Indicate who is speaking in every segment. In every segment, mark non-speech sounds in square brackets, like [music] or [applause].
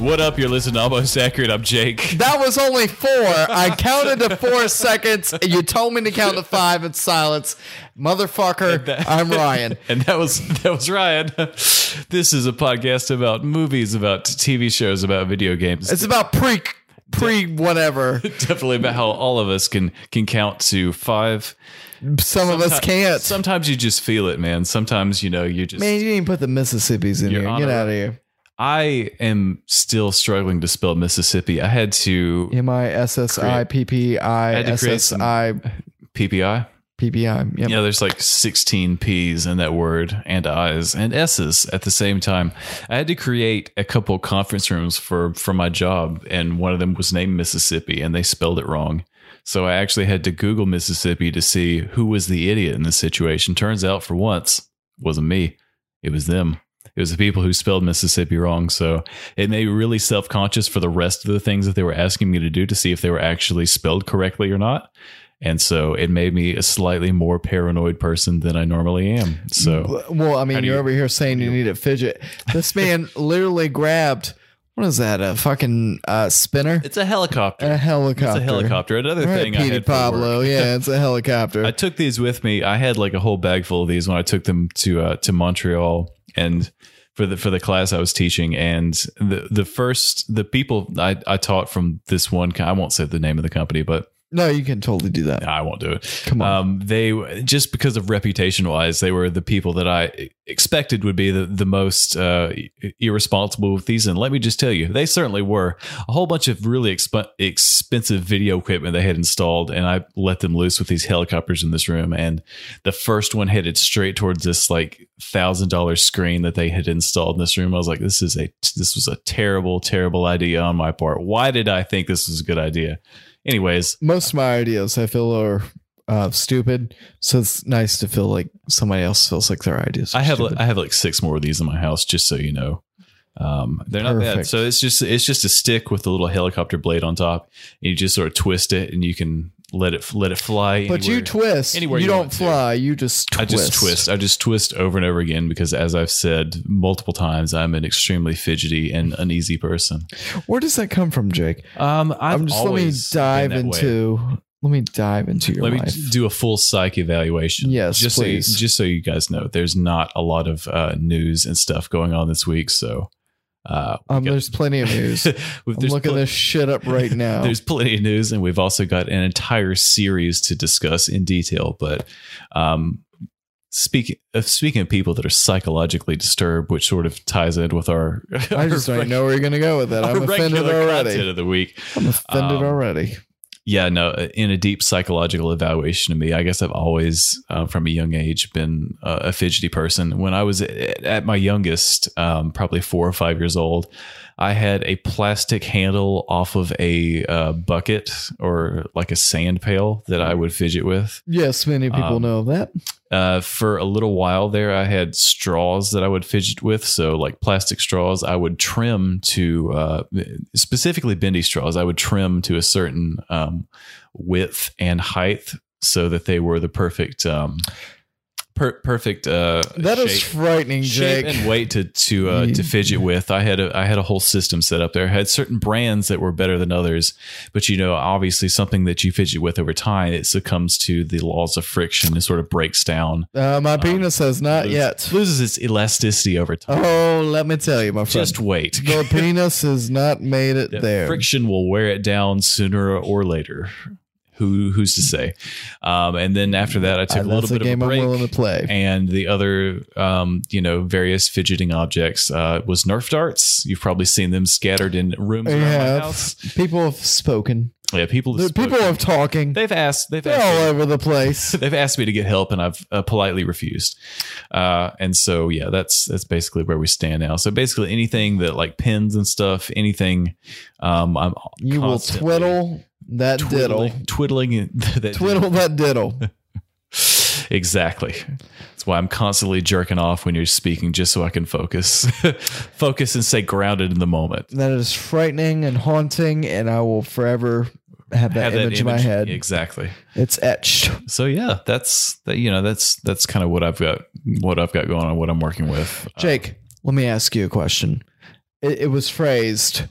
Speaker 1: What up? You're listening to Almost Accurate. I'm Jake.
Speaker 2: That was only four. I counted
Speaker 1: [laughs]
Speaker 2: to four seconds. and You told me to count to five in silence. Motherfucker, I'm Ryan.
Speaker 1: [laughs] And that was that was Ryan. This is a podcast about movies, about TV shows, about video games.
Speaker 2: It's about pre pre
Speaker 1: [laughs]
Speaker 2: whatever.
Speaker 1: definitely about how all of us can can count to five.
Speaker 2: Some of us can't.
Speaker 1: Sometimes you just feel it, man. Sometimes you know you just.
Speaker 2: Man, you didn't even put the Mississippi's in
Speaker 1: You're
Speaker 2: here.
Speaker 1: on
Speaker 2: Get
Speaker 1: a-
Speaker 2: out of here.
Speaker 1: I am still struggling to spell Mississippi. I had to
Speaker 2: M I S S I P P I
Speaker 1: had to
Speaker 2: S
Speaker 1: create
Speaker 2: S
Speaker 1: some-
Speaker 2: I
Speaker 1: PPI.
Speaker 2: P P I. Yep.
Speaker 1: Yeah, there's like 16 P's in that word and I's and S's at the same time. I had to create a couple conference rooms for for my job, and one of them was named Mississippi, and they spelled it wrong. So I actually had to Google Mississippi to see who was the idiot in this situation. Turns out, for once, it wasn't me; it was them. It was the people who spelled Mississippi wrong. So it made me really self conscious for the rest of the things that they were asking me to do to see if they were actually spelled correctly or not. And so it made me a slightly more paranoid person than I normally am. So
Speaker 2: Well, I
Speaker 1: How
Speaker 2: mean,
Speaker 1: do
Speaker 2: you're
Speaker 1: you-
Speaker 2: over here saying you need a fidget.
Speaker 1: [laughs]
Speaker 2: This man literally grabbed what is that? A fucking uh, spinner?
Speaker 1: it's a helicopter.
Speaker 2: a helicopter.
Speaker 1: It's a helicopter. Another
Speaker 2: Right,
Speaker 1: thing I
Speaker 2: Petey
Speaker 1: had for
Speaker 2: Pablo.
Speaker 1: work.
Speaker 2: Yeah, it's a
Speaker 1: [laughs]
Speaker 2: helicopter.
Speaker 1: I took these with me. I had like a whole bag full of these when I took them to uh, to Montreal and for the for the class I was teaching. And the the first the people I, I taught from this one co- I won't say the name of the company, but
Speaker 2: no, you can totally do that.
Speaker 1: I won't do it.
Speaker 2: Come on.
Speaker 1: Um, they just because of reputation wise, they were the people that I expected would be the the most uh, i- irresponsible with these. And let me just tell you, they certainly were. A whole bunch of really exp- expensive video equipment they had installed, and I let them loose with these helicopters in this room. And the first one headed straight towards this like thousand dollar screen that they had installed in this room. I was like, this is a this was a terrible, terrible idea on my part. Why did I think this was a good idea? Anyways,
Speaker 2: Most of my ideas I feel are uh, stupid, so it's nice to feel like somebody else feels like their ideas. Are
Speaker 1: I have
Speaker 2: stupid.
Speaker 1: I have like six more of these in my house, just so you know. Um, they're not bad.
Speaker 2: Perfect.
Speaker 1: So it's just it's just a stick with a little helicopter blade on top, and you just sort of twist it, and you can let it let it fly.
Speaker 2: but you
Speaker 1: anywhere.
Speaker 2: twist.
Speaker 1: anywhere
Speaker 2: you,
Speaker 1: you want
Speaker 2: don't
Speaker 1: to.
Speaker 2: fly. You just twist.
Speaker 1: I just twist. I just twist over and over again because, as I've said multiple times, I'm an extremely fidgety and uneasy person.
Speaker 2: Where does that come from, Jake?
Speaker 1: Um, i
Speaker 2: I'm just let me dive into. Let me dive into your
Speaker 1: Let me
Speaker 2: life.
Speaker 1: do a full psych evaluation.
Speaker 2: Yes,
Speaker 1: just So
Speaker 2: please.
Speaker 1: you, just so you guys know, there's not a lot of uh, news and stuff going on this week. So, uh, we
Speaker 2: um,
Speaker 1: got-
Speaker 2: there's
Speaker 1: [laughs]
Speaker 2: plenty of news. I'm
Speaker 1: there's
Speaker 2: looking
Speaker 1: pl-
Speaker 2: this shit up
Speaker 1: [laughs]
Speaker 2: right now.
Speaker 1: There's plenty of news, and we've also got an entire series to discuss in detail. But um, speaking of speaking of people that are psychologically disturbed, which sort of ties in with our, [laughs]
Speaker 2: I just don't know where you're gonna go with that.
Speaker 1: our
Speaker 2: I'm offended
Speaker 1: regular content
Speaker 2: already.
Speaker 1: of the week.
Speaker 2: I'm offended
Speaker 1: Um,
Speaker 2: already.
Speaker 1: Yeah, no. uh, In a deep psychological evaluation of me, I guess I've always, uh, from a young age, been uh, a fidgety person. When I was at, at my youngest, um, probably four or five years old, I had a plastic handle off of a uh, bucket or like a sand pail that I would fidget with.
Speaker 2: Yes, many people
Speaker 1: um,
Speaker 2: know that.
Speaker 1: Uh, for a little while there, I had straws that I would fidget with. So, like plastic straws, I would trim to uh, specifically bendy straws, I would trim to a certain um, width and height so that they were the perfect. Um, Per- perfect uh
Speaker 2: That is
Speaker 1: shape
Speaker 2: frightening,
Speaker 1: shape
Speaker 2: Jake.
Speaker 1: and weight to to uh, to
Speaker 2: Yeah.
Speaker 1: fidget with. I had a I had a whole system set up there. I had certain brands that were better than others, but you know, obviously, something that you fidget with over time, it succumbs to the laws of friction and sort of breaks down.
Speaker 2: Uh,
Speaker 1: um,
Speaker 2: my penis has not
Speaker 1: Lose-
Speaker 2: yet.
Speaker 1: loses its elasticity over time.
Speaker 2: Oh, let me tell you, my friend.
Speaker 1: Just [laughs] wait.
Speaker 2: the penis has not made it
Speaker 1: That
Speaker 2: there.
Speaker 1: Friction will wear it down sooner or later. who who's to say? Um, and then after that, I took a
Speaker 2: Uh,
Speaker 1: little
Speaker 2: that's a
Speaker 1: bit
Speaker 2: game
Speaker 1: of a
Speaker 2: I'm
Speaker 1: break.
Speaker 2: willing to play.
Speaker 1: And the other, um, you know, various fidgeting objects uh, was Nerf darts. You've probably seen them scattered in rooms around my
Speaker 2: Yeah,
Speaker 1: house.
Speaker 2: people have spoken.
Speaker 1: Yeah, people.
Speaker 2: The
Speaker 1: Have spoken.
Speaker 2: People have talking.
Speaker 1: They've asked. They've
Speaker 2: They're
Speaker 1: asked. me-
Speaker 2: all over the
Speaker 1: [laughs]
Speaker 2: place.
Speaker 1: They've asked me to get help, and I've uh, politely refused. Uh, and so, yeah, that's that's basically where we stand now. So basically, anything that like pins and stuff, anything, um, I'm
Speaker 2: You will
Speaker 1: constantly
Speaker 2: twiddle that diddle.
Speaker 1: twiddling, twiddling [laughs] that
Speaker 2: Twiddle that diddle.
Speaker 1: [laughs] [sighs] Exactly. That's why I'm constantly jerking off when you're speaking, just so I can focus, [laughs] focus, and stay grounded in the moment.
Speaker 2: that is frightening and haunting, and I will forever have that,
Speaker 1: Have that
Speaker 2: image, in my head.
Speaker 1: Exactly.
Speaker 2: It's etched.
Speaker 1: So yeah, that's that. You know, that's that's kind of what I've got, what I've got going on, what I'm working with. Uh,
Speaker 2: Jake, let me ask you a question. It, it was phrased.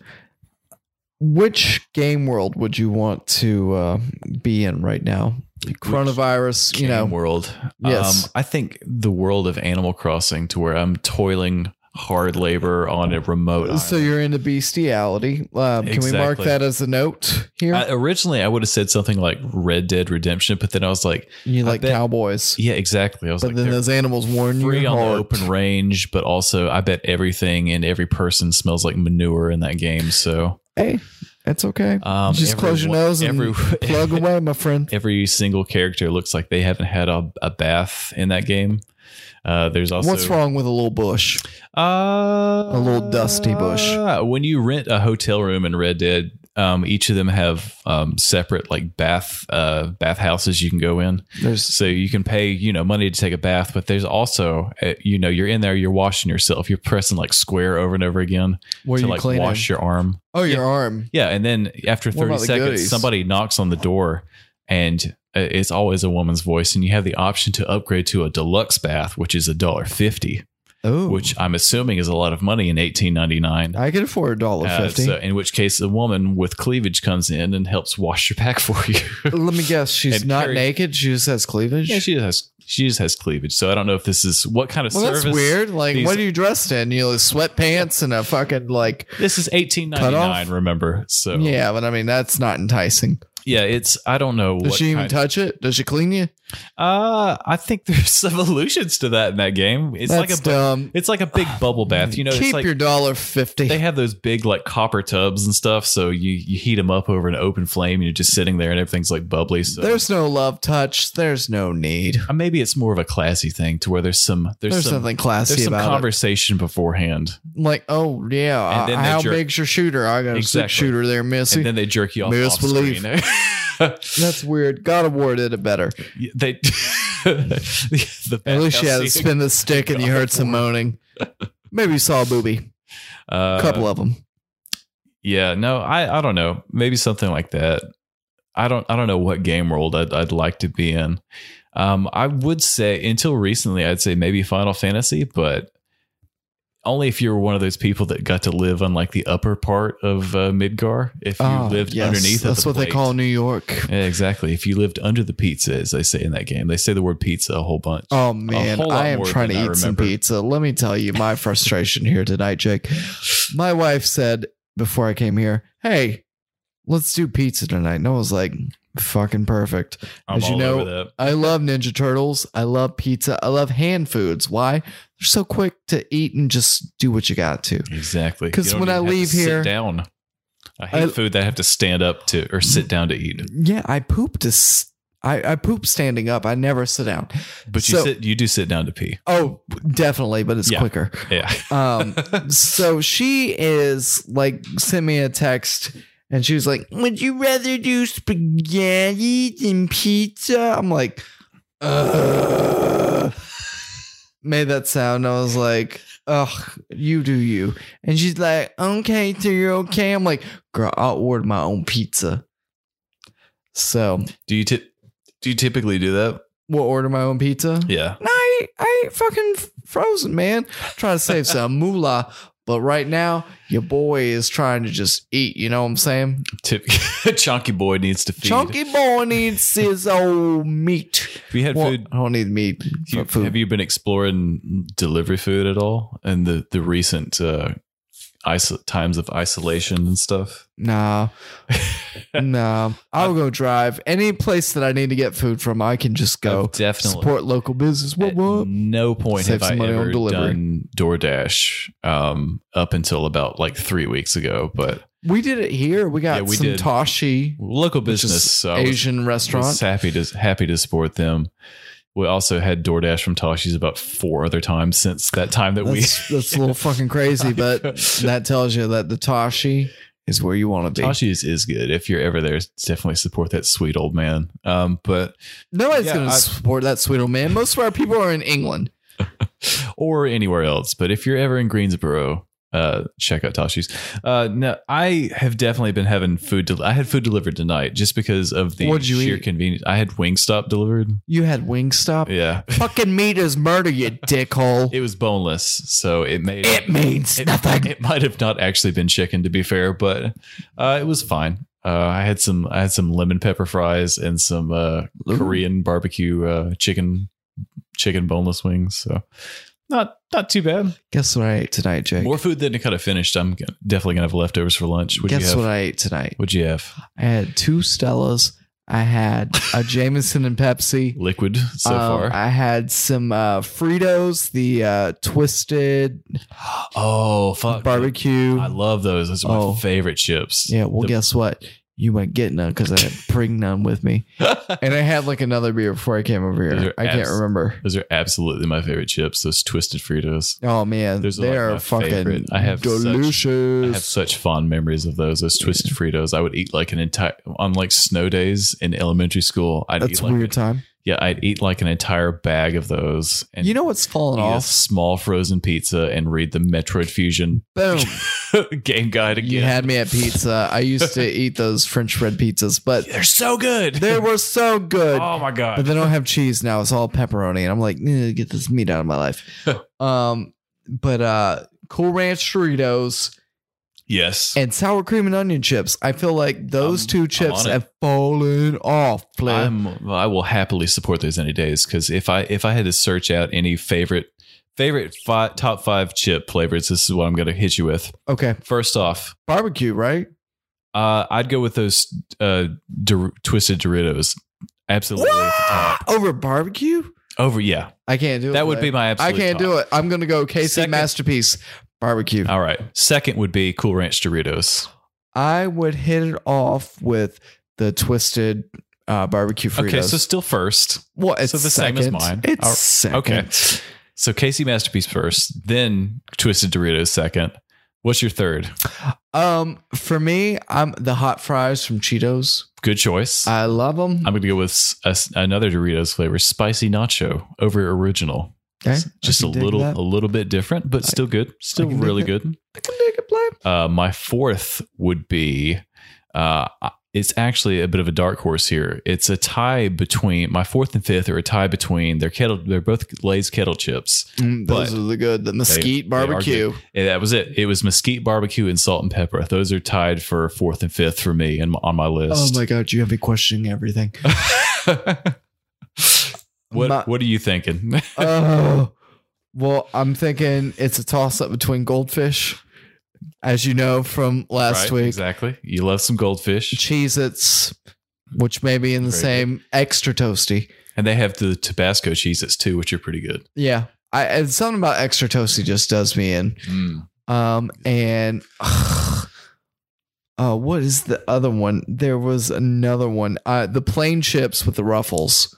Speaker 2: Which game world would you want to uh, be in right now? Coronavirus, you know.
Speaker 1: game world. Um,
Speaker 2: Yes.
Speaker 1: I think the world of Animal Crossing, to where I'm toiling hard labor on a remote.
Speaker 2: So
Speaker 1: island.
Speaker 2: you're into bestiality. Um, Can we mark
Speaker 1: Exactly.
Speaker 2: that as a note here?
Speaker 1: I, originally, I would have said something like Red Dead Redemption, but then I was like,
Speaker 2: you
Speaker 1: I
Speaker 2: like
Speaker 1: bet-
Speaker 2: cowboys,
Speaker 1: yeah, exactly. I was
Speaker 2: but
Speaker 1: like,
Speaker 2: then
Speaker 1: they're
Speaker 2: those animals warn
Speaker 1: free
Speaker 2: you.
Speaker 1: on the
Speaker 2: Heart.
Speaker 1: open range, but also I bet everything and every person smells like manure in that game. So
Speaker 2: Hey, that's okay.
Speaker 1: Um,
Speaker 2: Just close your
Speaker 1: everyone-
Speaker 2: nose and
Speaker 1: [laughs] every-
Speaker 2: plug away, my friend.
Speaker 1: every single character looks like they haven't had a, a bath in that game. Uh, there's also
Speaker 2: What's wrong with a little bush?
Speaker 1: Uh,
Speaker 2: A little dusty bush.
Speaker 1: When you rent a hotel room in Red Dead, um, each of them have um, separate like bath uh, bath houses you can go in.
Speaker 2: There's
Speaker 1: So you can pay you know money to take a bath, but there's also uh, you know you're in there, you're washing yourself, you're pressing like square over and over again
Speaker 2: where
Speaker 1: to
Speaker 2: you
Speaker 1: like
Speaker 2: clean
Speaker 1: wash your arm.
Speaker 2: Oh, your arm.
Speaker 1: Yeah, and then after
Speaker 2: What about
Speaker 1: thirty
Speaker 2: the
Speaker 1: seconds,
Speaker 2: goodies?
Speaker 1: somebody knocks on the door, and uh, it's always a woman's voice, and you have the option to upgrade to a deluxe bath, which is a dollar fifty,
Speaker 2: Oh,
Speaker 1: which I'm assuming is a lot of money in eighteen ninety nine.
Speaker 2: I could afford a dollar
Speaker 1: Uh,
Speaker 2: fifty.
Speaker 1: so in which case, a woman with cleavage comes in and helps wash your back [laughs] for you.
Speaker 2: Let me guess. She's
Speaker 1: And
Speaker 2: not
Speaker 1: carry-
Speaker 2: naked. She just has cleavage.
Speaker 1: yeah, she has she just has cleavage, so I don't know if this is what kind of
Speaker 2: well,
Speaker 1: service.
Speaker 2: that's weird. Like,
Speaker 1: these-
Speaker 2: what are you dressed in? You know, sweatpants and a fucking like.
Speaker 1: This is eighteen ninety nine. Remember, so yeah,
Speaker 2: Yeah, but I mean, that's not enticing.
Speaker 1: it's I don't know.
Speaker 2: Does
Speaker 1: what
Speaker 2: she even
Speaker 1: kind-
Speaker 2: touch it? Does she clean you?
Speaker 1: Uh, I think there's [laughs] some allusions to that in that game. It's
Speaker 2: that's
Speaker 1: like a
Speaker 2: dumb.
Speaker 1: It's like a big bubble bath. You know, it's
Speaker 2: Ah, Keep
Speaker 1: like
Speaker 2: your dollar fifty.
Speaker 1: they have those big like copper tubs and stuff. So you, you heat them up over an open flame and you're just sitting there and everything's like bubbly. So
Speaker 2: There's no love touch. There's no need.
Speaker 1: Uh, maybe it's more of a classy thing to where there's some there's,
Speaker 2: There's,
Speaker 1: some,
Speaker 2: something classy
Speaker 1: there's some
Speaker 2: about it.
Speaker 1: conversation beforehand.
Speaker 2: Like, oh yeah,
Speaker 1: And
Speaker 2: uh,
Speaker 1: then they
Speaker 2: how
Speaker 1: jerk-
Speaker 2: big's your shooter? I got a
Speaker 1: Exactly.
Speaker 2: six shooter there, Missy.
Speaker 1: and then they jerk you off, off
Speaker 2: misbelief.
Speaker 1: screen. [laughs]
Speaker 2: That's weird. God of War did it better.
Speaker 1: they the
Speaker 2: At
Speaker 1: [laughs]
Speaker 2: least you had to
Speaker 1: bathhouse
Speaker 2: spin the
Speaker 1: [laughs]
Speaker 2: stick
Speaker 1: Oh,
Speaker 2: and you heard some moaning. Maybe you saw a booby.
Speaker 1: uh,
Speaker 2: A couple of them.
Speaker 1: Yeah, no, I I don't know. Maybe something like that. I don't I don't know what game world I'd I'd like to be in. Um, I would say until recently, I'd say maybe Final Fantasy, but only if you were one of those people that got to live on like the upper part of uh, Midgar. If you lived underneath, of
Speaker 2: Ah, That's
Speaker 1: the
Speaker 2: what they
Speaker 1: plate.
Speaker 2: call New York.
Speaker 1: Yeah, exactly. If you lived under the pizza, as they say in that game, they say the word pizza a whole bunch.
Speaker 2: Oh man,
Speaker 1: whole lot
Speaker 2: I am
Speaker 1: more
Speaker 2: trying to
Speaker 1: than I
Speaker 2: eat some
Speaker 1: remember.
Speaker 2: pizza. Let me tell you
Speaker 1: [laughs]
Speaker 2: my frustration here tonight, Jake. My wife said before I came here, "Hey, let's do pizza tonight." And I was like, "Fucking perfect."
Speaker 1: I'm
Speaker 2: as you
Speaker 1: all
Speaker 2: know,
Speaker 1: over that.
Speaker 2: I love Ninja Turtles. I love pizza. I love hand foods. Why? They're so quick to eat and just do what you got to.
Speaker 1: Exactly.
Speaker 2: 'Cause
Speaker 1: You don't
Speaker 2: when I
Speaker 1: even have to
Speaker 2: leave
Speaker 1: sit
Speaker 2: here-
Speaker 1: down. I hate
Speaker 2: I- Mm.
Speaker 1: food that I have to stand up to or sit down to eat.
Speaker 2: Yeah, I poop to. s- I, I poop standing up. I never sit down.
Speaker 1: But you
Speaker 2: So-
Speaker 1: sit, you do sit down to pee.
Speaker 2: Oh, definitely, but it's
Speaker 1: Yeah.
Speaker 2: quicker.
Speaker 1: Yeah,
Speaker 2: Um, so she is like sent me a text and she was like, Would you rather do spaghetti than pizza? I'm like, Ugh. Made that sound. I was like, Ugh, you do you. And she's like, Okay, so you're okay. I'm like, Girl, I'll order my own pizza. So
Speaker 1: [laughs] do you tip? Do you typically do that?
Speaker 2: we'll order my own pizza.
Speaker 1: Yeah,
Speaker 2: No, I ain't, I ain't fucking frozen, man. trying to
Speaker 1: [laughs]
Speaker 2: save some moolah. But right now, your boy is trying to just eat. You know what I'm saying?
Speaker 1: tip. [laughs] Chunky boy needs to feed.
Speaker 2: Chunky boy needs his
Speaker 1: [laughs]
Speaker 2: old meat.
Speaker 1: Have you had
Speaker 2: Well,
Speaker 1: food?
Speaker 2: I don't need meat.
Speaker 1: You,
Speaker 2: food.
Speaker 1: Have you been exploring delivery food at all? And the the recent uh, iso- times of isolation and stuff. [laughs]
Speaker 2: No, no. I'll go drive. Any place that I need to get food from, I can just go.
Speaker 1: I've definitely.
Speaker 2: Support local business. What
Speaker 1: At
Speaker 2: what?
Speaker 1: no point
Speaker 2: Save
Speaker 1: have I
Speaker 2: some money on
Speaker 1: ever
Speaker 2: delivery.
Speaker 1: done DoorDash um, up until about like three weeks ago. But
Speaker 2: We did it here. We got
Speaker 1: Yeah, we
Speaker 2: some
Speaker 1: did.
Speaker 2: Tashi
Speaker 1: local
Speaker 2: which is
Speaker 1: business, so I was-
Speaker 2: Asian
Speaker 1: was
Speaker 2: restaurant.
Speaker 1: happy to happy to support them. We also had DoorDash from Toshi's about four other times since that time that [laughs] we
Speaker 2: That's, that's a little fucking
Speaker 1: [laughs]
Speaker 2: crazy, but that tells you that the Tashi is where you want to be.
Speaker 1: Toshi's is good. If you're ever there, definitely support that sweet old man. Um, but
Speaker 2: Nobody's
Speaker 1: Yeah,
Speaker 2: gonna
Speaker 1: I-
Speaker 2: support that sweet old man. Most of our people are in England.
Speaker 1: or anywhere else. But if you're ever in Greensboro, uh, check out Toshi's. Uh, no, I have definitely been having food. Del- I had food delivered tonight just because of the
Speaker 2: What'd you
Speaker 1: sheer
Speaker 2: eat?
Speaker 1: convenience. I had Wingstop delivered.
Speaker 2: You had Wingstop.
Speaker 1: Yeah,
Speaker 2: Fucking meat is
Speaker 1: [laughs]
Speaker 2: murder, you dickhole.
Speaker 1: it was boneless, so it made
Speaker 2: It means
Speaker 1: it,
Speaker 2: nothing.
Speaker 1: it might have not actually been chicken, to be fair, but uh, it was fine. Uh, I had some I had some lemon pepper fries and some uh,
Speaker 2: Ooh.
Speaker 1: Korean barbecue uh, chicken chicken boneless wings. So not not too bad.
Speaker 2: Guess what I ate tonight, Jake?
Speaker 1: More food than it kind of finished. I'm g- definitely gonna have leftovers for lunch. Would you
Speaker 2: Guess
Speaker 1: have?
Speaker 2: what I ate tonight?
Speaker 1: would you have
Speaker 2: I had two Stellas. I had
Speaker 1: [laughs]
Speaker 2: a Jameson and Pepsi.
Speaker 1: liquid so
Speaker 2: Um,
Speaker 1: far?
Speaker 2: I had some uh, Fritos, the uh, twisted
Speaker 1: oh fuck!
Speaker 2: barbecue.
Speaker 1: I love those. Those are my
Speaker 2: Oh.
Speaker 1: favorite chips.
Speaker 2: Yeah, well,
Speaker 1: The-
Speaker 2: guess what? You weren't get none because I didn't bring none
Speaker 1: [laughs]
Speaker 2: with me. And I had like another beer before I came over
Speaker 1: Those
Speaker 2: here.
Speaker 1: are
Speaker 2: I can't
Speaker 1: abs-
Speaker 2: remember.
Speaker 1: those are absolutely my favorite chips. Those twisted Fritos.
Speaker 2: Oh man,
Speaker 1: Those are,
Speaker 2: they
Speaker 1: like,
Speaker 2: are
Speaker 1: my
Speaker 2: fucking
Speaker 1: favorite. I have such- I
Speaker 2: delicious.
Speaker 1: have such fond memories of those. Those twisted Fritos. I would eat like an entire on like snow days in elementary school. I'd
Speaker 2: That's
Speaker 1: eat like
Speaker 2: weird time.
Speaker 1: yeah, I'd eat like an entire bag of those. And
Speaker 2: You know what's falling
Speaker 1: eat a
Speaker 2: off?
Speaker 1: small frozen pizza and read the Metroid Fusion [laughs]
Speaker 2: Boom.
Speaker 1: game guide again.
Speaker 2: You had me at pizza. I
Speaker 1: [laughs]
Speaker 2: used to eat those French bread pizzas, but
Speaker 1: They're so good.
Speaker 2: they were so good.
Speaker 1: oh my
Speaker 2: But
Speaker 1: god.
Speaker 2: they don't have cheese now. It's all pepperoni. And I'm like, "Nah, get this meat out of
Speaker 1: [laughs]
Speaker 2: my life. um, but uh, Cool Ranch Doritos
Speaker 1: Yes.
Speaker 2: and sour cream and onion chips. I feel like those
Speaker 1: I'm-
Speaker 2: two
Speaker 1: I'm
Speaker 2: chips
Speaker 1: on it.
Speaker 2: have fallen off. Flip.
Speaker 1: I'm, I will happily support those any days because if I if I had to search out any favorite favorite fi- top five chip flavors, this is what I'm going to hit you with.
Speaker 2: Okay,
Speaker 1: First off,
Speaker 2: barbecue, right?
Speaker 1: Uh, I'd go with those uh, Dor- twisted Doritos. Absolutely. at the top.
Speaker 2: Over barbecue?
Speaker 1: Over, yeah.
Speaker 2: I can't do it.
Speaker 1: That would be my
Speaker 2: I
Speaker 1: absolute.
Speaker 2: can't do it. I'm gonna go KC
Speaker 1: Second- Uh,
Speaker 2: masterpiece barbecue.
Speaker 1: All right. Second would be Cool Ranch Doritos.
Speaker 2: I would hit it off with the twisted uh, barbecue Fritos.
Speaker 1: Okay, so still first.
Speaker 2: what? It's
Speaker 1: so the same as
Speaker 2: second.
Speaker 1: mine.
Speaker 2: It's
Speaker 1: All right.
Speaker 2: second.
Speaker 1: Okay. So Casey Masterpiece first, then Twisted Doritos second. What's your third?
Speaker 2: Um, for me, I'm the hot fries from Cheetos.
Speaker 1: Good choice.
Speaker 2: I love them.
Speaker 1: I'm going to go with s- a s- another Doritos flavor, spicy nacho over original.
Speaker 2: okay.
Speaker 1: It's Just
Speaker 2: I
Speaker 1: a
Speaker 2: can dig
Speaker 1: little,
Speaker 2: that.
Speaker 1: a little bit different, but
Speaker 2: I-
Speaker 1: still good. Still
Speaker 2: can dig
Speaker 1: really
Speaker 2: it.
Speaker 1: good.
Speaker 2: I can dig it, Blaine.
Speaker 1: Uh, my fourth would be uh, it's actually a bit of a dark horse here. It's a tie between my fourth and fifth are a tie between their kettle. They're both Lay's kettle chips.
Speaker 2: Mm, those
Speaker 1: But
Speaker 2: are the good. The mesquite
Speaker 1: they are
Speaker 2: barbecue.
Speaker 1: And that was it. It was mesquite barbecue and salt and pepper. Those are tied for fourth and fifth for me and on my
Speaker 2: Oh
Speaker 1: list.
Speaker 2: my god, you have me
Speaker 1: [laughs]
Speaker 2: questioning everything.
Speaker 1: what
Speaker 2: My-
Speaker 1: What are you thinking? [laughs]
Speaker 2: Oh, well, I'm thinking it's a toss up between goldfish, as you know from last
Speaker 1: Right,
Speaker 2: week.
Speaker 1: exactly. You love some goldfish,
Speaker 2: Cheez Its, which may be in the
Speaker 1: Very
Speaker 2: same extra toasty.
Speaker 1: and they have the Tabasco cheeses too, which are pretty good.
Speaker 2: Yeah. I and something about extra toasty just does me in. Um and [sighs] ugh, uh, what is the other one? There was another one. Uh the plain chips with the ruffles.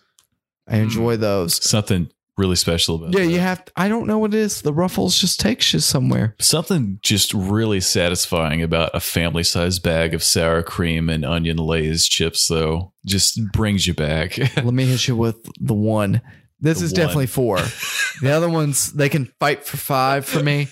Speaker 2: I
Speaker 1: Mm.
Speaker 2: enjoy those.
Speaker 1: Something really special about.
Speaker 2: Yeah,
Speaker 1: that.
Speaker 2: you have I don't know what it is. The ruffles just takes
Speaker 1: [laughs]
Speaker 2: you somewhere.
Speaker 1: Something just really satisfying about a family sized bag of sour cream and onion Lay's chips, though, just brings you back. [laughs]
Speaker 2: Let me hit you with the one. This
Speaker 1: The
Speaker 2: is
Speaker 1: one.
Speaker 2: definitely four.
Speaker 1: [laughs]
Speaker 2: the other ones they can fight for five for me.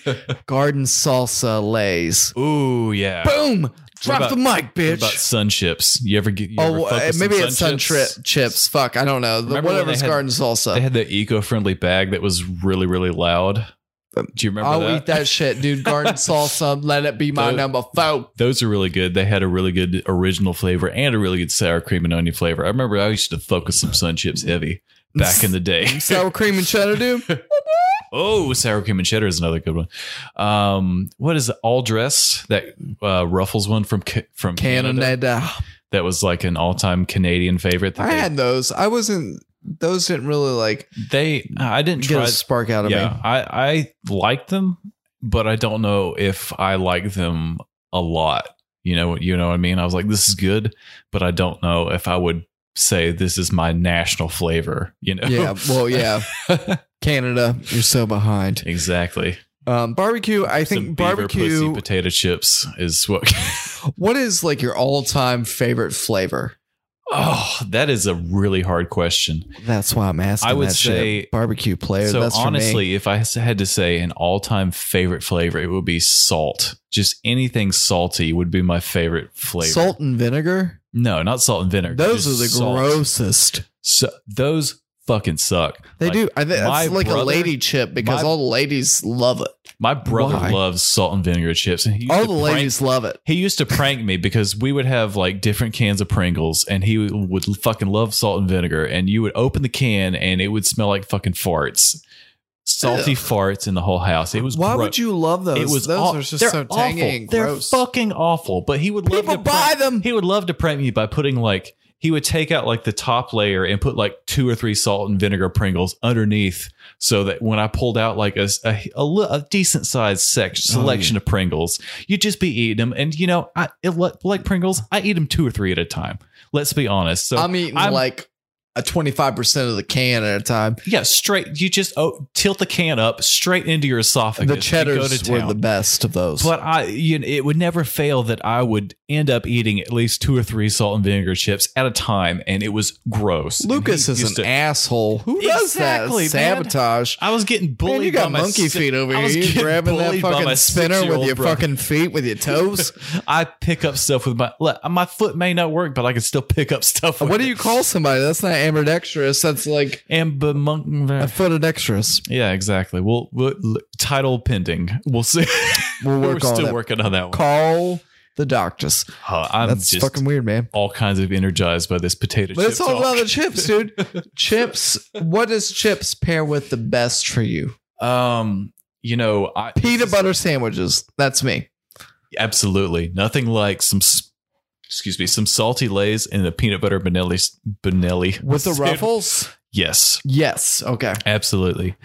Speaker 2: Garden salsa lays.
Speaker 1: Ooh, yeah.
Speaker 2: Boom! Drop
Speaker 1: about-
Speaker 2: the mic,
Speaker 1: What
Speaker 2: bitch.
Speaker 1: about sun chips? You ever get? You ever
Speaker 2: oh,
Speaker 1: fuck
Speaker 2: uh,
Speaker 1: with some
Speaker 2: maybe it's sun
Speaker 1: chips?
Speaker 2: trip chips. Fuck, I don't know. The,
Speaker 1: Remember when
Speaker 2: whatever's
Speaker 1: they had-
Speaker 2: garden
Speaker 1: They
Speaker 2: salsa.
Speaker 1: had the eco friendly bag that was really really loud. Do you remember?
Speaker 2: Um, I'll
Speaker 1: that?
Speaker 2: eat that shit,
Speaker 1: [laughs]
Speaker 2: dude. Garden salsa. Let it be my
Speaker 1: Those-
Speaker 2: number four.
Speaker 1: Those are really good. They had a really good original flavor and a really good sour cream and onion flavor. I
Speaker 2: [laughs]
Speaker 1: remember I used to focus some sun chips heavy back in the day.
Speaker 2: Sour cream and cheddar, dude.
Speaker 1: Oh, sour cream and cheddar is another good one. Um, what is it? all dress that uh, Ruffles one from Ca- from [laughs] Canada,
Speaker 2: Canada.
Speaker 1: that was like an all time Canadian favorite. That
Speaker 2: I had those. I wasn't. Those didn't really like
Speaker 1: they, they I didn't
Speaker 2: get
Speaker 1: try.
Speaker 2: a spark out of
Speaker 1: yeah,
Speaker 2: me.
Speaker 1: I I like them, but I don't know if I like them a lot. You know, what- you know what I mean. I was like, this is good, but I don't know if I would say this is my national flavor. You know, [laughs]
Speaker 2: Yeah. Well, yeah. Canada, you're so behind.
Speaker 1: exactly.
Speaker 2: Um, barbecue. I
Speaker 1: Some
Speaker 2: think
Speaker 1: beaver pussy
Speaker 2: barbecue.
Speaker 1: potato chips is what.
Speaker 2: What is like your all-time favorite flavor?
Speaker 1: Oh, that is a really hard question.
Speaker 2: That's why I'm asking.
Speaker 1: I would
Speaker 2: that shit.
Speaker 1: say-
Speaker 2: barbecue player.
Speaker 1: so
Speaker 2: that's for me.
Speaker 1: honestly, if I had to say an all-time favorite flavor, it would be salt. Just anything salty would be my favorite flavor.
Speaker 2: salt and vinegar.
Speaker 1: No, not salt and vinegar.
Speaker 2: Those
Speaker 1: just
Speaker 2: are the
Speaker 1: salt.
Speaker 2: grossest.
Speaker 1: So, those fucking suck.
Speaker 2: They
Speaker 1: Like,
Speaker 2: do. I think
Speaker 1: my
Speaker 2: that's like
Speaker 1: brother-
Speaker 2: a lady chip because
Speaker 1: my-
Speaker 2: all the ladies love it.
Speaker 1: My brother
Speaker 2: Why?
Speaker 1: loves salt and vinegar chips, and he used
Speaker 2: All
Speaker 1: to
Speaker 2: the
Speaker 1: prank-
Speaker 2: ladies love it.
Speaker 1: He used to prank me because we would have like different cans of Pringles, and he would fucking love salt and vinegar. And you would open the can, and it would smell like fucking farts, salty
Speaker 2: Ugh.
Speaker 1: farts in the whole house. It was
Speaker 2: Why
Speaker 1: gro-
Speaker 2: would you love those?
Speaker 1: It was
Speaker 2: those
Speaker 1: aw-
Speaker 2: are just
Speaker 1: they're
Speaker 2: so tangy
Speaker 1: awful.
Speaker 2: and
Speaker 1: they're
Speaker 2: gross.
Speaker 1: fucking awful. But he would love
Speaker 2: People
Speaker 1: to
Speaker 2: buy them.
Speaker 1: He would love to prank me by putting like he would take out like the top layer and put like two or three salt and vinegar Pringles underneath, so that when I pulled out like a s- a, a li- a decent sized sec-
Speaker 2: Oh,
Speaker 1: selection of Pringles, you'd just be eating them. And you know, I it, li- like Pringles, I eat them two or three at a time. Let's be honest. So
Speaker 2: I'm eating
Speaker 1: I'm-
Speaker 2: like a 25% of the can at a time.
Speaker 1: yeah, straight. You just oh, tilt the can up straight into your esophagus.
Speaker 2: the
Speaker 1: You go
Speaker 2: cheddars
Speaker 1: to
Speaker 2: were
Speaker 1: town.
Speaker 2: the best of those.
Speaker 1: But I, you know, it would never fail that I would end up eating at least two or three salt and vinegar chips at a time, and it was gross. And
Speaker 2: Lucas
Speaker 1: he
Speaker 2: is an
Speaker 1: used to-
Speaker 2: asshole. Who does
Speaker 1: Exactly, man.
Speaker 2: that? Sabotage.
Speaker 1: I was getting bullied.
Speaker 2: Man, you
Speaker 1: by
Speaker 2: got
Speaker 1: my
Speaker 2: monkey
Speaker 1: si-
Speaker 2: feet over
Speaker 1: I
Speaker 2: here.
Speaker 1: was
Speaker 2: You
Speaker 1: getting
Speaker 2: grabbing that
Speaker 1: bullied by my
Speaker 2: fucking spinner with
Speaker 1: six-year-old
Speaker 2: your
Speaker 1: brother.
Speaker 2: fucking feet with
Speaker 1: [laughs]
Speaker 2: your toes.
Speaker 1: I pick up stuff with my look, my foot may not work, but I can still pick up stuff. With
Speaker 2: what do you call somebody? That's not ambidextrous. That's like
Speaker 1: And but
Speaker 2: a
Speaker 1: monk.
Speaker 2: footidextrous.
Speaker 1: Yeah, exactly. We'll, we'll l- title pending. We'll see.
Speaker 2: We'll
Speaker 1: We're
Speaker 2: work on
Speaker 1: still
Speaker 2: it.
Speaker 1: working on that one.
Speaker 2: Call the doctors.
Speaker 1: Uh, I'm
Speaker 2: That's
Speaker 1: just
Speaker 2: fucking weird, man.
Speaker 1: all kinds of energized by this potato.
Speaker 2: But it's
Speaker 1: chip
Speaker 2: all
Speaker 1: talk.
Speaker 2: about the chips, dude.
Speaker 1: [laughs]
Speaker 2: chips. What does chips pair with the best for you?
Speaker 1: Um, you know, I
Speaker 2: Peanut butter sandwiches. That's me.
Speaker 1: Absolutely. Nothing like some s- excuse me, some salty lays and a peanut butter vanilla vanilla
Speaker 2: With the
Speaker 1: sandwich.
Speaker 2: ruffles?
Speaker 1: Yes.
Speaker 2: Yes. Okay.
Speaker 1: Absolutely.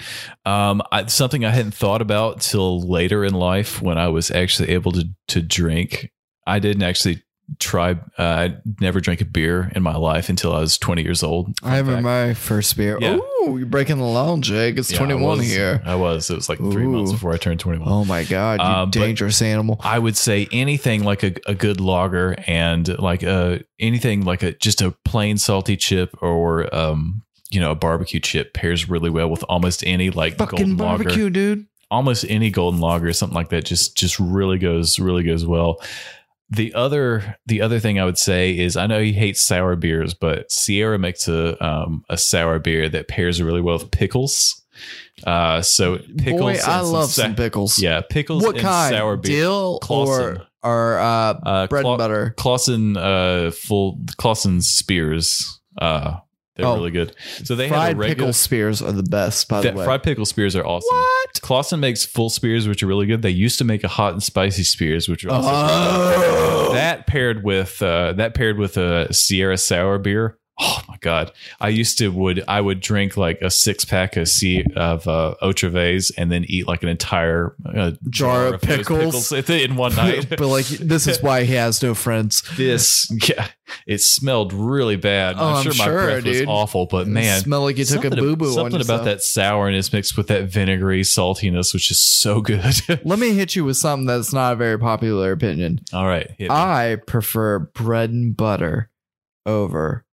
Speaker 1: Um, I, something I hadn't thought about till later in life when I was actually able to to drink. I didn't actually try. Uh, I never drank a beer in my life until I was twenty years old.
Speaker 2: I remember
Speaker 1: fact.
Speaker 2: my first beer.
Speaker 1: Yeah.
Speaker 2: Ooh, you're breaking the law, Jake. It's
Speaker 1: Yeah, I
Speaker 2: 21
Speaker 1: was-
Speaker 2: here.
Speaker 1: I was. It was like three
Speaker 2: Ooh.
Speaker 1: months before I turned twenty one.
Speaker 2: Oh my God, you
Speaker 1: Uh, but-
Speaker 2: dangerous animal.
Speaker 1: I would say anything like a, a good lager and like a anything like a just a plain salty chip or um you know a barbecue chip pairs really well with almost any like
Speaker 2: Fucking
Speaker 1: golden
Speaker 2: barbecue,
Speaker 1: lager
Speaker 2: dude.
Speaker 1: almost any golden lager or something like that just just really goes really goes well the other the other thing I would say is I know he hates sour beers but Sierra makes a um a sour beer that pairs really well with pickles uh so pickles
Speaker 2: Boy,
Speaker 1: and
Speaker 2: I
Speaker 1: some
Speaker 2: love
Speaker 1: sa-
Speaker 2: some pickles.
Speaker 1: yeah pickles
Speaker 2: What
Speaker 1: and
Speaker 2: kind?
Speaker 1: sour beer
Speaker 2: Dill
Speaker 1: Clausen.
Speaker 2: or or uh,
Speaker 1: uh,
Speaker 2: bread
Speaker 1: Cla-
Speaker 2: and butter?
Speaker 1: Clausen, uh, full Clausen spears. Uh, they're
Speaker 2: Oh.
Speaker 1: really good. So they have
Speaker 2: fried
Speaker 1: a regular.
Speaker 2: pickle spears are the best, by
Speaker 1: that-
Speaker 2: the way.
Speaker 1: fried pickle spears are awesome.
Speaker 2: what?
Speaker 1: Clausen makes full spears, which are really good. They used to make a hot and spicy spears, which are also
Speaker 2: Uh-huh. Oh.
Speaker 1: that paired with uh, that paired with a Sierra sour beer. Oh my god! I used to would I would drink like a six pack of C of uh, Otreves and then eat like an entire uh,
Speaker 2: [laughs] Jar of
Speaker 1: those
Speaker 2: pickles. [laughs]
Speaker 1: in one night.
Speaker 2: but like, this is why he has no friends.
Speaker 1: this
Speaker 2: [laughs]
Speaker 1: yeah it smelled really bad
Speaker 2: Oh,
Speaker 1: i'm
Speaker 2: I'm
Speaker 1: sure my
Speaker 2: sure,
Speaker 1: breath was
Speaker 2: dude.
Speaker 1: awful but man
Speaker 2: smell like you took a
Speaker 1: something-
Speaker 2: boo boo.
Speaker 1: something about that sourness mixed with that vinegary saltiness which is so good [laughs]
Speaker 2: Let me hit you with something that's not a very popular opinion.
Speaker 1: all right hit me.
Speaker 2: I prefer bread and butter over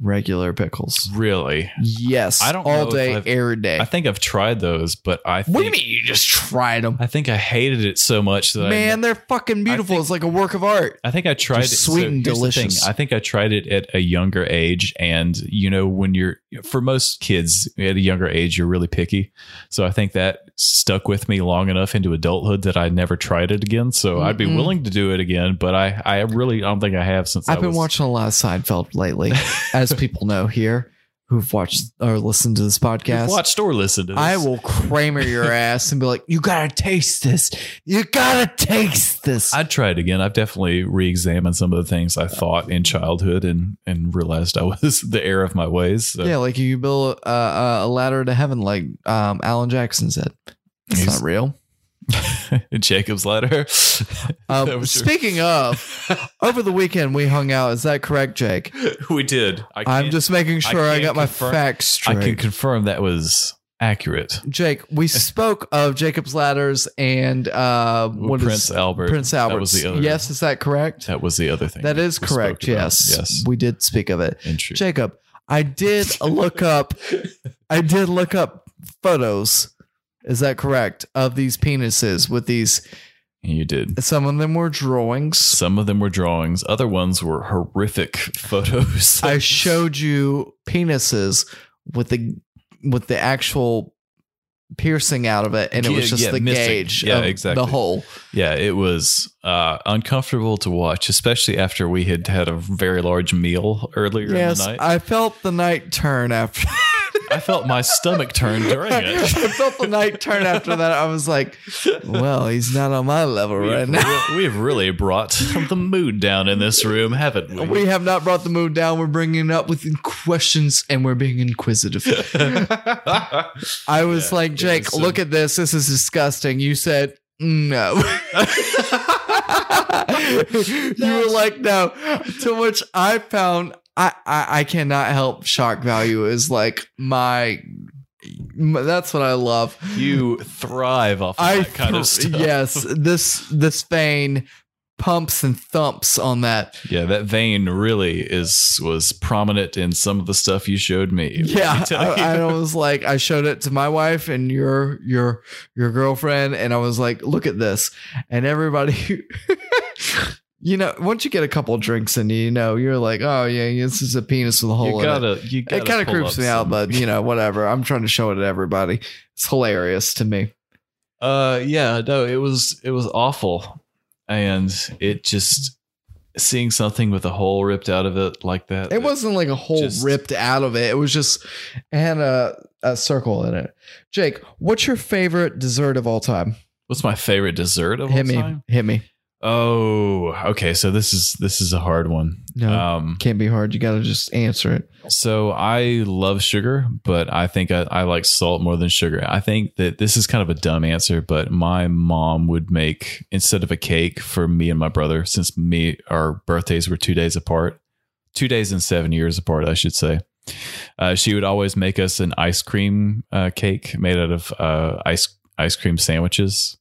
Speaker 2: regular pickles.
Speaker 1: really
Speaker 2: Yes,
Speaker 1: Oh I don't know
Speaker 2: all
Speaker 1: if
Speaker 2: day,
Speaker 1: I've-
Speaker 2: every day.
Speaker 1: i think i've tried those but i think,
Speaker 2: what do you mean you just tried them?
Speaker 1: i think i hated it so much that
Speaker 2: Man,
Speaker 1: I,
Speaker 2: they're fucking beautiful.
Speaker 1: think-
Speaker 2: it's like a work of art.
Speaker 1: I think I tried it.
Speaker 2: sweet and
Speaker 1: here's the thing.
Speaker 2: delicious.
Speaker 1: I think I tried it at a younger age, and you know, when you're for most kids at a younger age, you're really picky. So I think that stuck with me long enough into adulthood that I never tried it again. So I'd be
Speaker 2: Mm-mm.
Speaker 1: willing to do it again, but I I really don't think I have since I
Speaker 2: I've been
Speaker 1: was- [laughs]
Speaker 2: watching a lot of Seinfeld lately, as people know here. who've watched or listened to this podcast.
Speaker 1: Watch or listen to this.
Speaker 2: I will Kramer your ass and be like, you gotta taste this. You gotta taste this.
Speaker 1: I'd try it again. I've definitely re-examined some of the things I thought in childhood and and realized I was [laughs] the heir of my ways. So
Speaker 2: yeah, like you build a, a, a ladder to heaven, like um, Alan Jackson said. It's
Speaker 1: He's-
Speaker 2: not real.
Speaker 1: [laughs] Jacob's ladder. [laughs]
Speaker 2: Um,
Speaker 1: That was your- [laughs]
Speaker 2: speaking of, over the weekend we hung out. Is that correct, Jake?
Speaker 1: [laughs] we did. I
Speaker 2: I'm
Speaker 1: can't-
Speaker 2: just making
Speaker 1: I
Speaker 2: sure I,
Speaker 1: can't
Speaker 2: got my
Speaker 1: confirm-
Speaker 2: facts
Speaker 1: I
Speaker 2: straight.
Speaker 1: can confirm that was accurate.
Speaker 2: Jake,
Speaker 1: [laughs]
Speaker 2: we spoke of Jacob's Ladders and uh, what is-
Speaker 1: Prince Albert.
Speaker 2: Prince Albert.
Speaker 1: That was the other.
Speaker 2: Yes, is that correct?
Speaker 1: That was the other thing.
Speaker 2: That is
Speaker 1: we
Speaker 2: correct.
Speaker 1: spoke about.
Speaker 2: Yes.
Speaker 1: Yes.
Speaker 2: we did speak of it.
Speaker 1: And true.
Speaker 2: Jacob, I
Speaker 1: [laughs]
Speaker 2: did look up. I did look up photos. Is that correct? Of these penises with these.
Speaker 1: you did.
Speaker 2: Some of them were drawings.
Speaker 1: Some of them were drawings. Other ones were horrific [laughs] photos.
Speaker 2: [laughs] I showed you penises with the with the actual piercing out of it, and it
Speaker 1: Yeah,
Speaker 2: was just
Speaker 1: yeah,
Speaker 2: the
Speaker 1: missing.
Speaker 2: gauge.
Speaker 1: Yeah,
Speaker 2: of
Speaker 1: exactly.
Speaker 2: The hole.
Speaker 1: yeah, it was uh, uncomfortable to watch, especially after we had had a very large meal earlier
Speaker 2: Yes,
Speaker 1: in the night.
Speaker 2: I felt the night turn after.
Speaker 1: I felt my stomach turn during
Speaker 2: [laughs] I
Speaker 1: it.
Speaker 2: felt the night turn after that. I was like, "Well, he's not on
Speaker 1: [laughs]
Speaker 2: my level
Speaker 1: We
Speaker 2: right
Speaker 1: have,
Speaker 2: now."
Speaker 1: re- we have really brought [laughs] the mood down in this room, haven't we?
Speaker 2: We have not brought the mood down. We're bringing it up with questions, and we're
Speaker 1: [laughs]
Speaker 2: being inquisitive. I was
Speaker 1: Yeah,
Speaker 2: like,
Speaker 1: it
Speaker 2: Jake,
Speaker 1: was uh, some-
Speaker 2: look at this. This is disgusting. You said
Speaker 1: [laughs]
Speaker 2: no. you were like, no. To which I found I, I I cannot help shock value is like my, my- that's what I love.
Speaker 1: you thrive off of
Speaker 2: I
Speaker 1: that kind of
Speaker 2: th-
Speaker 1: stuff.
Speaker 2: Yes, this this vein pumps and thumps on that.
Speaker 1: Yeah, that vein really is was prominent in some of the stuff you showed me. [laughs] Let
Speaker 2: Yeah,
Speaker 1: me tell
Speaker 2: I,
Speaker 1: you.
Speaker 2: I was like, I showed it to my wife and your your your girlfriend, and I was like, look at this, and everybody. [laughs] You know, once you get a couple drinks in you, you know, you're like, oh yeah, this is a penis with a hole
Speaker 1: you
Speaker 2: in it.
Speaker 1: gotta, you gotta.
Speaker 2: it kind of
Speaker 1: pull up
Speaker 2: creeps me out,
Speaker 1: some-
Speaker 2: but you know, whatever. I'm trying to show it to everybody. It's hilarious to me.
Speaker 1: Uh, yeah, no, it was it was awful, and it just seeing something with a hole ripped out of it like that.
Speaker 2: It wasn't like a hole
Speaker 1: just-
Speaker 2: ripped out of it. It was just it had a, a circle in it. Jake, what's your favorite dessert of all time?
Speaker 1: What's my favorite dessert of
Speaker 2: hit
Speaker 1: all
Speaker 2: me,
Speaker 1: time?
Speaker 2: hit me.
Speaker 1: Oh, okay. So this is this is a hard one.
Speaker 2: No.
Speaker 1: Um,
Speaker 2: Can't be hard. You got to just answer it.
Speaker 1: so I love sugar, but I think I, I like salt more than sugar. I think that this is kind of a dumb answer, but my mom would make instead of a cake for me and my brother, since me our birthdays were two days apart, two days and seven years apart, I should say. Uh, she would always make us an ice cream uh, cake made out of uh, ice ice cream sandwiches.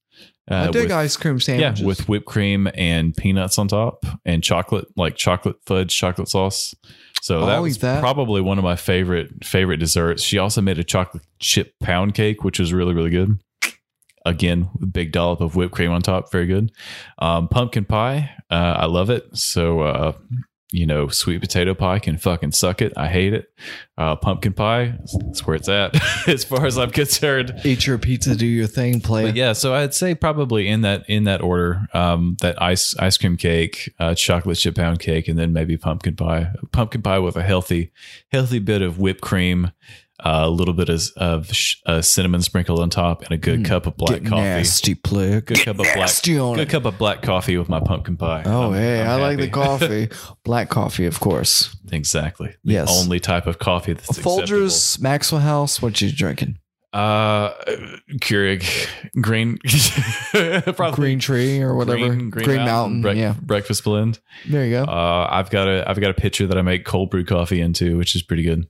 Speaker 2: I
Speaker 1: uh,
Speaker 2: dig
Speaker 1: with-
Speaker 2: ice cream sandwiches.
Speaker 1: yeah, with whipped cream and peanuts on top and chocolate, like chocolate fudge, chocolate sauce. So
Speaker 2: I'll
Speaker 1: that
Speaker 2: eat
Speaker 1: was
Speaker 2: that.
Speaker 1: probably one of my favorite favorite desserts. She also made a chocolate chip pound cake, which was really really good. Again, big dollop of whipped cream on top, very good. Um, pumpkin pie, uh, I love it. So uh, you know, sweet potato pie can fucking suck it. I hate it. Uh, pumpkin pie, that's where it's at, [laughs] as far as I'm concerned.
Speaker 2: eat your pizza, do your thing, play.
Speaker 1: But yeah, so I'd say probably in that in that order, um, that ice ice cream cake, uh, chocolate chip pound cake, and then maybe pumpkin pie. Pumpkin pie with a healthy healthy bit of whipped cream, uh, a little bit of, of sh- uh, cinnamon sprinkled on top, and a good
Speaker 2: Mm,
Speaker 1: cup of black
Speaker 2: Get
Speaker 1: coffee.
Speaker 2: nasty, play.
Speaker 1: Good cup of black.
Speaker 2: Nasty on
Speaker 1: Good
Speaker 2: it.
Speaker 1: cup of black coffee with my pumpkin pie.
Speaker 2: Oh,
Speaker 1: I'm-
Speaker 2: hey,
Speaker 1: I'm
Speaker 2: I like
Speaker 1: happy.
Speaker 2: the coffee. Black coffee, of course.
Speaker 1: [laughs] exactly.
Speaker 2: Yes.
Speaker 1: Only type of coffee that's acceptable.
Speaker 2: Folgers, Maxwell House, what you drinking?
Speaker 1: uh, Keurig, green, [laughs] probably
Speaker 2: Green Tree or whatever.
Speaker 1: Green, Green Mountain, brec-
Speaker 2: yeah,
Speaker 1: breakfast blend.
Speaker 2: there you go.
Speaker 1: Uh, I've got a I've got a pitcher that I make cold brew coffee into, which is pretty good.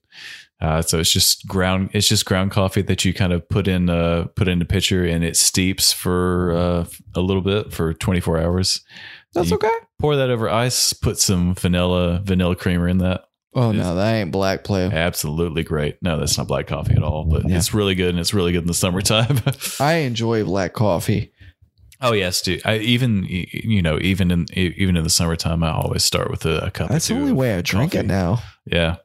Speaker 1: Uh, so it's just ground it's just ground coffee that you kind of put in uh put in a pitcher and it steeps for uh, a little bit for 24 hours.
Speaker 2: That's
Speaker 1: you-
Speaker 2: okay.
Speaker 1: Pour that over ice, put some vanilla vanilla creamer in that.
Speaker 2: Oh
Speaker 1: Is-
Speaker 2: no, that ain't black play.
Speaker 1: Absolutely great. No, that's not black coffee at all, but
Speaker 2: Yeah.
Speaker 1: it's really good and it's really good in the summertime. [laughs]
Speaker 2: I enjoy black coffee.
Speaker 1: oh yes, dude. I even y- you know, even in even in the summertime I always start with a, a cup
Speaker 2: That's
Speaker 1: or
Speaker 2: the
Speaker 1: two
Speaker 2: only
Speaker 1: of
Speaker 2: way I drink
Speaker 1: coffee.
Speaker 2: it now.
Speaker 1: Yeah.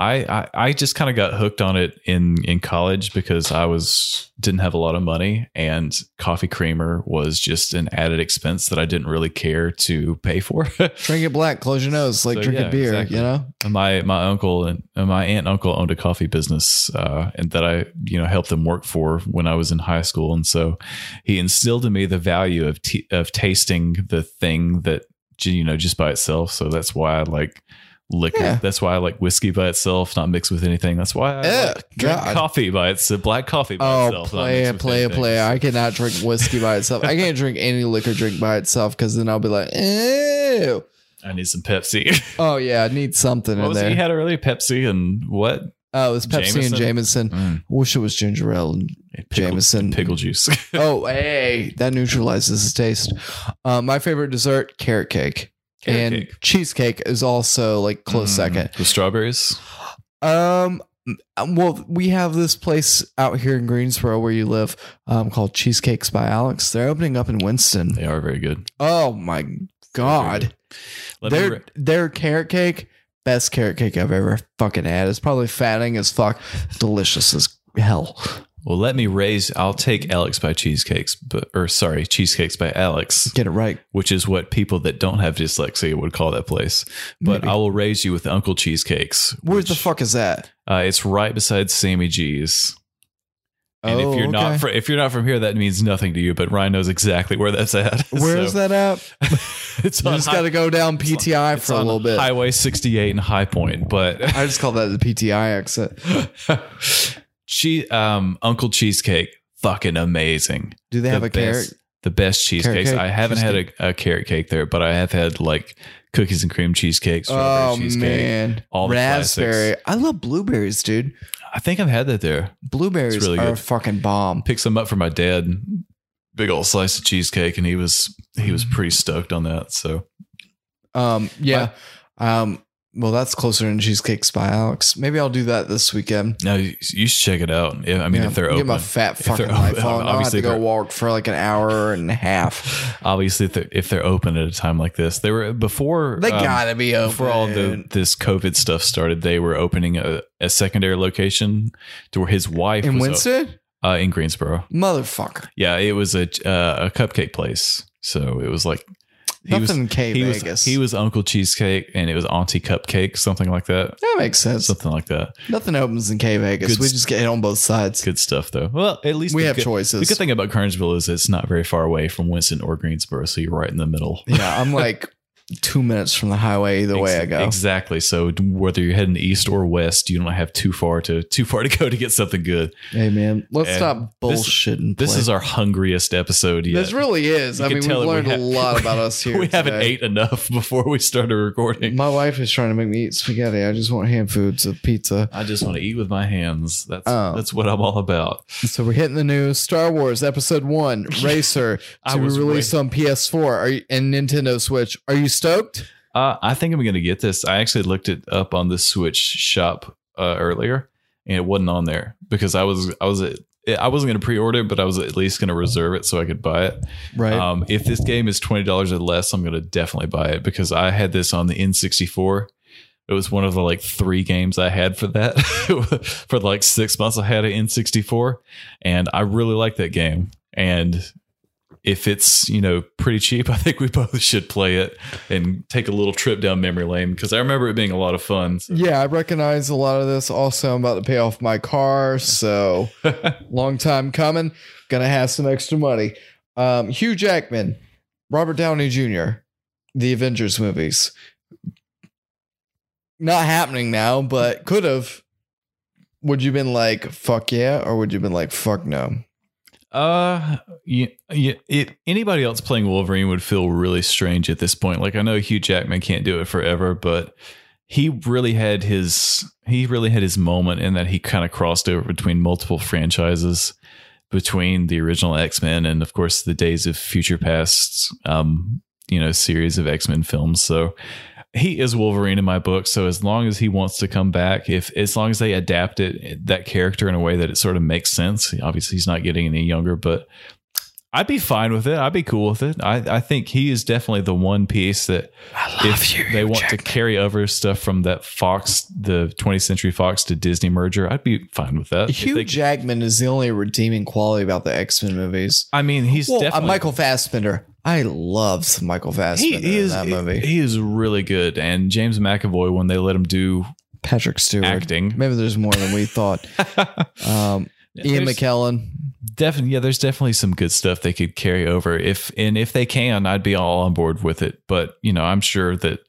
Speaker 1: I I, I just kind of got hooked on it in in college because I was didn't have a lot of money and coffee creamer was just an added expense that I didn't really care to pay for. [laughs]
Speaker 2: Drink it black, close your nose, like
Speaker 1: So,
Speaker 2: drink
Speaker 1: yeah,
Speaker 2: a beer,
Speaker 1: exactly.
Speaker 2: you know?
Speaker 1: my my uncle and uh, my aunt and uncle owned a coffee business uh, and that I you know helped them work for when I was in high school and so he instilled in me the value of t- of tasting the thing that j- you know just by itself so that's why I like liquor
Speaker 2: Yeah.
Speaker 1: that's why I like whiskey by itself not mixed with anything that's why I
Speaker 2: Ew,
Speaker 1: like drink
Speaker 2: God.
Speaker 1: coffee by itself black coffee by
Speaker 2: Oh,
Speaker 1: itself not
Speaker 2: play
Speaker 1: mixed
Speaker 2: it,
Speaker 1: with
Speaker 2: play it,
Speaker 1: anything.
Speaker 2: play it. I cannot
Speaker 1: [laughs]
Speaker 2: drink whiskey by itself. I can't drink any liquor drink by itself because then I'll be like, ew.
Speaker 1: I need some
Speaker 2: [laughs]
Speaker 1: Pepsi
Speaker 2: Oh, yeah, I need something
Speaker 1: what
Speaker 2: in
Speaker 1: was it
Speaker 2: there.
Speaker 1: you had earlier Pepsi and what
Speaker 2: oh, it was Pepsi and
Speaker 1: Jameson? Hmm.
Speaker 2: Jameson. Wish it was ginger ale and
Speaker 1: Pickle-
Speaker 2: Mm. Jameson.
Speaker 1: pickle juice
Speaker 2: [laughs]
Speaker 1: [laughs]
Speaker 2: oh, hey, that neutralizes the taste. Uh, my favorite dessert, carrot cake.
Speaker 1: Carrot
Speaker 2: and
Speaker 1: cake.
Speaker 2: cheesecake is also like close
Speaker 1: Mm,
Speaker 2: second.
Speaker 1: with strawberries
Speaker 2: Um, um, well, we have this place out here in Greensboro where you live um, called Cheesecakes by Alex. They're opening up in Winston.
Speaker 1: They are very good.
Speaker 2: Oh my god,
Speaker 1: Let me
Speaker 2: their
Speaker 1: re-
Speaker 2: their carrot cake, best carrot cake I've ever fucking had. It's probably fattening as fuck, delicious as hell.
Speaker 1: well, let me raise. I'll take Alex by Cheesecakes, but or sorry, Cheesecakes by Alex,
Speaker 2: Get it right,
Speaker 1: which is what people that don't have dyslexia would call that place. But
Speaker 2: Maybe.
Speaker 1: I will raise you with Uncle Cheesecakes.
Speaker 2: Where
Speaker 1: which,
Speaker 2: the fuck is that?
Speaker 1: Uh, it's right beside Sammy G's. And if you're not
Speaker 2: Oh, okay.
Speaker 1: fr- if you're not from here, that means nothing to you. But Ryan knows exactly where that's at.
Speaker 2: Where is that at?
Speaker 1: that? [laughs] It's
Speaker 2: You
Speaker 1: on,
Speaker 2: just
Speaker 1: high,
Speaker 2: got to go down PTI
Speaker 1: it's
Speaker 2: for a
Speaker 1: on
Speaker 2: little bit.
Speaker 1: Highway 68 and High Point. But [laughs]
Speaker 2: I just call that the PTI exit.
Speaker 1: [laughs] she, um, Uncle Cheesecake, fucking amazing.
Speaker 2: Do they have a
Speaker 1: best,
Speaker 2: carrot?
Speaker 1: The best cheesecakes.
Speaker 2: cake?
Speaker 1: I haven't
Speaker 2: Cheesecake?
Speaker 1: had a, a carrot cake there, but I have had like cookies and cream cheesecake, strawberry
Speaker 2: Oh
Speaker 1: cheesecake.
Speaker 2: man,
Speaker 1: all the
Speaker 2: raspberry. I love blueberries, dude.
Speaker 1: I think I've had that there.
Speaker 2: Blueberries
Speaker 1: It's really
Speaker 2: are a
Speaker 1: good.
Speaker 2: fucking bomb.
Speaker 1: Picked some up for my dad. Big old slice of cheesecake, and he was he
Speaker 2: Mm-hmm.
Speaker 1: was pretty stoked on that. So
Speaker 2: Um, yeah. Um, well, that's closer than cheesecakes by Alex. Maybe I'll do that this weekend.
Speaker 1: now you, you should check it out. Yeah, I mean,
Speaker 2: Yeah,
Speaker 1: if they're
Speaker 2: get
Speaker 1: open,
Speaker 2: my fat
Speaker 1: they're
Speaker 2: fucking
Speaker 1: open,
Speaker 2: life on. I'll have
Speaker 1: obviously
Speaker 2: to go
Speaker 1: they're-
Speaker 2: walk for like an hour and a half.
Speaker 1: [laughs] obviously if they're, if they're open at a time like this, they were before
Speaker 2: They
Speaker 1: um,
Speaker 2: gotta be open.
Speaker 1: before all the this COVID stuff started. They were opening a, a secondary location to where his wife
Speaker 2: in
Speaker 1: was o-
Speaker 2: Winston,
Speaker 1: uh, in Greensboro.
Speaker 2: motherfucker,
Speaker 1: Yeah, it was a uh, a cupcake place. So it was like he
Speaker 2: nothing K
Speaker 1: was he
Speaker 2: Vegas.
Speaker 1: was he was Uncle Cheesecake and it was Auntie Cupcake, something like that.
Speaker 2: that makes sense.
Speaker 1: Something like that.
Speaker 2: Nothing opens in K Vegas.
Speaker 1: Good
Speaker 2: We
Speaker 1: s-
Speaker 2: just get hit on both sides.
Speaker 1: Good stuff though. Well, at least
Speaker 2: we
Speaker 1: the
Speaker 2: have
Speaker 1: good, The
Speaker 2: choices.
Speaker 1: good thing about Kernsville is it's not very far away from Winston or Greensboro, so you're right in the middle.
Speaker 2: yeah, I'm like two minutes from the highway either way I
Speaker 1: Ex-
Speaker 2: go.
Speaker 1: Exactly. So whether you're heading east or west, you don't have too far to too far to go to get something good.
Speaker 2: Hey man, let's
Speaker 1: And
Speaker 2: stop
Speaker 1: this-
Speaker 2: bullshitting.
Speaker 1: This
Speaker 2: play.
Speaker 1: is our hungriest episode yet.
Speaker 2: This really is.
Speaker 1: You
Speaker 2: I
Speaker 1: can
Speaker 2: mean, we've
Speaker 1: tell that we
Speaker 2: learned
Speaker 1: have-
Speaker 2: a lot about us
Speaker 1: [laughs]
Speaker 2: here.
Speaker 1: we haven't
Speaker 2: today.
Speaker 1: ate enough [laughs] before we started recording.
Speaker 2: My wife is trying to make me eat spaghetti. I just want hand food, so pizza.
Speaker 1: I just want to eat with my hands. That's
Speaker 2: Oh.
Speaker 1: that's what I'm all about.
Speaker 2: So we're hitting the news. Star Wars
Speaker 1: [laughs]
Speaker 2: Episode One Racer
Speaker 1: I
Speaker 2: to be
Speaker 1: was
Speaker 2: released on PS4 Are you, and Nintendo Switch. Are you stoked?
Speaker 1: Uh, I think I'm going to get this. I actually looked it up on the Switch shop uh, earlier, and it wasn't on there because I was I was I wasn't going to pre-order, it, but I was at least going to reserve it so I could buy it.
Speaker 2: Right.
Speaker 1: Um, if this game is twenty dollars or less, I'm going to definitely buy it because I had this on the N64. It was one of the like three games I had for that. [laughs] for like six months, I had an N64, and I really like that game. And if it's you know pretty cheap, [laughs] I think we both should play it and take a little trip down memory lane because I remember it being a lot of fun. [laughs] So-
Speaker 2: yeah, I recognize a lot of this. Also, I'm about to pay off my car, so long time coming. Gonna have some extra money. Um, Hugh Jackman, Robert Downey Jr., the Avengers movies. Not happening now, but could have. Would you been like fuck yeah, or would you been like fuck no?
Speaker 1: Uh, yeah, yeah, it, anybody else playing Wolverine would feel really strange at this point. Like I know Hugh Jackman can't do it forever, but he really had his he really had his moment in that he kind of crossed over between multiple franchises, between the original X Men and of course the Days of Future Past, um, you know, series of X Men films. So he is Wolverine in my book. So as long as he wants to come back, if as long as they adapt it that character in a way that it sort of makes sense, obviously he's not getting any younger, but I'd be fine with it. I'd be cool with it. I, I think he is definitely the one piece that
Speaker 2: I
Speaker 1: if they want to carry over stuff from that Fox, the 20th Century Fox to Disney merger, I'd be fine with that. If
Speaker 2: Hugh
Speaker 1: they-
Speaker 2: Jackman is the only redeeming quality about the X Men movies.
Speaker 1: I mean, he's
Speaker 2: well, uh,
Speaker 1: definitely
Speaker 2: Michael Fassbender. I loved Michael
Speaker 1: He,
Speaker 2: Fassbender
Speaker 1: he is
Speaker 2: in that movie.
Speaker 1: he is really good. And James McAvoy, when they let him do
Speaker 2: Patrick Stewart.
Speaker 1: acting, [laughs]
Speaker 2: Maybe there's more than we thought. Um, [laughs] Ian
Speaker 1: There's-
Speaker 2: McKellen.
Speaker 1: Definitely, yeah. There's definitely some good stuff they could carry over if and if they can, I'd be all on board with it. But you know, I'm sure that.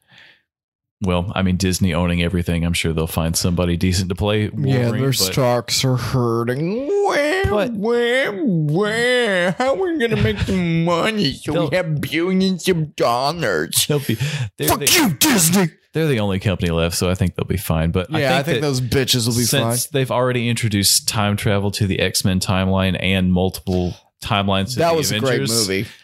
Speaker 1: Well, I mean, Disney owning everything, I'm sure they'll find somebody decent to play.
Speaker 2: yeah,
Speaker 1: Wolverine,
Speaker 2: their
Speaker 1: but-
Speaker 2: stocks are hurting. Where,
Speaker 1: But-
Speaker 2: where, where? How are we going to make some money so
Speaker 1: They'll-
Speaker 2: we have billions of dollars?
Speaker 1: They'll be, they're,
Speaker 2: Fuck
Speaker 1: the,
Speaker 2: you, Disney.
Speaker 1: they're the only company left, so I think they'll be fine. But
Speaker 2: Yeah, I think,
Speaker 1: that
Speaker 2: those bitches will be fine.
Speaker 1: since they've already introduced time travel to the X Men timeline and multiple timelines, to
Speaker 2: That
Speaker 1: the
Speaker 2: was a great
Speaker 1: Avengers,
Speaker 2: movie.
Speaker 1: [laughs]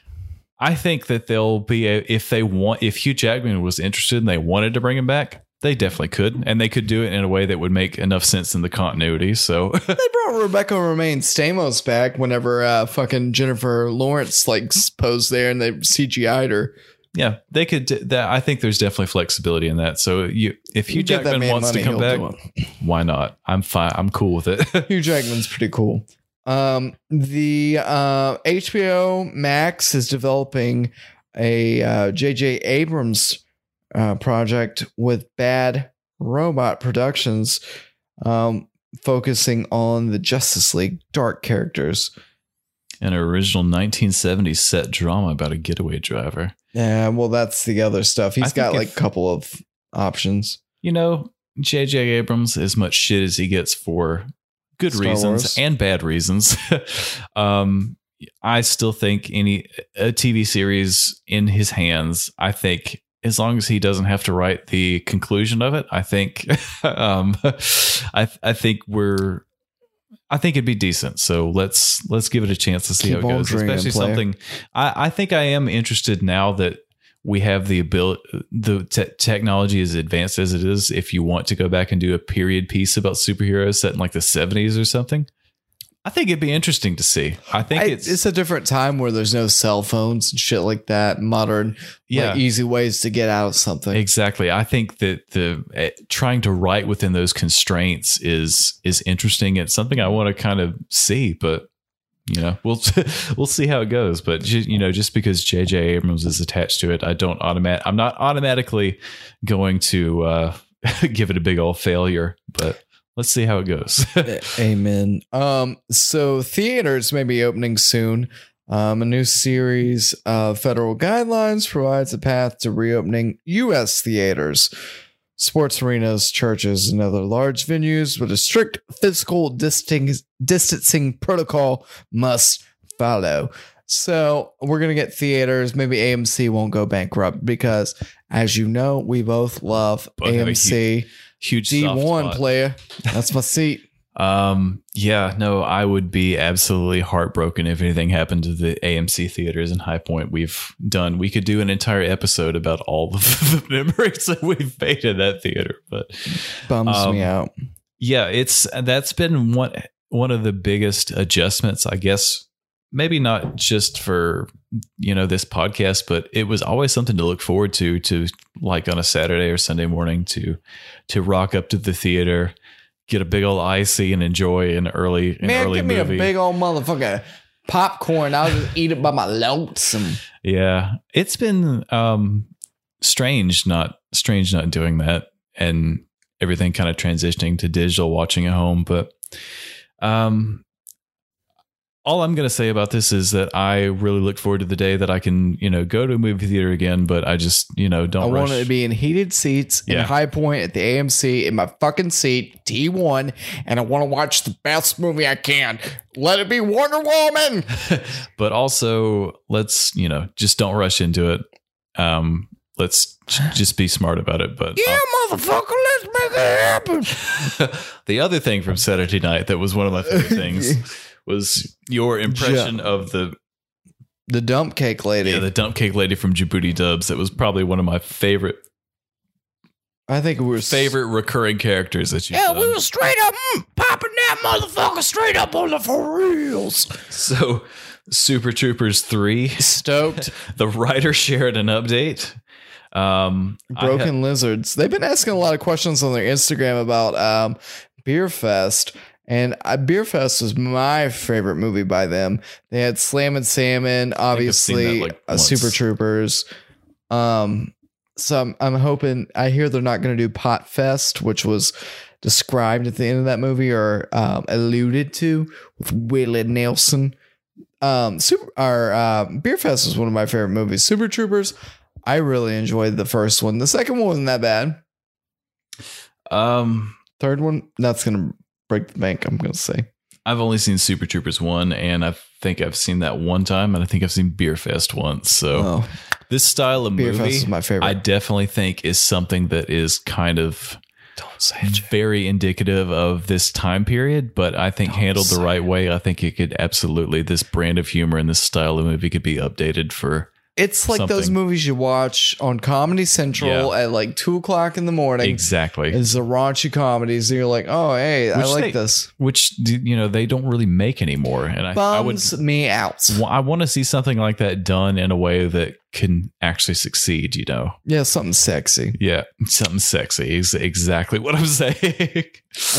Speaker 1: I think that they'll be a, if they want if Hugh Jackman was interested and they wanted to bring him back, they definitely could, and they could do it in a way that would make enough sense in the continuity. So [laughs]
Speaker 2: They brought Rebecca Romaine Stamos back whenever uh, fucking Jennifer Lawrence like s- posed there and they CGI'd her.
Speaker 1: yeah, they could. d- That I think there's definitely flexibility in that. So you, if Hugh
Speaker 2: You give that
Speaker 1: Jackman
Speaker 2: man
Speaker 1: wants to
Speaker 2: money,
Speaker 1: come
Speaker 2: he'll
Speaker 1: back, why not? I'm fine. I'm cool with it. [laughs]
Speaker 2: Hugh Jackman's pretty cool. Um, the uh, HBO Max is developing a uh, J.J. Abrams uh, project with Bad Robot Productions, um, focusing on the Justice League dark characters.
Speaker 1: An original 1970s set drama about a getaway driver.
Speaker 2: Yeah, well, that's the other stuff.
Speaker 1: I
Speaker 2: He's
Speaker 1: think
Speaker 2: got like a
Speaker 1: if-
Speaker 2: couple of options.
Speaker 1: You know, J.J. Abrams, as much shit as he gets for good
Speaker 2: Star
Speaker 1: reasons
Speaker 2: Wars.
Speaker 1: and bad reasons, [laughs] um, I still think any a TV series in his hands. I think as long as he doesn't have to write the conclusion of it, I think, [laughs] um, I I think we're. I think it'd be decent, so let's let's give it a chance to see
Speaker 2: Keep
Speaker 1: how it
Speaker 2: on
Speaker 1: goes.
Speaker 2: dreaming,
Speaker 1: Especially
Speaker 2: player.
Speaker 1: something I, I think I am interested now that we have the ability the te- technology is advanced as it is if you want to go back and do a period piece about superheroes set in like the 70s or something i think it'd be interesting to see i think
Speaker 2: I-
Speaker 1: it's,
Speaker 2: a different time where there's no cell phones and shit like that. Modern,
Speaker 1: yeah
Speaker 2: yeah, easy ways to get out of something.
Speaker 1: exactly i think that the eh, trying to write within those constraints is is interesting it's something i want to kind of see but you know [laughs] we'll we'll see how it goes but ju- you know just because jj abrams is attached to it i don't automat i'm not automatically going to uh [laughs] give it a big old failure but let's see how it goes [laughs]
Speaker 2: [laughs] Amen. Um, so theaters may be opening soon. Um, a new series of federal guidelines provides a path to reopening U.S. theaters, sports arenas, churches, and other large venues with a strict physical disting- distancing protocol must follow. So we're gonna get theaters. Maybe AMC won't go bankrupt because, as you know, we both love
Speaker 1: Both have a
Speaker 2: AMC
Speaker 1: huge
Speaker 2: D
Speaker 1: soft
Speaker 2: one
Speaker 1: spot.
Speaker 2: player. That's my seat.
Speaker 1: Um, yeah, no, I would be absolutely heartbroken if anything happened to the AMC theaters in High Point. We've done, we could do an entire episode about all of [laughs] the memories that we've made in that theater, but
Speaker 2: bums
Speaker 1: Um,
Speaker 2: me out.
Speaker 1: yeah, it's uh, that's been one one of the biggest adjustments, I guess. Maybe not just for you know this podcast, but it was always something to look forward to. To like on a Saturday or Sunday morning to to rock up to the theater, get a big old icy, and enjoy an early an
Speaker 2: Man,
Speaker 1: early
Speaker 2: give me
Speaker 1: movie.
Speaker 2: a big old motherfucker popcorn. I'll just eat it by my lonesome.
Speaker 1: yeah, it's been um strange not strange not doing that and everything kind of transitioning to digital watching at home but um all I'm going to say about this is that I really look forward to the day that I can, you know, go to a movie theater again, but I just, you know, don't
Speaker 2: I
Speaker 1: rush.
Speaker 2: want it to be in heated seats in
Speaker 1: Yeah.
Speaker 2: High Point at the AMC in my fucking seat, T1, and I want to watch the best movie I can. Let it be Wonder Woman.
Speaker 1: but also let's, you know, just don't rush into it. Um let's j- just be smart about it, but
Speaker 2: Yeah,
Speaker 1: I'll-
Speaker 2: motherfucker, let's make it happen.
Speaker 1: [laughs] the other thing from Saturday night that was one of my favorite things
Speaker 2: [laughs]
Speaker 1: was your impression of the
Speaker 2: The dump cake lady.
Speaker 1: yeah, the dump cake lady from Djibouti Dubs. That was probably one of my favorite
Speaker 2: I think we were
Speaker 1: favorite recurring characters that you.
Speaker 2: straight up mm, popping that motherfucker straight up on the for reals.
Speaker 1: So, Super Troopers 3,
Speaker 2: Stoked.
Speaker 1: the writer shared an update. Um, I ha-
Speaker 2: Broken Lizards. They've been asking a lot of questions on their Instagram about um, Beer Fest. And I, Beer Fest was my favorite movie by them. They had Slam and Salmon,
Speaker 1: seen
Speaker 2: obviously,
Speaker 1: that, like,
Speaker 2: uh,
Speaker 1: once.
Speaker 2: Super Troopers. Um, so I'm, I'm hoping, I hear they're not going to do Pot Fest, which was described at the end of that movie or um, alluded to with Willie Nelson. Um, super, or uh, Beer Fest was one of my favorite movies. Super Troopers, I really enjoyed the first one. The second one wasn't that bad.
Speaker 1: um,
Speaker 2: Third one, that's gonna break the bank. I'm gonna say.
Speaker 1: I've only seen Super Troopers 1, and I think I've seen that one time, and I think I've seen Beer Fest once. So,
Speaker 2: Oh,
Speaker 1: this style of
Speaker 2: Beer
Speaker 1: movie,
Speaker 2: Fest is my favorite.
Speaker 1: I definitely think is something that is kind of
Speaker 2: don't say
Speaker 1: very indicative of this time period, but I think
Speaker 2: Don't
Speaker 1: handled
Speaker 2: say
Speaker 1: the right way, I think it could absolutely this brand of humor and this style of movie could be updated for
Speaker 2: It's like those
Speaker 1: something.
Speaker 2: movies you watch on Comedy Central at like two o'clock in the morning.
Speaker 1: exactly.
Speaker 2: Is the raunchy comedies? And you're like, oh hey, I
Speaker 1: Which
Speaker 2: like
Speaker 1: they-
Speaker 2: this.
Speaker 1: which d- you know they don't really make anymore, and I, I would
Speaker 2: Bums me out.
Speaker 1: wa- I want to see something like that done in a way that can actually succeed. You know,
Speaker 2: Yeah, something sexy.
Speaker 1: yeah, something sexy is exactly what I'm [laughs] saying.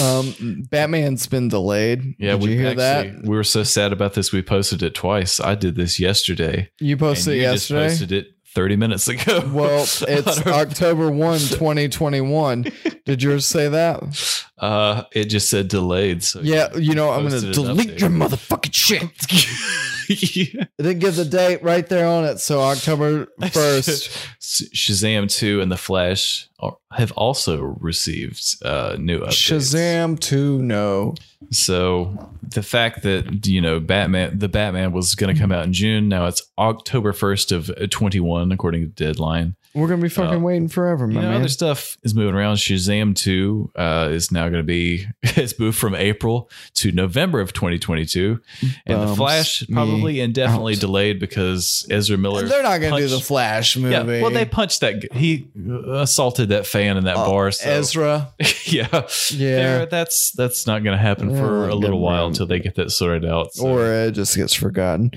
Speaker 2: Um, Batman's been delayed.
Speaker 1: yeah,
Speaker 2: Did
Speaker 1: we
Speaker 2: you hear that?
Speaker 1: actually- We were so sad about this. We posted it twice. I did this yesterday.
Speaker 2: You posted
Speaker 1: and
Speaker 2: it
Speaker 1: you just
Speaker 2: Oh, yesterday.
Speaker 1: posted it 30 minutes ago. [laughs]
Speaker 2: Well,
Speaker 1: On
Speaker 2: it's
Speaker 1: our-
Speaker 2: October 1, 2021. Did yours
Speaker 1: [laughs]
Speaker 2: say that?
Speaker 1: uh, it just said delayed. So [laughs]
Speaker 2: Yeah, you know, I'm going to
Speaker 1: Posted an
Speaker 2: delete
Speaker 1: update.
Speaker 2: your motherfucking shit.
Speaker 1: [laughs] Yeah.
Speaker 2: It didn't give the date right there on it.
Speaker 1: [laughs]
Speaker 2: So October 1st.
Speaker 1: Sh- Shazam 2 and The Flash are, have also received uh, new updates.
Speaker 2: Shazam 2, no.
Speaker 1: So the fact that you know Batman, the Batman was going to come out in June. Now it's October first of twenty one, according to Deadline.
Speaker 2: We're going to be fucking
Speaker 1: Uh,
Speaker 2: waiting forever,
Speaker 1: You
Speaker 2: my
Speaker 1: know,
Speaker 2: man.
Speaker 1: other stuff is moving around. Shazam 2 uh, is now going to be, [laughs] it's moved from April to November of 2022. And The
Speaker 2: Bums
Speaker 1: Flash
Speaker 2: me
Speaker 1: probably indefinitely
Speaker 2: out.
Speaker 1: delayed because Ezra Miller.
Speaker 2: They're not going to do
Speaker 1: punched-
Speaker 2: the Flash movie.
Speaker 1: Yeah, well, they punched that. g- He assaulted that fan in that
Speaker 2: Uh,
Speaker 1: bar. So,
Speaker 2: Ezra.
Speaker 1: [laughs] yeah, [laughs] There- that's that's not going to happen
Speaker 2: Yeah,
Speaker 1: for a
Speaker 2: like,
Speaker 1: little
Speaker 2: good
Speaker 1: while
Speaker 2: room.
Speaker 1: until they get that sorted out. so-
Speaker 2: Or it just
Speaker 1: [laughs]
Speaker 2: gets forgotten.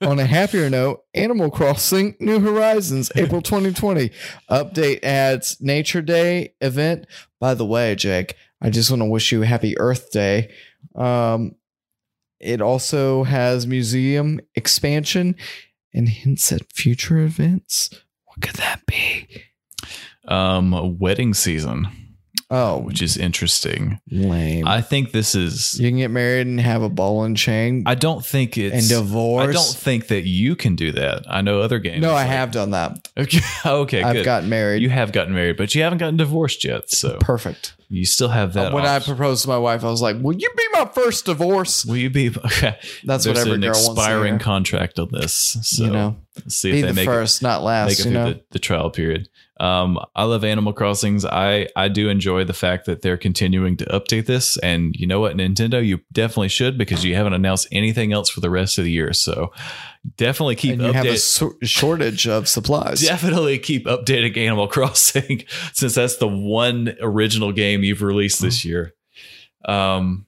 Speaker 2: On a happier note, Animal Crossing
Speaker 1: [laughs]
Speaker 2: New Horizons, April 2020. Update adds Nature Day event. By the way, Jake, I just want to wish you happy Earth Day. Um, it also has museum expansion and hints at future events. What could that be?
Speaker 1: um, wedding season,
Speaker 2: Oh,
Speaker 1: which is interesting.
Speaker 2: lame.
Speaker 1: I think this is.
Speaker 2: you can get married and have a ball and chain
Speaker 1: I don't think it's
Speaker 2: and divorce.
Speaker 1: I don't think that you can do that. I know other games.
Speaker 2: no, I
Speaker 1: like-
Speaker 2: have done that.
Speaker 1: [laughs] Okay, okay,
Speaker 2: I've
Speaker 1: good.
Speaker 2: gotten married.
Speaker 1: you have gotten married, but you haven't gotten divorced yet. So
Speaker 2: Perfect.
Speaker 1: you still have that.
Speaker 2: Uh, when I
Speaker 1: option.
Speaker 2: proposed to my wife, I was like, "Will you be my first divorce?"
Speaker 1: will you be? [laughs]
Speaker 2: That's
Speaker 1: there's
Speaker 2: what every
Speaker 1: an
Speaker 2: girl wants to
Speaker 1: expiring
Speaker 2: hear.
Speaker 1: contract on this. So
Speaker 2: you know,
Speaker 1: see if
Speaker 2: be
Speaker 1: they
Speaker 2: the
Speaker 1: make it
Speaker 2: first, not last.
Speaker 1: make it
Speaker 2: You
Speaker 1: through
Speaker 2: know,
Speaker 1: the, the trial period. Um, I love Animal Crossings. I I do enjoy the fact that they're continuing to update this, and you know what, Nintendo, you definitely should because you haven't announced anything else for the rest of the year. So definitely keep
Speaker 2: and you have a
Speaker 1: update-
Speaker 2: sor- shortage of supplies.
Speaker 1: Definitely keep updating Animal [laughs] Crossing since that's the one original game you've released this
Speaker 2: Mm-hmm.
Speaker 1: year. Um,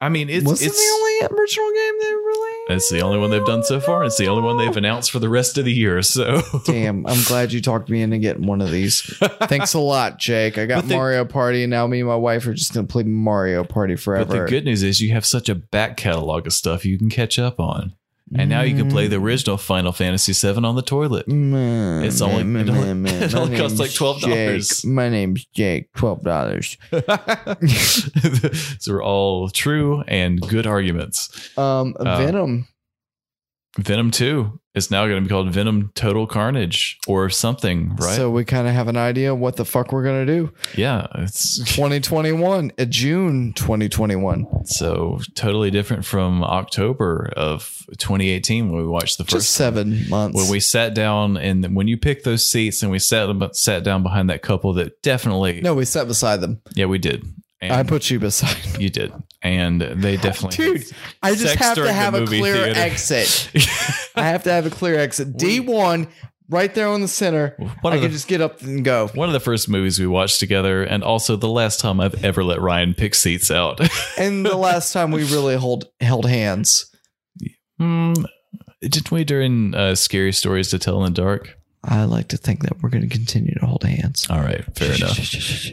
Speaker 1: I mean, it's
Speaker 2: was it
Speaker 1: it's
Speaker 2: the only original game they really?
Speaker 1: it's the only one they've done so far. It's the only one they've announced for the rest of the year. So
Speaker 2: [laughs]
Speaker 1: [laughs]
Speaker 2: Damn, I'm glad you talked me into getting one of these. Thanks a lot, Jake. I got
Speaker 1: But the-
Speaker 2: Mario Party, and now me and my wife are just gonna play Mario Party forever.
Speaker 1: But the good news is you have such a back catalog of stuff you can catch up on, and now you can play the original Final Fantasy VII on the toilet.
Speaker 2: Mm,
Speaker 1: It's only- [laughs]
Speaker 2: mm,
Speaker 1: it only-
Speaker 2: mm, mm.
Speaker 1: it
Speaker 2: My
Speaker 1: only costs
Speaker 2: name's
Speaker 1: like $12.
Speaker 2: Jake. My name's Jake. Twelve dollars.
Speaker 1: [laughs] These are all true and good arguments.
Speaker 2: Um,
Speaker 1: Uh,
Speaker 2: Venom.
Speaker 1: Venom 2 is now going to be called Venom Total Carnage or something, right?
Speaker 2: So we kind of have an idea what the fuck we're
Speaker 1: [laughs]
Speaker 2: gonna do.
Speaker 1: yeah, it's
Speaker 2: 2021, uh, June 2021.
Speaker 1: so totally different from October of 2018 when we watched the
Speaker 2: Just
Speaker 1: first
Speaker 2: seven months.
Speaker 1: when we sat down and when you picked those seats and we sat sat down behind that couple that definitely
Speaker 2: no, we sat beside them.
Speaker 1: yeah, we did. And
Speaker 2: I put you beside.
Speaker 1: you did. And
Speaker 2: [laughs]
Speaker 1: they definitely
Speaker 2: Dude, I just
Speaker 1: Sex
Speaker 2: have to
Speaker 1: during the
Speaker 2: have a
Speaker 1: [laughs] movie
Speaker 2: clear
Speaker 1: theater.
Speaker 2: exit. I have to have a clear exit. D1 right there on the center.
Speaker 1: One
Speaker 2: I
Speaker 1: of, the,
Speaker 2: can just get up and go.
Speaker 1: one of the first movies we watched together, and also the last time I've ever let Ryan pick seats out. [laughs]
Speaker 2: And the last time we really hold held hands,
Speaker 1: Hmm. Didn't we during uh, Scary Stories to Tell in the Dark?
Speaker 2: I like to think that we're going to continue to hold hands.
Speaker 1: All right, Oh,
Speaker 2: [laughs]
Speaker 1: fair enough.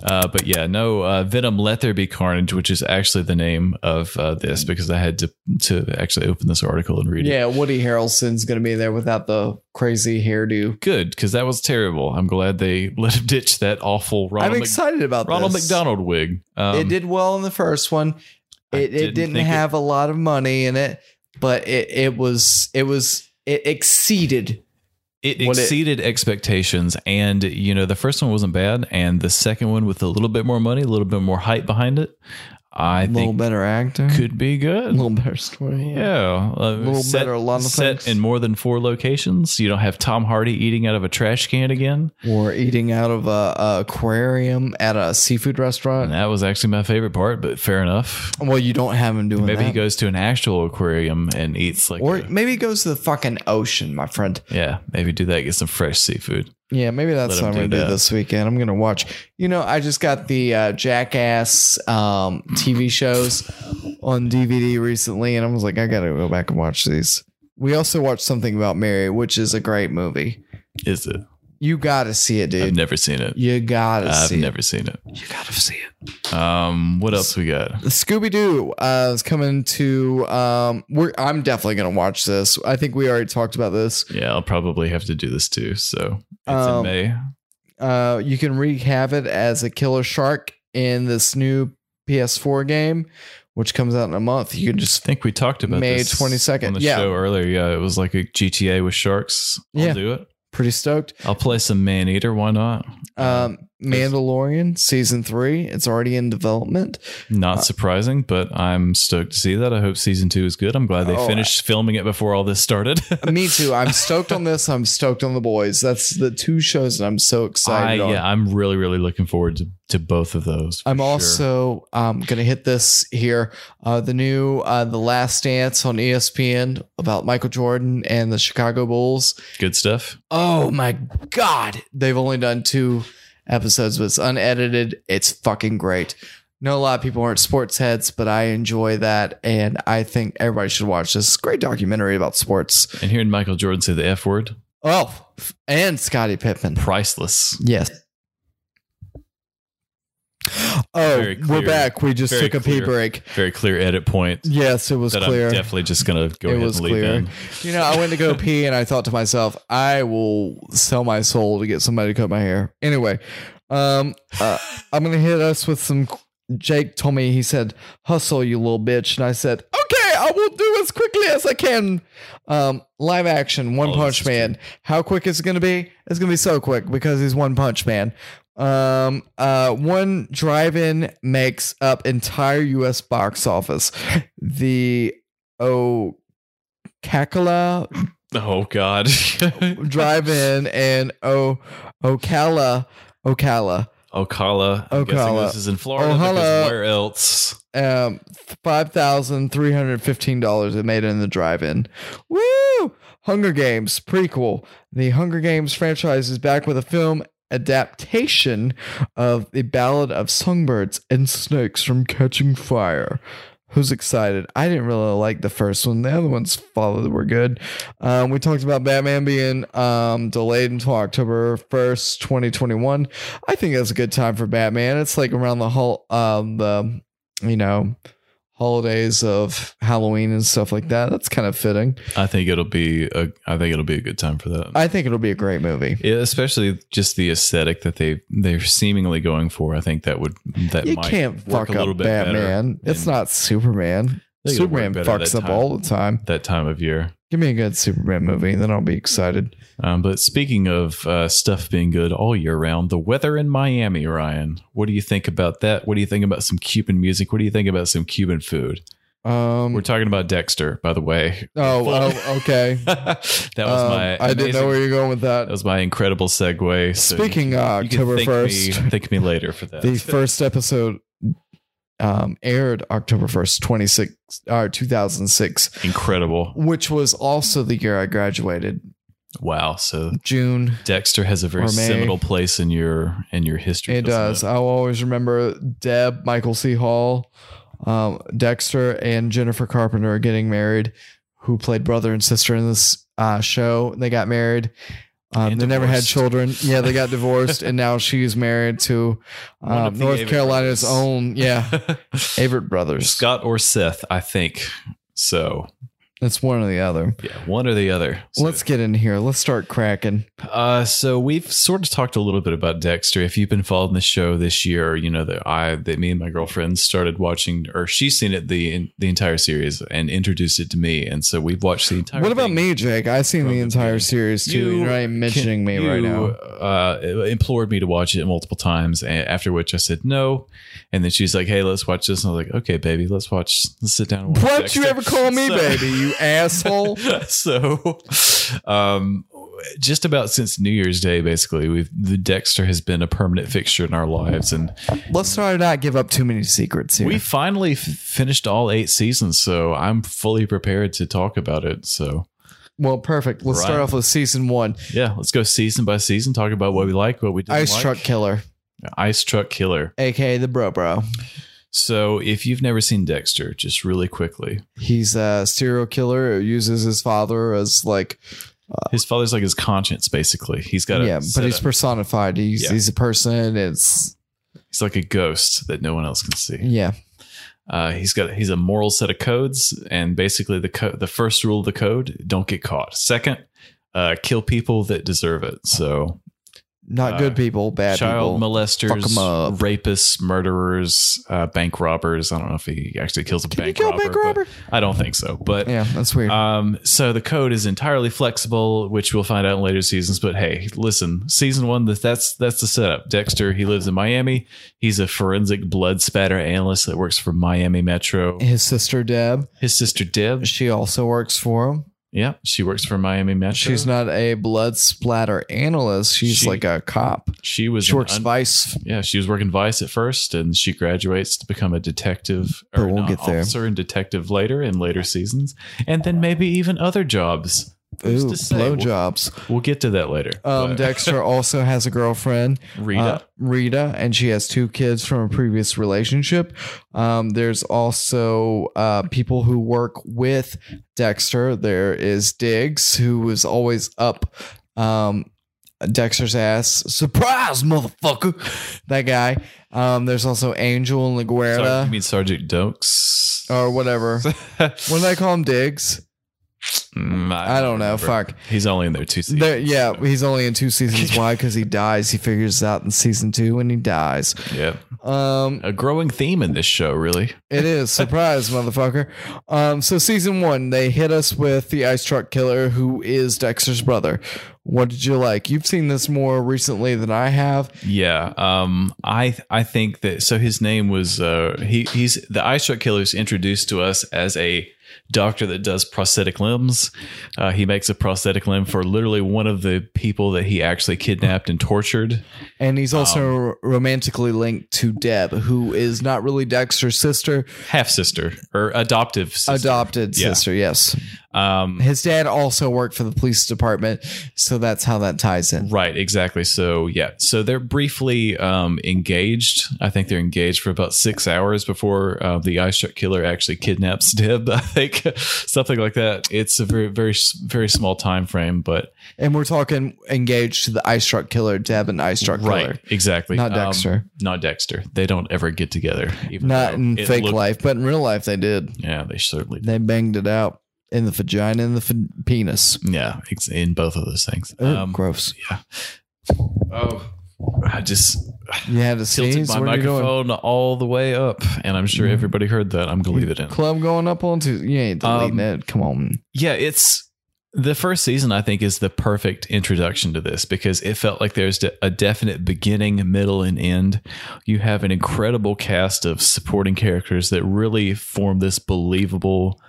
Speaker 1: Uh, but yeah, no, uh, Venom Let There Be Carnage, which is actually the name of uh, this because I had to to actually open this article and read it.
Speaker 2: Mm. Yeah, Woody Harrelson's going to be there without the crazy hairdo.
Speaker 1: Good, because that was terrible. I'm glad they [laughs] let him ditch that awful Ronald,
Speaker 2: I'm
Speaker 1: Mc-
Speaker 2: excited about
Speaker 1: Ronald
Speaker 2: this.
Speaker 1: McDonald wig. Um,
Speaker 2: it did well in the first one.
Speaker 1: I
Speaker 2: It,
Speaker 1: didn't
Speaker 2: it didn't
Speaker 1: think it-
Speaker 2: have a lot of money in it, but it, it was it was it exceeded.
Speaker 1: it
Speaker 2: what it-
Speaker 1: exceeded expectations, and you know the first one wasn't bad, and the second one with a little bit more money, a little bit more hype behind it, I
Speaker 2: A little
Speaker 1: think
Speaker 2: better actor,
Speaker 1: could be
Speaker 2: a
Speaker 1: good.
Speaker 2: [laughs] little better story.
Speaker 1: Yeah, a
Speaker 2: little better, a lot of
Speaker 1: set
Speaker 2: things.
Speaker 1: in more than four locations. You don't have Tom Hardy eating out of a trash can again.
Speaker 2: or eating out of a, a aquarium at a seafood
Speaker 1: And
Speaker 2: restaurant.
Speaker 1: that was actually my favorite part, but fair enough.
Speaker 2: Well, you don't have him doing
Speaker 1: Maybe he
Speaker 2: that.
Speaker 1: goes to an actual aquarium and eats like,
Speaker 2: or
Speaker 1: a-
Speaker 2: maybe he goes to the fucking ocean, my friend.
Speaker 1: yeah, maybe do that, get some fresh seafood.
Speaker 2: Yeah, maybe that's
Speaker 1: Let him
Speaker 2: what I'm
Speaker 1: do
Speaker 2: gonna do
Speaker 1: that.
Speaker 2: this weekend. I'm gonna watch. You know, I just got the uh, Jackass um, TV shows on DVD recently, and I was like, I gotta go back and watch these. We also watched something about Mary, which is a great movie.
Speaker 1: Is it?
Speaker 2: You gotta see it,
Speaker 1: I've
Speaker 2: dude.
Speaker 1: never seen it.
Speaker 2: You gotta
Speaker 1: I've
Speaker 2: see
Speaker 1: never seen it.
Speaker 2: it. You gotta see it.
Speaker 1: Um, what else we got?
Speaker 2: Scooby Doo uh, is coming to. Um, we're, I'm definitely gonna watch this. I think we already talked about this.
Speaker 1: Yeah, I'll probably have to do this too. So it's in
Speaker 2: Um,
Speaker 1: May.
Speaker 2: uh, you can wreak havoc as a killer shark in this new PS4 game, which comes out in a month. You can
Speaker 1: I
Speaker 2: just
Speaker 1: think we talked about
Speaker 2: May
Speaker 1: this
Speaker 2: 22nd.
Speaker 1: on the
Speaker 2: Yeah.
Speaker 1: show earlier. Yeah, it was like a GTA with sharks. I'll
Speaker 2: Yeah.
Speaker 1: do it.
Speaker 2: pretty stoked.
Speaker 1: I'll play some man eater. Why not? Uh,
Speaker 2: Um, Mandalorian season three, it's already in development. uh,
Speaker 1: Not surprising, but I'm stoked to see that. I hope season two is good. I'm glad they
Speaker 2: Oh,
Speaker 1: finished filming it before all this started. [laughs]
Speaker 2: Me too. I'm stoked on this. I'm stoked on the boys. That's the two shows that I'm so
Speaker 1: I,
Speaker 2: excited on.
Speaker 1: yeah, I'm really, really looking forward to, to both of those. for
Speaker 2: I'm
Speaker 1: sure.
Speaker 2: also um, gonna hit this here. Uh, the new uh, The Last Dance on E ESPN about Michael Jordan and the Chicago Bulls.
Speaker 1: good stuff.
Speaker 2: Oh my god. They've only done two episodes, but it's unedited. It's fucking great. Know a lot of people aren't sports heads, but I enjoy that, and I think everybody should watch this. It's a great documentary about sports.
Speaker 1: And hearing Michael Jordan say the F word,
Speaker 2: Oh, and Scottie Pippen.
Speaker 1: priceless.
Speaker 2: Yes. Oh,
Speaker 1: Very clear.
Speaker 2: we're back. We just
Speaker 1: Very
Speaker 2: took a pee
Speaker 1: clear.
Speaker 2: break.
Speaker 1: Very clear edit point
Speaker 2: Yes, it was
Speaker 1: that
Speaker 2: clear.
Speaker 1: I'm definitely just gonna go
Speaker 2: It
Speaker 1: ahead
Speaker 2: was
Speaker 1: and leave
Speaker 2: clear.
Speaker 1: in.
Speaker 2: You know, I went to go pee and I thought to myself, I will sell my soul to get somebody to cut my hair. Anyway, um, uh, I'm going to hit us with some. Jake told me, he said, hustle, you little bitch. And I said, okay, I will do as quickly as I can. Um, live action, One
Speaker 1: Oh, this
Speaker 2: Punch
Speaker 1: is
Speaker 2: Man. How quick is it going to be? It's going to be so quick because he's One Punch Man. Um, uh, one drive in makes up entire U.S. box office. The oh Kakala
Speaker 1: Oh God. [laughs]
Speaker 2: Drive In and O Ocala Ocala.
Speaker 1: Ocala. I'm guessing
Speaker 2: Ocala.
Speaker 1: this is in Florida.
Speaker 2: Ohala.
Speaker 1: because Where else?
Speaker 2: Um five thousand three hundred fifteen dollars it made in the drive in. Woo! Hunger Games prequel. The Hunger Games franchise is back with a film adaptation of the Ballad of Songbirds and Snakes from Catching Fire. Who's excited? I didn't really like the first one. The other ones followed were good. Um, we talked about Batman being um, delayed until October first, twenty twenty one. I think that's a good time for Batman. It's like around the whole um, the you know holidays of Halloween and stuff like that. That's kind of fitting.
Speaker 1: I think it'll be a. I think it'll be a good time for that.
Speaker 2: I think it'll be a great movie.
Speaker 1: Yeah, especially just the aesthetic that they they're seemingly going for. I think that would that
Speaker 2: you
Speaker 1: might
Speaker 2: can't
Speaker 1: work
Speaker 2: fuck
Speaker 1: a little
Speaker 2: up
Speaker 1: bit better
Speaker 2: Batman. It's
Speaker 1: than-
Speaker 2: not Superman.
Speaker 1: I think it'll work
Speaker 2: Superman
Speaker 1: better
Speaker 2: fucks
Speaker 1: that
Speaker 2: up
Speaker 1: time-
Speaker 2: all the time.
Speaker 1: that time of year.
Speaker 2: Give me a good Superman movie, then I'll be excited.
Speaker 1: Um, but speaking of uh, stuff being good all year round, the weather in Miami, Ryan. What do you think about that? What do you think about some Cuban music? What do you think about some Cuban food?
Speaker 2: Um,
Speaker 1: We're talking about Dexter, by the way. [laughs]
Speaker 2: oh,
Speaker 1: Full-
Speaker 2: oh, okay.
Speaker 1: [laughs] that was
Speaker 2: Um,
Speaker 1: my.
Speaker 2: I didn't
Speaker 1: amazing-
Speaker 2: know where you're going with
Speaker 1: That
Speaker 2: that.
Speaker 1: was my incredible segue. So
Speaker 2: Speaking of
Speaker 1: you can
Speaker 2: October
Speaker 1: thank
Speaker 2: first,
Speaker 1: me- thank me later for that.
Speaker 2: the first episode um, aired October first, twenty six or two thousand six,
Speaker 1: Incredible.
Speaker 2: which was also the year I graduated.
Speaker 1: Wow. So
Speaker 2: June.
Speaker 1: Dexter has a very
Speaker 2: Or May.
Speaker 1: seminal place in your in your history.
Speaker 2: It
Speaker 1: doesn't
Speaker 2: does. I'll always remember Deb, Michael C. Hall, um, Dexter, and Jennifer Carpenter are getting married, who played brother and sister in this uh, show. They got married. Um,
Speaker 1: And
Speaker 2: they never had
Speaker 1: divorced.
Speaker 2: children. Yeah, they got divorced,
Speaker 1: [laughs]
Speaker 2: and now she's married to
Speaker 1: One of
Speaker 2: um,
Speaker 1: the
Speaker 2: North
Speaker 1: Avett
Speaker 2: Carolina's
Speaker 1: brothers.
Speaker 2: own, yeah,
Speaker 1: [laughs]
Speaker 2: Avert Brothers.
Speaker 1: Scott or Seth, I think. So
Speaker 2: It's one or the other.
Speaker 1: yeah, one or the other. So,
Speaker 2: Let's get in here. Let's start cracking.
Speaker 1: Uh, so we've sort of talked a little bit about Dexter. If you've been following the show this year, you know that I that me and my girlfriend started watching, or she's seen it the the entire series and introduced it to me, and so we've watched the entire.
Speaker 2: What about
Speaker 1: thing.
Speaker 2: me, Jake? I've seen
Speaker 1: From
Speaker 2: the
Speaker 1: the
Speaker 2: entire
Speaker 1: beginning.
Speaker 2: series too.
Speaker 1: You
Speaker 2: You're not even mentioning me right
Speaker 1: you,
Speaker 2: now.
Speaker 1: Uh, implored me to watch it multiple times, and after which I said no. And then she's like, "Hey, let's watch this." And I was like, "Okay, baby, let's watch. Let's sit down." And watch
Speaker 2: What
Speaker 1: Dexter."
Speaker 2: you ever call me,
Speaker 1: So-
Speaker 2: baby?
Speaker 1: [laughs]
Speaker 2: You asshole.
Speaker 1: so, um, just about since New Year's Day, basically, we've the Dexter has been a permanent fixture in our lives, and
Speaker 2: Let's try to not give up too many secrets here.
Speaker 1: we finally f- finished all eight seasons. So I'm fully prepared to talk about it. So
Speaker 2: well, perfect. Let's
Speaker 1: Right.
Speaker 2: start off with season one.
Speaker 1: yeah, let's go season by season, talk about what we like, what we didn't
Speaker 2: Ice
Speaker 1: like.
Speaker 2: Truck Killer,
Speaker 1: Ice Truck Killer.
Speaker 2: aka the Bro Bro.
Speaker 1: So, if you've never seen Dexter, just really quickly,
Speaker 2: He's a serial killer who uses his father as like
Speaker 1: his father's like his conscience, basically. He's got a
Speaker 2: Uh, yeah, but he's personified. He's
Speaker 1: Yeah.
Speaker 2: he's a person. It's
Speaker 1: he's like a ghost that no one else can see.
Speaker 2: yeah,
Speaker 1: Uh, he's got he's a moral set of codes, and basically the co- the first rule of the code: don't get caught. Second, uh, kill people that deserve it. So,
Speaker 2: not
Speaker 1: Uh,
Speaker 2: good people, bad
Speaker 1: child
Speaker 2: people.
Speaker 1: molesters,
Speaker 2: 'em up.
Speaker 1: rapists, murderers, uh, bank robbers. I don't know if he actually kills a
Speaker 2: Can you
Speaker 1: bank
Speaker 2: kill a
Speaker 1: robber.
Speaker 2: bank
Speaker 1: but
Speaker 2: robber?
Speaker 1: I don't think so, but.
Speaker 2: Yeah, that's weird.
Speaker 1: Um, so the code is entirely flexible, which we'll find out in later seasons. But hey, listen, season one, that- that's that's the setup. Dexter, he lives in Miami. He's a forensic blood spatter analyst that works for Miami Metro.
Speaker 2: his sister Deb,
Speaker 1: His sister Deb,
Speaker 2: she also works for him.
Speaker 1: yeah, she works for Miami Metro.
Speaker 2: She's not a blood splatter analyst. She's
Speaker 1: She-
Speaker 2: like a cop.
Speaker 1: She was
Speaker 2: She
Speaker 1: an
Speaker 2: works
Speaker 1: un-
Speaker 2: vice.
Speaker 1: yeah, she was working Vice at first, and she graduates to become a detective
Speaker 2: But
Speaker 1: or
Speaker 2: we'll
Speaker 1: an
Speaker 2: get there.
Speaker 1: officer and detective later in later seasons, and then maybe even other jobs. Who's
Speaker 2: Ooh,
Speaker 1: to say? We'll-
Speaker 2: blowjobs.
Speaker 1: We'll get to that later.
Speaker 2: [laughs] Um,
Speaker 1: But-
Speaker 2: Dexter also has a girlfriend,
Speaker 1: Rita.
Speaker 2: uh, [laughs] Rita, and she has two kids from a previous relationship. Um, there's also uh, people who work with Dexter. There is Diggs, who was always up um, Dexter's ass. Surprise, motherfucker! That guy. Um, there's also Angel and
Speaker 1: Sorry, you
Speaker 2: LaGuerta,
Speaker 1: mean Sergeant Dokes?
Speaker 2: or [laughs] whatever.
Speaker 1: [laughs]
Speaker 2: what did I call him? Diggs?
Speaker 1: Mm,
Speaker 2: Oh. I don't know.
Speaker 1: remember.
Speaker 2: Fuck.
Speaker 1: He's only in there two seasons.
Speaker 2: There, yeah, he's only in two seasons. Why? Because he dies. He figures this out in season two, and he dies.
Speaker 1: Yeah.
Speaker 2: Um,
Speaker 1: A growing theme in this show, really.
Speaker 2: it is surprise, [laughs] motherfucker. Um, so season one, they hit us with the ice truck killer, who is Dexter's brother. What did you like? You've seen this more recently than I have.
Speaker 1: Yeah. Um. I I think that so his name was uh he he's the eye shot killer is introduced to us as a doctor that does prosthetic limbs. Uh, he makes a prosthetic limb for literally one of the people that he actually kidnapped and tortured.
Speaker 2: And he's
Speaker 1: Um,
Speaker 2: also romantically linked to Deb, who is not really Dexter's sister,
Speaker 1: Half sister or adoptive sister.
Speaker 2: adopted
Speaker 1: Yeah.
Speaker 2: sister. Yes,
Speaker 1: um.
Speaker 2: his dad also worked for the police department, so that's how that ties in.
Speaker 1: Right, exactly. So yeah, so they're briefly um, engaged. I think they're engaged for about six hours before uh, the eye shot killer actually kidnaps [laughs] Deb. I think something like that. It's a very, very, s- very small time frame, but
Speaker 2: And we're talking engaged to the Ice Truck Killer, Deb and Ice Truck Killer.
Speaker 1: right, exactly.
Speaker 2: Not
Speaker 1: Um,
Speaker 2: Dexter.
Speaker 1: not Dexter. They don't ever get together. Even
Speaker 2: Not
Speaker 1: though
Speaker 2: in
Speaker 1: it
Speaker 2: fake
Speaker 1: looked-
Speaker 2: life, but in real life they did.
Speaker 1: Yeah, they certainly.
Speaker 2: They banged it out in the vagina and the f- penis.
Speaker 1: Yeah, it's in both of those things.
Speaker 2: Ugh,
Speaker 1: Um,
Speaker 2: gross.
Speaker 1: oh, I just
Speaker 2: You had to
Speaker 1: tilted
Speaker 2: sneeze.
Speaker 1: my
Speaker 2: What are you doing? Mm-hmm.
Speaker 1: microphone all the way up, and I'm sure everybody heard that. I'm gonna leave it in.
Speaker 2: Club going up on Tuesday. You ain't deleting
Speaker 1: Um,
Speaker 2: it. Come on.
Speaker 1: yeah, it's the first season. I think is the perfect introduction to this because it felt like there's de- a definite beginning, middle, and end. You have an incredible cast of supporting characters that really form this believable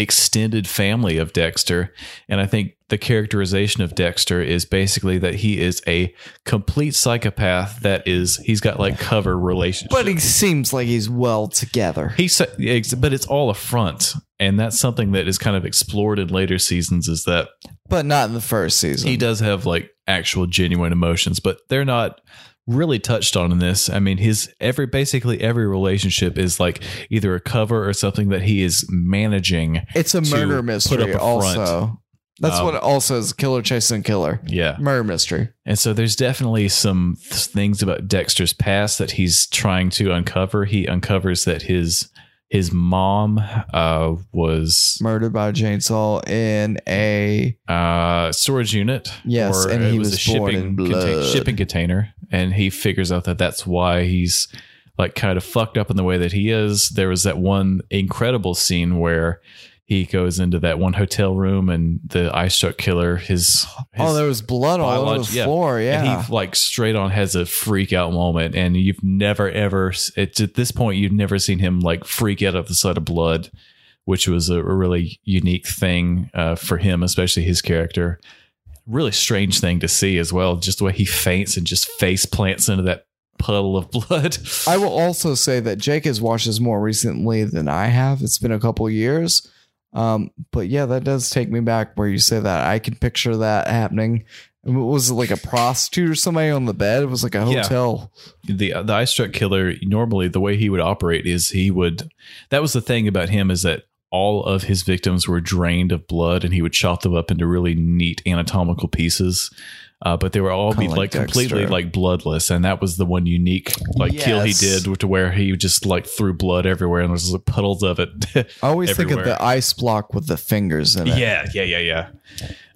Speaker 1: extended family of Dexter. And I think the characterization of Dexter is basically that he is a complete psychopath that is, he's got like cover relationships.
Speaker 2: But he seems like he's well together.
Speaker 1: He sa- yeah, ex- but it's all a front, and that's something that is kind of explored in later seasons. Is that
Speaker 2: But not in the first season.
Speaker 1: he does have like actual genuine emotions, but they're not really touched on in this. I mean, his every basically every relationship is like either a cover or something that he is managing.
Speaker 2: It's a
Speaker 1: to
Speaker 2: murder
Speaker 1: put
Speaker 2: mystery
Speaker 1: up a front.
Speaker 2: also. That's
Speaker 1: Um,
Speaker 2: what it also is killer chasing killer.
Speaker 1: Yeah,
Speaker 2: Murder mystery.
Speaker 1: and so there's definitely some th- things about Dexter's past that he's trying to uncover. He uncovers that his his mom uh, was
Speaker 2: Murdered by a chainsaw in a
Speaker 1: uh storage unit
Speaker 2: Yes, and he was born in blood.
Speaker 1: shipping container and he figures out that that's why he's like kind of fucked up in the way that he is there was that one incredible scene where he goes into that one hotel room and the ice truck killer his, his
Speaker 2: Oh, there was blood all over
Speaker 1: biology-
Speaker 2: the
Speaker 1: yeah.
Speaker 2: floor, yeah.
Speaker 1: and he like straight on has a freak out moment and you've never ever it's at this point you've never seen him like freak out of the sight of blood which was a, a really unique thing uh, for him especially his character really strange thing to see as well just the way he faints and just face plants into that puddle of [laughs] blood
Speaker 2: I will also say that Jake has watched this more recently than I have. It's been a couple years. Um, but yeah, that does take me back where you say that. I can picture that happening. And what Was it like a prostitute or somebody on the bed? It was like a
Speaker 1: Yeah.
Speaker 2: hotel.
Speaker 1: the the ice truck killer normally the way he would operate is he would that was the thing about him is that all of his victims were drained of blood and he would chop them up into really neat anatomical pieces uh, but they were all be
Speaker 2: Kinda
Speaker 1: like,
Speaker 2: like
Speaker 1: completely
Speaker 2: Dexter.
Speaker 1: like bloodless and that was the one unique like kill he
Speaker 2: Yes.
Speaker 1: did to where he just like threw blood everywhere and there's puddles of it
Speaker 2: I always think
Speaker 1: Everywhere.
Speaker 2: of the ice block with the fingers in
Speaker 1: [laughs]
Speaker 2: it.
Speaker 1: yeah yeah yeah yeah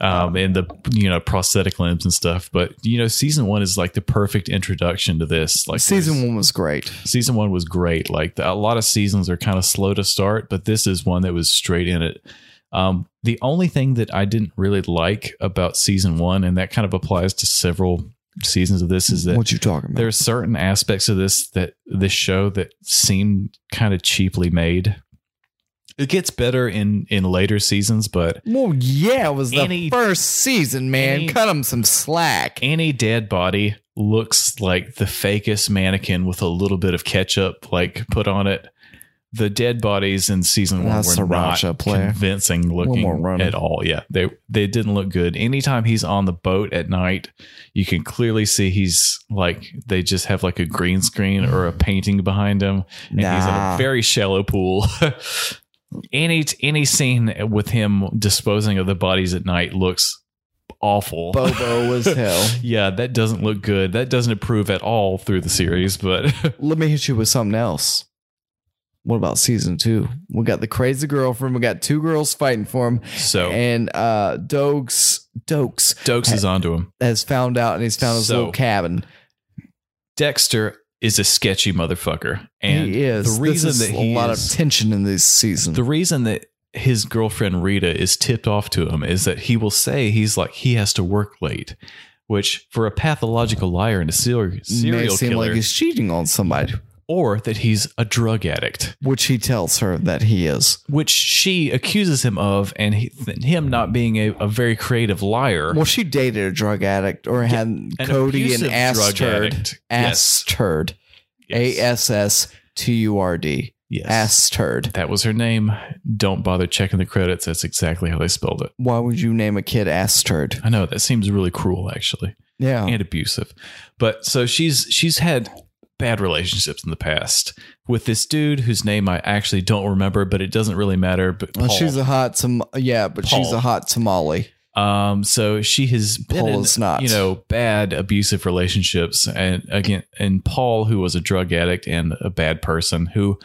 Speaker 1: um and the you know prosthetic limbs and stuff but you know season one is like the perfect introduction to this like
Speaker 2: Season
Speaker 1: there's-
Speaker 2: one was great.
Speaker 1: season one was great. Like the, a lot of seasons are kind of slow to start, but this is one that was straight in it. Um, the only thing that I didn't really like about season one, and that kind of applies to several seasons of this, is that
Speaker 2: What you talking about?
Speaker 1: there are certain aspects of this that this show that seemed kind of cheaply made. It gets better in in later seasons, but
Speaker 2: well, yeah, it was the
Speaker 1: Any-
Speaker 2: first season, man.
Speaker 1: any-
Speaker 2: Cut him some slack.
Speaker 1: any dead body looks like the fakest mannequin with a little bit of ketchup like put on it. The dead bodies in season one
Speaker 2: That's
Speaker 1: were not
Speaker 2: sriracha player.
Speaker 1: convincing looking
Speaker 2: more running.
Speaker 1: at all. Yeah, they they didn't look good. Anytime he's on the boat at night, you can clearly see he's like they just have like a green screen or a painting behind him, and he's in a
Speaker 2: Nah.
Speaker 1: very shallow pool. [laughs] any any scene with him disposing of the bodies at night looks awful.
Speaker 2: [laughs] Bobo as hell.
Speaker 1: [laughs] Yeah, that doesn't look good. That doesn't improve at all through the series, but [laughs]
Speaker 2: let me hit you with something else. What about season two? We got the crazy girlfriend. We got two girls fighting for him,
Speaker 1: so
Speaker 2: and uh, Dokes Dokes
Speaker 1: Dokes is onto him.
Speaker 2: has found out, and he's found his
Speaker 1: So-
Speaker 2: little cabin.
Speaker 1: Dexter is a sketchy motherfucker. And
Speaker 2: he is
Speaker 1: the reason
Speaker 2: this is
Speaker 1: that
Speaker 2: a
Speaker 1: he
Speaker 2: lot
Speaker 1: is-
Speaker 2: of tension in this season.
Speaker 1: the reason that his girlfriend Rita is tipped off to him is that he will say he's like he has to work late, which for a pathological liar and a serial
Speaker 2: may
Speaker 1: serial
Speaker 2: seem
Speaker 1: killer,
Speaker 2: like he's cheating on somebody,
Speaker 1: or that he's a drug addict.
Speaker 2: which he tells her that he is.
Speaker 1: Which she accuses him of, and he, him not being a, a very creative liar.
Speaker 2: Well, she dated a drug addict, or had
Speaker 1: An
Speaker 2: Cody and
Speaker 1: abusive
Speaker 2: ass
Speaker 1: drug
Speaker 2: turd,
Speaker 1: addict.
Speaker 2: ass turd,
Speaker 1: Yes.
Speaker 2: a s s t u r d,
Speaker 1: Yes.
Speaker 2: ass turd.
Speaker 1: That was her name. Don't bother checking the credits. That's exactly how they spelled it.
Speaker 2: Why would you name a kid ass turd?
Speaker 1: I know that seems really cruel, actually,
Speaker 2: Yeah.
Speaker 1: and abusive. But so she's she's had bad relationships in the past with this dude whose name I actually don't remember, but it doesn't really matter. But
Speaker 2: Well,
Speaker 1: Paul.
Speaker 2: she's a hot tam- yeah, but she's
Speaker 1: Paul.
Speaker 2: a hot tamale.
Speaker 1: um, so she has been
Speaker 2: Paul
Speaker 1: in,
Speaker 2: is not.
Speaker 1: you know, bad abusive relationships, and again, and Paul, who was a drug addict and a bad person, who.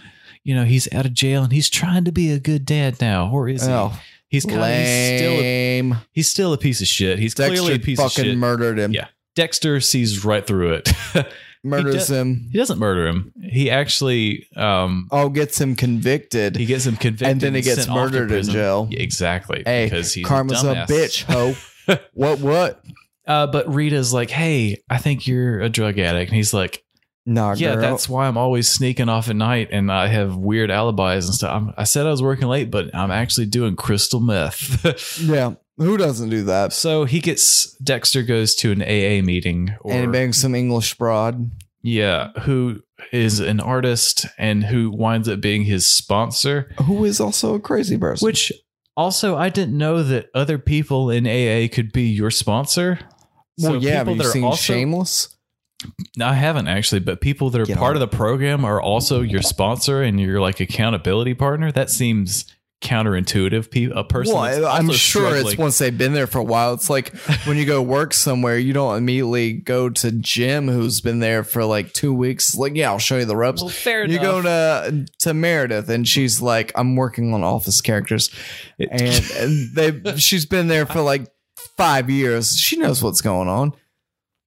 Speaker 1: You know he's out of jail and he's trying to be a good dad now, or is he?
Speaker 2: Oh,
Speaker 1: he's kind of he's still a
Speaker 2: lame.
Speaker 1: He's still a piece of shit. He's clearly
Speaker 2: Dexter
Speaker 1: a piece of
Speaker 2: fucking
Speaker 1: shit.
Speaker 2: murdered him.
Speaker 1: Yeah. Dexter sees right through it. [laughs]
Speaker 2: Murders
Speaker 1: He
Speaker 2: him.
Speaker 1: he doesn't murder him. He actually um
Speaker 2: Oh, gets him convicted.
Speaker 1: he gets him convicted
Speaker 2: and then he gets
Speaker 1: sent off to
Speaker 2: murdered in
Speaker 1: prison.
Speaker 2: jail.
Speaker 1: Yeah, exactly.
Speaker 2: Hey,
Speaker 1: because he's
Speaker 2: karma's a,
Speaker 1: dumbass.
Speaker 2: bitch, ho.
Speaker 1: [laughs]
Speaker 2: what what?
Speaker 1: Uh, but Rita's like, "Hey, I think you're a drug addict," and he's like,
Speaker 2: Nah,
Speaker 1: yeah,
Speaker 2: girl.
Speaker 1: that's why I'm always sneaking off at night, and I have weird alibis and stuff. I'm, I said I was working late, but I'm actually doing crystal meth. [laughs]
Speaker 2: yeah. Who doesn't do that?
Speaker 1: so he gets Dexter goes to an AA meeting, or
Speaker 2: and he bangs some English broad.
Speaker 1: yeah, who is an artist and who winds up being his sponsor.
Speaker 2: Who is also a crazy person.
Speaker 1: Which also, I didn't know that other people in AA could be your sponsor.
Speaker 2: well, yeah, have you
Speaker 1: that are
Speaker 2: seen
Speaker 1: also-
Speaker 2: Shameless?
Speaker 1: No, I haven't actually, but people that are
Speaker 2: Get
Speaker 1: part
Speaker 2: on.
Speaker 1: of the program are also your sponsor and your like accountability partner. That seems counterintuitive. Pe- a person, that's
Speaker 2: Well, I'm
Speaker 1: also
Speaker 2: sure it's
Speaker 1: struggling.
Speaker 2: once they've been there for a while. It's like when you go work somewhere, you don't immediately go to Jim, who's been there for like two weeks. Like, yeah, I'll show you the ropes.
Speaker 1: Well, fair
Speaker 2: you
Speaker 1: enough.
Speaker 2: go to to Meredith, and she's like, "I'm working on office characters," and, and they [laughs] she's been there for like five years. She knows what's going on.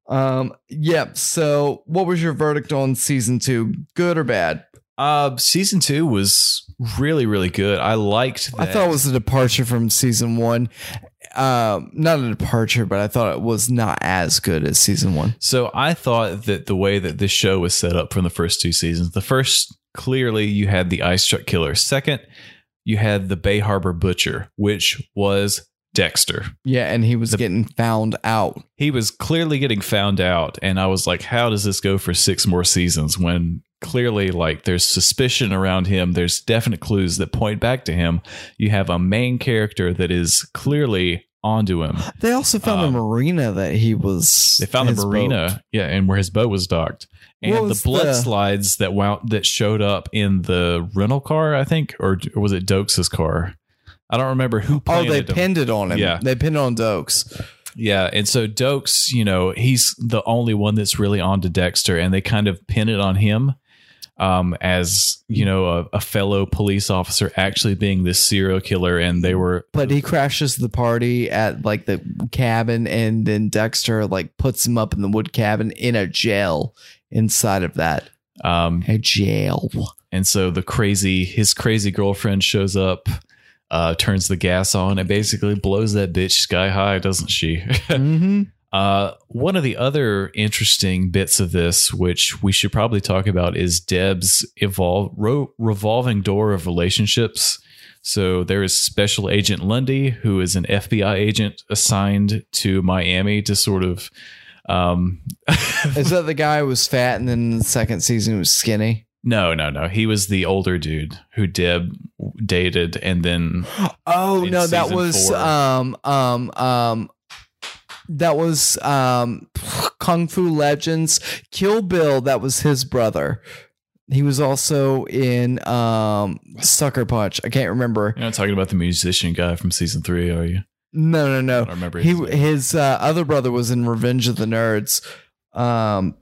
Speaker 2: Um. Yep. So, what was your verdict on season two? Good or bad?
Speaker 1: [laughs] uh, season two was really, really good. I liked. That.
Speaker 2: I thought it was a departure from season one. Um, not a departure, but I thought it was not as good as season one.
Speaker 1: So I thought that the way that this show was set up from the first two seasons, the first clearly you had the ice truck killer. Second, you had the Bay Harbor butcher, which was Dexter.
Speaker 2: Yeah, and he was getting found out.
Speaker 1: he was clearly getting found out and i was like how does this go for six more seasons when clearly like there's suspicion around him there's definite clues that point back to him you have a main character that is clearly onto him
Speaker 2: They also found
Speaker 1: Um,
Speaker 2: a marina that he was.
Speaker 1: they found
Speaker 2: his
Speaker 1: the marina yeah and where his boat was docked and
Speaker 2: What
Speaker 1: the
Speaker 2: was
Speaker 1: blood
Speaker 2: the-
Speaker 1: slides that wound that showed up in the rental car i think or, or was it dokes's car i don't remember who
Speaker 2: boat. Oh, they
Speaker 1: planted them.
Speaker 2: pinned it on him.
Speaker 1: Yeah.
Speaker 2: they pinned it on Dokes.
Speaker 1: Yeah, and so Dokes, you know, he's the only one that's really on to Dexter, and they kind of pin it on him um, as you know a, a fellow police officer actually being this serial killer, and they were
Speaker 2: But he crashes the party at like the cabin, and then Dexter like puts him up in the wood cabin in a jail inside of that
Speaker 1: um,
Speaker 2: a jail.
Speaker 1: and so the crazy his crazy girlfriend shows up. Uh, turns the gas on and basically blows that bitch sky high, doesn't she? [laughs]
Speaker 2: mm-hmm.
Speaker 1: Uh, one of the other interesting bits of this, which we should probably talk about, is Deb's evolve ro- revolving door of relationships. So there is Special Agent Lundy, who is an FBI agent assigned to Miami to sort of. Um,
Speaker 2: Is that the guy who was fat and then in the second season he was skinny?
Speaker 1: no, no, no. He was the older dude who Deb dated, and then
Speaker 2: Oh
Speaker 1: In
Speaker 2: no, that
Speaker 1: season
Speaker 2: was
Speaker 1: four.
Speaker 2: um um um that was um Kung Fu Legends. Kill Bill, that was his brother. He was also in um Sucker Punch. I can't remember.
Speaker 1: you're not talking about the musician guy from season three, are you?
Speaker 2: No, no,
Speaker 1: I
Speaker 2: no.
Speaker 1: don't remember.
Speaker 2: Oh, He
Speaker 1: his name.
Speaker 2: his uh, other brother was in Revenge of the Nerds. Um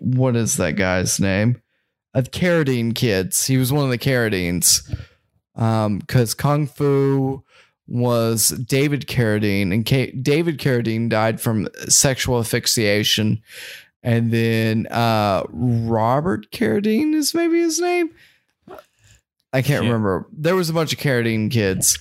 Speaker 2: what is that guy's name? Uh, Carradine kids. He was one of the Carradines. Um cuz Kung Fu was David Carradine and Ca David Carradine died from sexual asphyxiation. And then uh Robert Carradine is maybe his name. I can't
Speaker 1: Yeah.
Speaker 2: remember. There was a bunch of Carradine kids.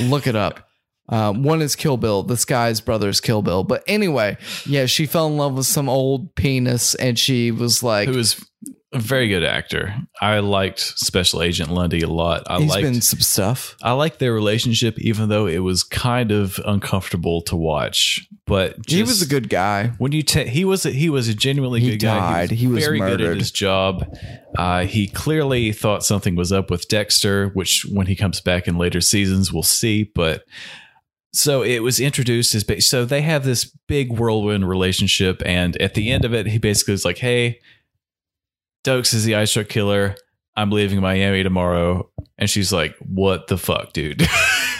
Speaker 2: Look it up. Um, one is Kill Bill. This guy's brother is Kill Bill. But anyway, yeah, she fell in love with some old penis, and she was like,
Speaker 1: who was a very good actor. I liked Special Agent Lundy a lot. I
Speaker 2: "He's
Speaker 1: liked
Speaker 2: been some stuff."
Speaker 1: I liked their relationship, even though it was kind of uncomfortable to watch. But
Speaker 2: he
Speaker 1: just-
Speaker 2: was a
Speaker 1: [laughs]
Speaker 2: good guy.
Speaker 1: when you take he was a, he was a genuinely
Speaker 2: He
Speaker 1: good guy.
Speaker 2: died. He was
Speaker 1: very good
Speaker 2: murdered.
Speaker 1: at his job. Uh, he clearly thought something was up with Dexter, which when he comes back in later seasons, we'll see. But so it was introduced as ba- so they have this big whirlwind relationship, and at the end of it, he basically was like, "Hey, Dokes is the ice truck killer. I'm leaving Miami tomorrow," and she's like, "What the fuck, dude?"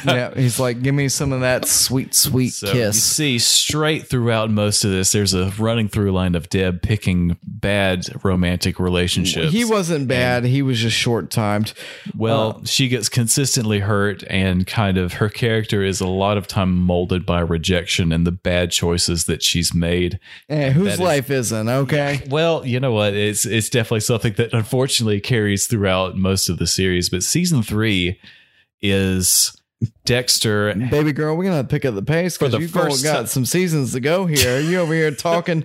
Speaker 2: yeah, he's like, "Give me some of that sweet, sweet
Speaker 1: So You
Speaker 2: kiss."
Speaker 1: see, straight throughout most of this, there's a running through line of Deb picking bad romantic relationships.
Speaker 2: He uh, wasn't bad. He was just short timed.
Speaker 1: well, she gets consistently hurt, and kind of her character is a lot of time molded by rejection and the bad choices that she's made.
Speaker 2: Eh, whose
Speaker 1: is-
Speaker 2: life
Speaker 1: [laughs]
Speaker 2: isn't okay?
Speaker 1: Well, you know what? It's it's definitely something that unfortunately carries throughout most of the series. But season three is Dexter
Speaker 2: [laughs] Baby girl, we're gonna pick up the pace
Speaker 1: For
Speaker 2: because
Speaker 1: the
Speaker 2: you girl
Speaker 1: first
Speaker 2: got
Speaker 1: ti-
Speaker 2: some seasons to go here. You over
Speaker 1: [laughs]
Speaker 2: here talking.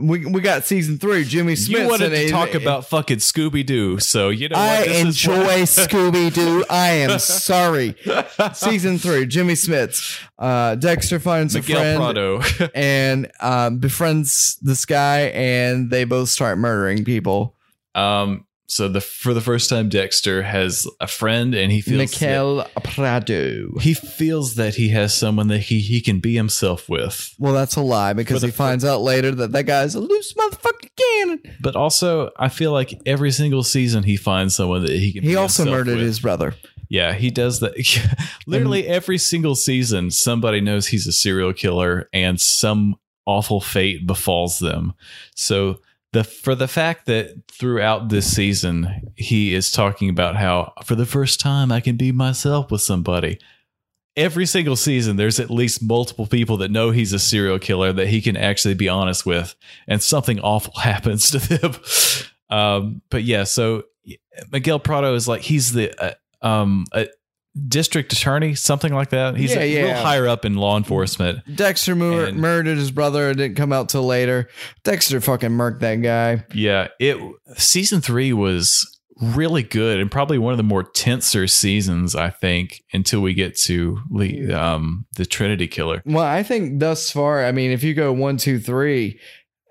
Speaker 2: we we got season three. Jimmy Smith.
Speaker 1: you wanted to talk about fucking Scooby Doo, so you know what?
Speaker 2: eh, I
Speaker 1: This is [laughs]
Speaker 2: enjoy Scooby Doo. I am sorry. [laughs] Season three, Jimmy Smith. Uh, Dexter finds a
Speaker 1: Miguel
Speaker 2: friend
Speaker 1: Prado. [laughs]
Speaker 2: and um, befriends this guy, and they both start murdering people.
Speaker 1: um, so the for the first time, Dexter has a friend, and he feels
Speaker 2: Miguel Prado.
Speaker 1: that, he feels that he has someone that he he can be himself with.
Speaker 2: Well, that's a lie because
Speaker 1: the
Speaker 2: he finds out later that that guy's a loose motherfucking cannon.
Speaker 1: But also, I feel like every single season he finds someone that he can.
Speaker 2: He
Speaker 1: be
Speaker 2: also
Speaker 1: himself
Speaker 2: murdered
Speaker 1: with.
Speaker 2: his brother.
Speaker 1: Yeah, he does that. [laughs] Literally every single season, somebody knows he's a serial killer, and some awful fate befalls them. So the for the fact that throughout this season he is talking about how for the first time I can be myself with somebody. Every single season, there's at least multiple people that know he's a serial killer that he can actually be honest with, and something awful [laughs] happens to them. Um, but yeah, so Miguel Prado is like he's the uh, um a district attorney, something like that. He's
Speaker 2: Yeah,
Speaker 1: a
Speaker 2: yeah.
Speaker 1: little higher up in law enforcement.
Speaker 2: Dexter mur-
Speaker 1: And-
Speaker 2: murdered his brother. It didn't come out till later. Dexter fucking murked that guy.
Speaker 1: Yeah, it season three was really good and probably one of the more tenser seasons I think until we get to Le- um the Trinity Killer.
Speaker 2: Well, I think thus far, I mean, if you go one, two, three,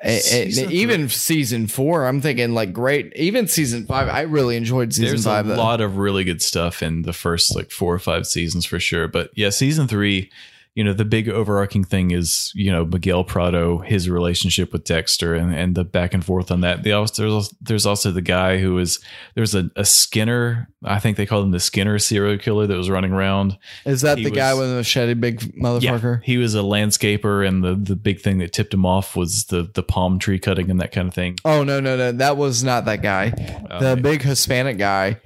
Speaker 2: eh, eh,
Speaker 1: Season
Speaker 2: even season four, I'm thinking like great. Even season five, I really enjoyed season
Speaker 1: There's
Speaker 2: five.
Speaker 1: a
Speaker 2: though.
Speaker 1: lot of really good stuff in the first like four or five seasons for sure. But yeah, season three, you know, the big overarching thing is you know Miguel Prado, his relationship with Dexter, and and the back and forth on that. They also there's also, there's also the guy who is there's a, a Skinner, I think they called him the Skinner serial killer that was running around.
Speaker 2: Is that
Speaker 1: he
Speaker 2: the guy
Speaker 1: was-
Speaker 2: with the machete, big motherfucker?
Speaker 1: he was a landscaper, and the the big thing that tipped him off was the the palm tree cutting and that kind of thing.
Speaker 2: Oh no, no, no, that was not that guy. the
Speaker 1: Um,
Speaker 2: big Hispanic guy,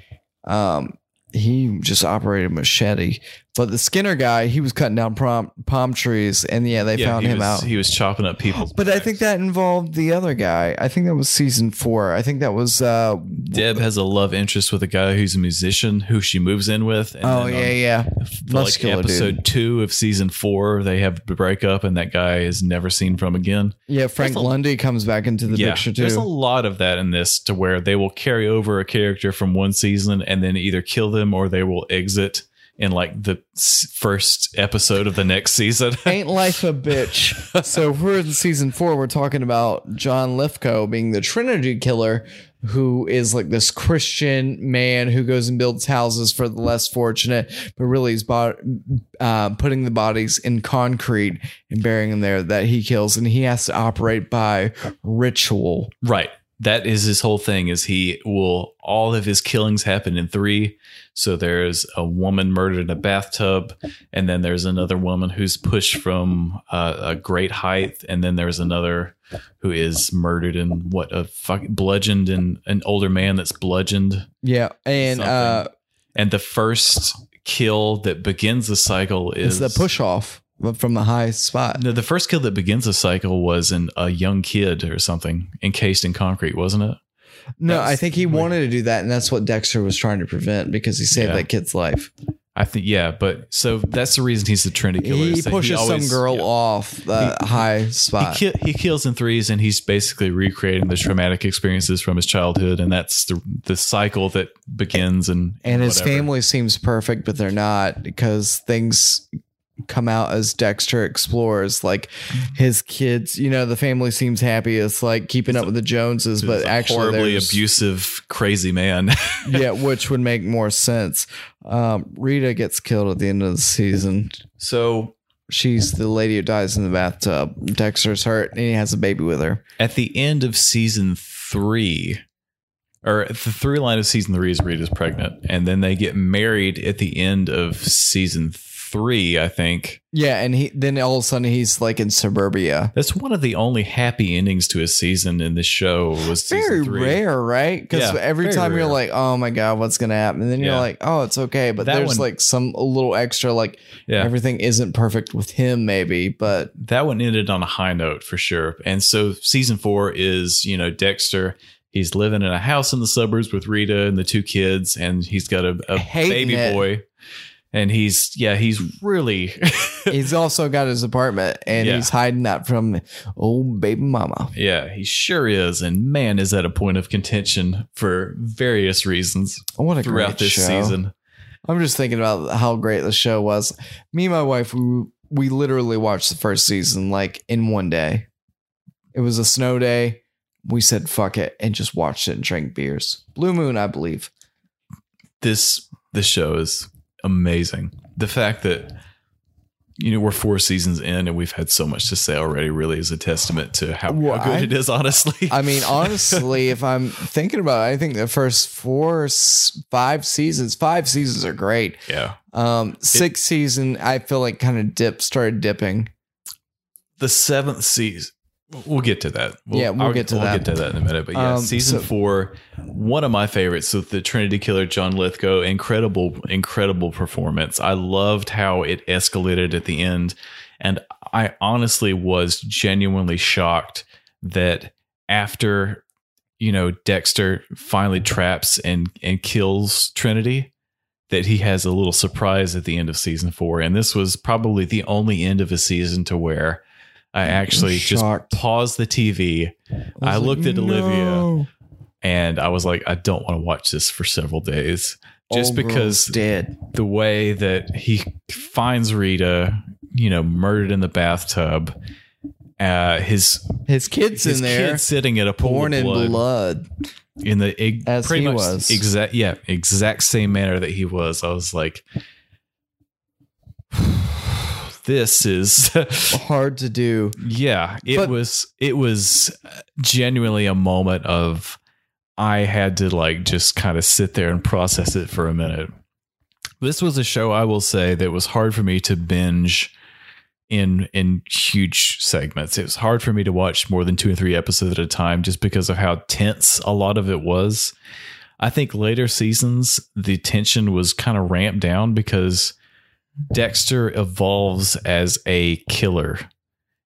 Speaker 2: um, he just operated a machete. But the Skinner guy, he was cutting down palm palm trees, and yeah, they
Speaker 1: yeah,
Speaker 2: found
Speaker 1: he
Speaker 2: him
Speaker 1: was-
Speaker 2: out.
Speaker 1: He was chopping up people.
Speaker 2: But I think that involved the other guy. I think that was season four. I think that was uh,
Speaker 1: Deb has a love interest with a guy who's a musician who she moves in with. And
Speaker 2: oh
Speaker 1: then
Speaker 2: yeah,
Speaker 1: on,
Speaker 2: yeah.
Speaker 1: Like
Speaker 2: Muscular
Speaker 1: episode two of season four, they have the breakup, and that guy is never seen from again.
Speaker 2: Yeah, Frank
Speaker 1: There's a-
Speaker 2: Lundy comes back into the picture
Speaker 1: there's a
Speaker 2: too.
Speaker 1: lot of that in this, to where they will carry over a character from one season and then either kill them or they will exit in like the s- first episode of the next season.
Speaker 2: [laughs] Ain't life
Speaker 1: [laughs]
Speaker 2: a bitch? so if we're in season four. We're talking about John Lithgow being the Trinity Killer, who is like this Christian man who goes and builds houses for the less fortunate, but really is bo- uh, putting the bodies in concrete and burying them there that he kills, and he has to operate by ritual.
Speaker 1: Right. That is his whole thing is he will all of his killings happen in three. So there's a woman murdered in a bathtub, and then there's another woman who's pushed from uh, a great height, and then there's another who is murdered and what a fuck bludgeoned and an older man that's bludgeoned.
Speaker 2: Yeah, and uh,
Speaker 1: Something And the first kill that begins the cycle is
Speaker 2: it's the push off from the high spot.
Speaker 1: No, the first kill that begins the cycle was in a young kid or something encased in concrete, wasn't it?
Speaker 2: No,
Speaker 1: That's
Speaker 2: I think he
Speaker 1: weird.
Speaker 2: wanted to do that, and that's what Dexter was trying to prevent because he saved
Speaker 1: Yeah.
Speaker 2: that kid's life.
Speaker 1: I think yeah, but so that's the reason he's the trendy killer.
Speaker 2: He
Speaker 1: is that
Speaker 2: pushes
Speaker 1: always-
Speaker 2: some girl
Speaker 1: yeah.
Speaker 2: off the high spot.
Speaker 1: He, ki- he kills in threes, and he's basically recreating the traumatic experiences from his childhood, and that's the the cycle that begins. And
Speaker 2: and his
Speaker 1: whatever.
Speaker 2: family seems perfect, but they're not because things come out as Dexter explores. Like his kids, you know, the family seems happy. It's like keeping up with the Joneses,
Speaker 1: He's
Speaker 2: but
Speaker 1: a
Speaker 2: actually,
Speaker 1: horribly
Speaker 2: there's-
Speaker 1: abusive, crazy man.
Speaker 2: [laughs]
Speaker 1: [laughs]
Speaker 2: yeah, which would make more sense. Um, Rita gets killed at the end of the season.
Speaker 1: so
Speaker 2: She's the lady who dies in the bathtub. Dexter's hurt, and he has a baby with her.
Speaker 1: at the end of season three, or the through line of season three is Rita's pregnant, and then they get married at the end of season three, I think.
Speaker 2: Yeah, and he then all of a sudden he's like in suburbia.
Speaker 1: That's one of the only happy endings to his season in this show was season
Speaker 2: Very
Speaker 1: three.
Speaker 2: rare, right? Because
Speaker 1: Yeah,
Speaker 2: every
Speaker 1: very
Speaker 2: time you're
Speaker 1: rare.
Speaker 2: like, "Oh my god, what's gonna happen?" And then you're
Speaker 1: Yeah.
Speaker 2: like, "Oh, it's okay," but
Speaker 1: That
Speaker 2: there's
Speaker 1: one-
Speaker 2: like some a little extra, like
Speaker 1: Yeah.
Speaker 2: everything isn't perfect with him, maybe.
Speaker 1: [laughs]
Speaker 2: But
Speaker 1: that one ended on a high note for sure. And so season four is, you know, Dexter. He's living in a house in the suburbs with Rita and the two kids, and he's got a, a
Speaker 2: Hating
Speaker 1: baby
Speaker 2: it.
Speaker 1: boy. and he's yeah, he's really [laughs]
Speaker 2: he's also got his apartment and
Speaker 1: Yeah.
Speaker 2: he's hiding that from old baby mama.
Speaker 1: yeah, he sure is, and man, is that a point of contention for various reasons
Speaker 2: What a
Speaker 1: throughout
Speaker 2: great
Speaker 1: this
Speaker 2: show.
Speaker 1: season.
Speaker 2: I'm just thinking about how great the show was. Me and my wife, we, we literally watched the first season like in one day. It was a snow day. We said fuck it and just watched it and drank beers. Blue Moon, I believe.
Speaker 1: This this show is amazing. The fact that you know we're four seasons in and we've had so much to say already really is a testament to how,
Speaker 2: Well,
Speaker 1: how good
Speaker 2: I-
Speaker 1: it is. [laughs] Honestly,
Speaker 2: I mean, honestly, if I'm thinking about it, I think the first four, s- five seasons, five seasons are great.
Speaker 1: [laughs] yeah.
Speaker 2: Um, sixth season, I feel like kind of dip started dipping.
Speaker 1: the seventh season. We'll get to that.
Speaker 2: Yeah, we'll get to that.
Speaker 1: We'll get to that in a minute. But yeah,
Speaker 2: Um,
Speaker 1: season
Speaker 2: so-
Speaker 1: four, one of my favorites with the Trinity Killer John Lithgow. Incredible, incredible performance. I loved how it escalated at the end, and I honestly was genuinely shocked that after you know Dexter finally traps and and kills Trinity, that he has a little surprise at the end of season four. And this was probably the only end of a season to where I actually just
Speaker 2: Shocked.
Speaker 1: paused the TV I
Speaker 2: was
Speaker 1: looked at Olivia
Speaker 2: "No."
Speaker 1: and I was like, I don't want to watch this for several days. Just
Speaker 2: Old girl's
Speaker 1: because
Speaker 2: dead.
Speaker 1: the way that he finds Rita, you know, murdered in the bathtub, uh, his,
Speaker 2: His kids
Speaker 1: his
Speaker 2: in there,
Speaker 1: kid sitting at a pool
Speaker 2: born
Speaker 1: of
Speaker 2: in
Speaker 1: blood.
Speaker 2: blood.
Speaker 1: in the eg-
Speaker 2: As
Speaker 1: pretty
Speaker 2: he
Speaker 1: much
Speaker 2: was.
Speaker 1: exact yeah exact same manner that he was i was like [sighs] this
Speaker 2: [laughs]
Speaker 1: is
Speaker 2: Hard to do.
Speaker 1: yeah it
Speaker 2: But-
Speaker 1: was it was genuinely a moment of i had to like just kind of sit there and process it for a minute this was a show i will say that was hard for me to binge in in huge segments it was hard for me to watch more than two or three episodes at a time just because of how tense a lot of it was i think later seasons the tension was kind of ramped down because dexter evolves as a killer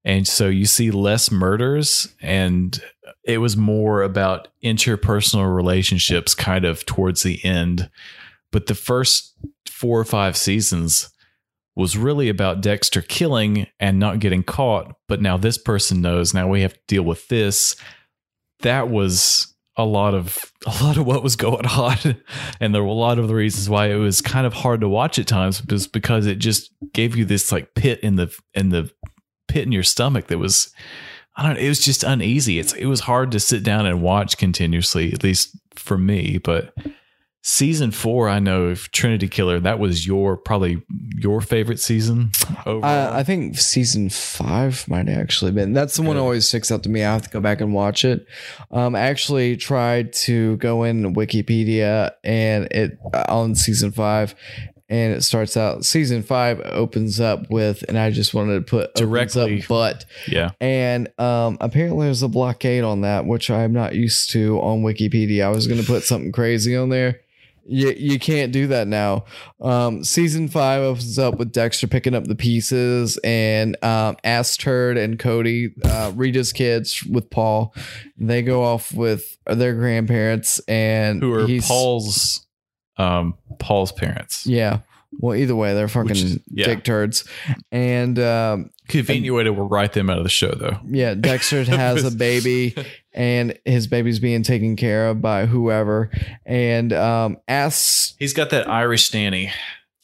Speaker 1: and so you see less murders and it was more about interpersonal relationships kind of towards the end but the first four or five seasons was really about Dexter killing and not getting caught but now this person knows now we have to deal with this that was a lot of [laughs] a lot of what was going on [laughs] and there were a lot of the reasons why it was kind of hard to watch at times just because it just gave you this like pit in the in the pit in your stomach that was I don't it was just uneasy. It's it was hard to sit down and watch continuously, at least for me, but season 4 I know of Trinity Killer, that was your probably your favorite season overall.
Speaker 2: I, I think season five might actually been. That's the one that
Speaker 1: Good.
Speaker 2: always sticks out to me. I have to go back and watch it. Um, I actually tried to go in Wikipedia and it on season five, and it starts out season five opens up with, and I just wanted to put opens
Speaker 1: Directly.
Speaker 2: up, but
Speaker 1: yeah.
Speaker 2: and um, apparently there's a blockade on that, which I'm not used to on Wikipedia. I was going to put something crazy on there. You, you can't do that now. Um, season five opens up with Dexter picking up the pieces and um, Ass Turd and Cody, uh, Rita's kids with Paul. They go off with their grandparents and
Speaker 1: Who are
Speaker 2: he's-
Speaker 1: Paul's um Paul's parents.
Speaker 2: Yeah. Well, either way, they're fucking
Speaker 1: is- yeah.
Speaker 2: dick turds. And um,
Speaker 1: Convenient way to write them out of the show though. [laughs]
Speaker 2: Yeah, Dexter has a baby, and his baby's being taken care of by whoever. And um, asks,
Speaker 1: He's got that Irish nanny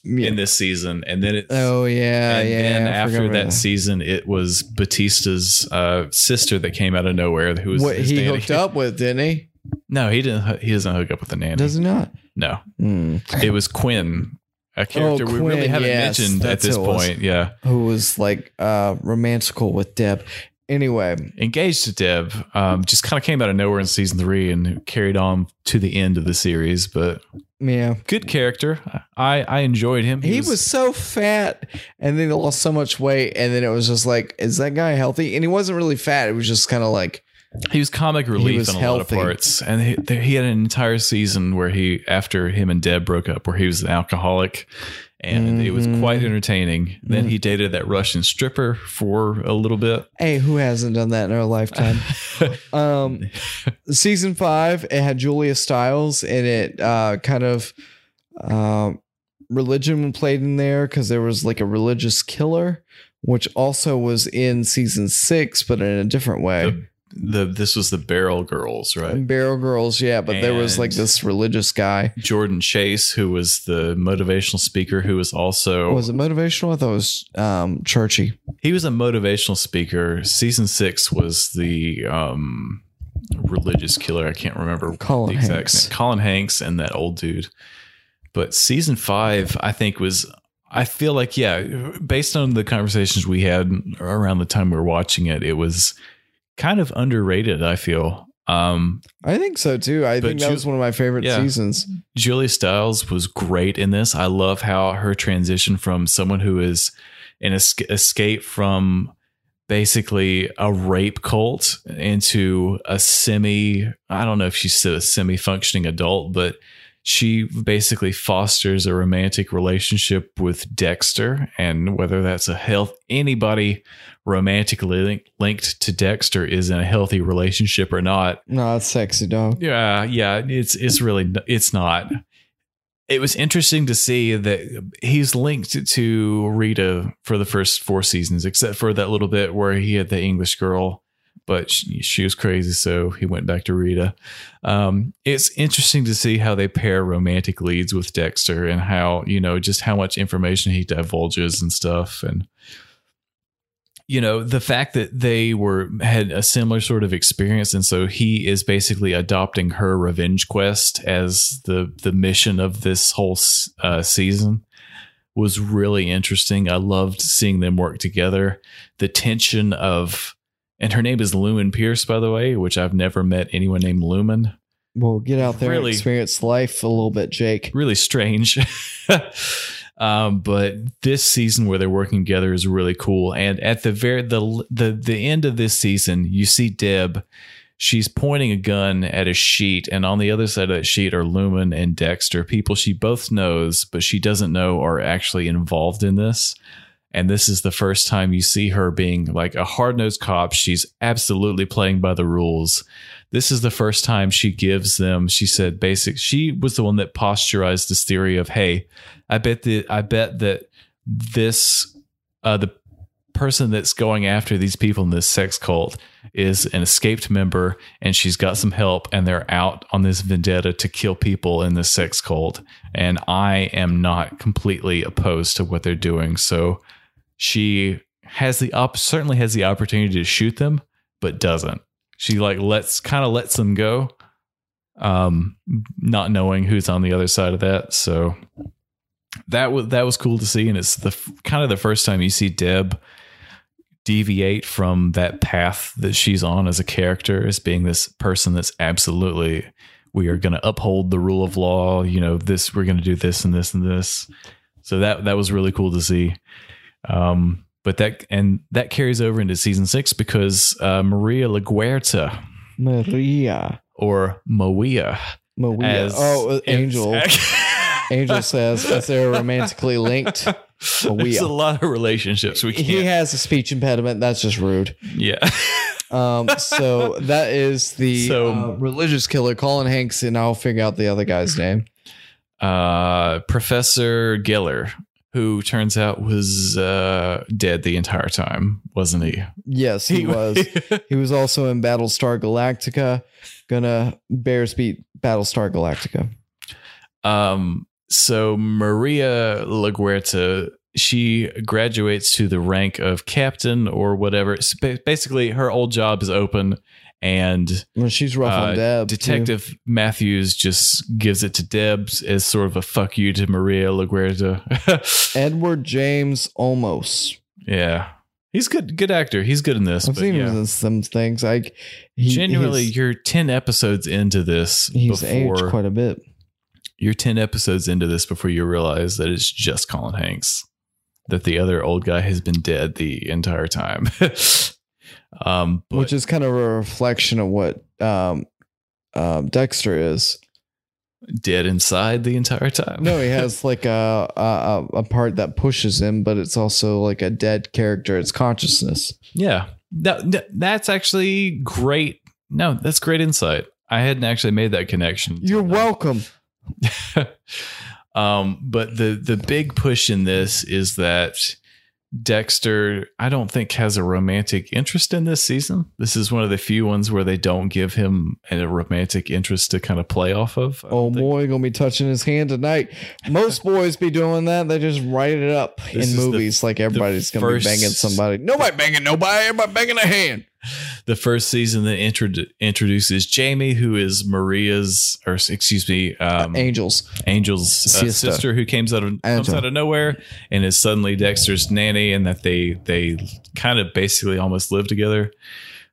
Speaker 1: in this season and then it's
Speaker 2: oh yeah,
Speaker 1: and
Speaker 2: yeah.
Speaker 1: then
Speaker 2: I forgot
Speaker 1: after
Speaker 2: about
Speaker 1: that, season, it was Batista's uh, sister that came out of nowhere. Who was
Speaker 2: what
Speaker 1: his
Speaker 2: he
Speaker 1: nanny.
Speaker 2: hooked up with, didn't
Speaker 1: [laughs]
Speaker 2: he?
Speaker 1: No, he didn't. hoo- He doesn't hook up with the nanny.
Speaker 2: Does he not?
Speaker 1: no,
Speaker 2: Hmm.
Speaker 1: it was Quinn, a character we really
Speaker 2: Oh, Quinn,
Speaker 1: haven't
Speaker 2: yes,
Speaker 1: mentioned at
Speaker 2: that's
Speaker 1: this
Speaker 2: who it was.
Speaker 1: point. Yeah,
Speaker 2: Who was like uh, romantical with Deb? Anyway,
Speaker 1: engaged to Deb. Um, just kind of came out of nowhere in season three and carried on to the end of the series. But
Speaker 2: yeah.
Speaker 1: good character. I I enjoyed him.
Speaker 2: He was, so fat and then he lost so much weight. And then it was just like, is that guy healthy? And he wasn't really fat. It was just kind of like,
Speaker 1: He was comic relief
Speaker 2: was
Speaker 1: in a
Speaker 2: healthy.
Speaker 1: lot of parts, and he, there, he had an entire season where he, after him and Deb broke up, where he was an alcoholic, and it was
Speaker 2: Mhm.
Speaker 1: quite entertaining. Then
Speaker 2: Mm.
Speaker 1: he dated that Russian stripper for a little bit.
Speaker 2: hey, who hasn't done that in their
Speaker 1: [laughs]
Speaker 2: lifetime? Um, season five, it had Julia Stiles, and it uh, kind of uh, religion played in there because there was like a religious killer, which also was in season six, but in a different way.
Speaker 1: The this was the Barrel Girls, right?
Speaker 2: Barrel Girls, yeah, but there was like
Speaker 1: And-
Speaker 2: this religious guy.
Speaker 1: Jordan Chase, who was the motivational speaker, who was also
Speaker 2: Was it motivational? I thought it was um, churchy.
Speaker 1: he was a motivational speaker. Season six was the um, religious killer. I can't remember
Speaker 2: Colin
Speaker 1: the exact
Speaker 2: Hanks.
Speaker 1: name. Colin Hanks and that old dude. But season five, I think was. I feel like yeah, based on the conversations we had around the time we were watching it, it was kind of underrated. I feel. Um,
Speaker 2: I think so too. I
Speaker 1: But
Speaker 2: think that
Speaker 1: you-
Speaker 2: was one of my favorite
Speaker 1: yeah.
Speaker 2: seasons.
Speaker 1: Julia Stiles was great in this. I love how her transition from someone who is an esca- escape from basically a rape cult into a semi, I don't know if she's still a semi functioning adult, but she basically fosters a romantic relationship with Dexter. And whether that's a health, anybody romantically link, linked to Dexter is in a healthy relationship or not,
Speaker 2: No, it's sexy dog.
Speaker 1: yeah, yeah, it's it's really it's not. It was interesting to see that he's linked to Rita for the first four seasons, except for that little bit where he had the English girl, but she, she was crazy, so he went back to Rita. Um, it's interesting to see how they pair romantic leads with Dexter and how you know just how much information he divulges and stuff, and you know the fact that they were had a similar sort of experience and so he is basically adopting her revenge quest as the the mission of this whole s- uh, season was really interesting i loved seeing them work together the tension of and her name is lumen pierce by the way which i've never met anyone named lumen
Speaker 2: Well, get out there and
Speaker 1: Really?
Speaker 2: experience life a little bit, Jake.
Speaker 1: really strange. [laughs] um, but this season where they're working together is really cool. And at the very the the the end of this season, you see Deb. She's pointing a gun at a sheet, and on the other side of that sheet are Lumen and Dexter, people she both knows, but she doesn't know are actually involved in this. And this is the first time you see her being like a hard nosed cop. She's absolutely playing by the rules this is the first time she gives them she said basic she was the one that posturized this theory of hey i bet that i bet that this uh the person that's going after these people in this sex cult is an escaped member and she's got some help and they're out on this vendetta to kill people in this sex cult and i am not completely opposed to what they're doing so she has the op certainly has the opportunity to shoot them but doesn't she like lets kind of lets them go um not knowing who's on the other side of that so that was that was cool to see and it's the f- kind of the first time you see deb deviate from that path that she's on as a character as being this person that's absolutely we are going to uphold the rule of law you know this we're going to do this and this and this so that that was really cool to see um, but that and that carries over into season six because uh, Maria Laguerta
Speaker 2: Maria.
Speaker 1: or Moia
Speaker 2: Maria.
Speaker 1: as
Speaker 2: oh, uh, Angel.
Speaker 1: [laughs]
Speaker 2: Angel
Speaker 1: Angel
Speaker 2: says, as
Speaker 1: [laughs]
Speaker 2: they're romantically linked.
Speaker 1: There's
Speaker 2: Moia.
Speaker 1: a lot of relationships we
Speaker 2: He
Speaker 1: can't.
Speaker 2: has a speech impediment. That's just rude.
Speaker 1: yeah, [laughs]
Speaker 2: Um, so that is the
Speaker 1: So-
Speaker 2: uh, religious killer, Colin Hanks, and I'll figure out the other guy's name.
Speaker 1: uh, Professor Geller, who turns out was uh, dead the entire time, wasn't he?
Speaker 2: Yes,
Speaker 1: [laughs]
Speaker 2: he was. He was also in Battlestar Galactica. Gonna Bears beat Battlestar Galactica.
Speaker 1: Um, so Maria LaGuerta, she graduates to the rank of captain or whatever. It's ba- basically, her old job is open, and
Speaker 2: Well, she's rough
Speaker 1: Uh,
Speaker 2: on Deb. too.
Speaker 1: Detective Matthews just gives it to Debs as sort of a fuck you to Maria LaGuerta. [laughs]
Speaker 2: Edward James Olmos.
Speaker 1: yeah, he's good, good actor. He's good in this.
Speaker 2: I've
Speaker 1: But
Speaker 2: seen him
Speaker 1: yeah.
Speaker 2: in some things. Like he,
Speaker 1: Genuinely,
Speaker 2: he's,
Speaker 1: you're ten episodes into this
Speaker 2: he's aged
Speaker 1: before
Speaker 2: quite a bit.
Speaker 1: you're 10 episodes into this before you realize that it's just Colin Hanks, that the other old guy has been dead the entire time. [laughs] um, but
Speaker 2: which is kind of a reflection of what um, um,
Speaker 1: [laughs]
Speaker 2: Dexter is.
Speaker 1: dead inside the entire time.
Speaker 2: No, he has like a, a a part that pushes him, but it's also like a dead character. It's consciousness.
Speaker 1: Yeah. No, no, that's actually great. No, that's great insight. I hadn't actually made that connection.
Speaker 2: You're welcome.
Speaker 1: Um, but the the big push in this is that Dexter, I don't think, has a romantic interest in this season. This is one of the few ones where they don't give him a romantic interest to kind of play off of. I don't
Speaker 2: Oh
Speaker 1: think.
Speaker 2: boy, gonna be touching his hand tonight. Most boys be doing that. They just write it up
Speaker 1: This is
Speaker 2: in
Speaker 1: the-
Speaker 2: movies, like everybody's gonna
Speaker 1: first-
Speaker 2: be banging somebody. Nobody banging nobody. Everybody banging a hand.
Speaker 1: the first season that introdu introduces Jamie, who is Maria's, or excuse me,
Speaker 2: Uh,
Speaker 1: um,
Speaker 2: Angels.
Speaker 1: Angel's uh,
Speaker 2: Sister.
Speaker 1: sister, who comes out of comes
Speaker 2: Angel.
Speaker 1: out of nowhere and is suddenly Dexter's nanny, and that they they kind of basically almost live together.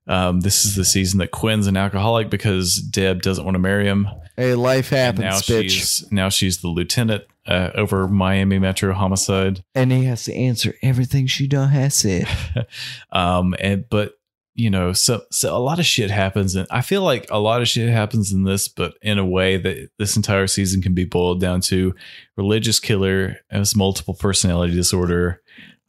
Speaker 1: Um, this is the season that Quinn's an alcoholic because Deb doesn't want to marry him.
Speaker 2: Hey, life
Speaker 1: And now
Speaker 2: happens, bitch.
Speaker 1: she's now she's the lieutenant uh, over Miami Metro Homicide.
Speaker 2: and he has to answer everything she done has said.
Speaker 1: um and but you know so so a lot of shit happens and i feel like a lot of shit happens in this but in a way that this entire season can be boiled down to religious killer has multiple personality disorder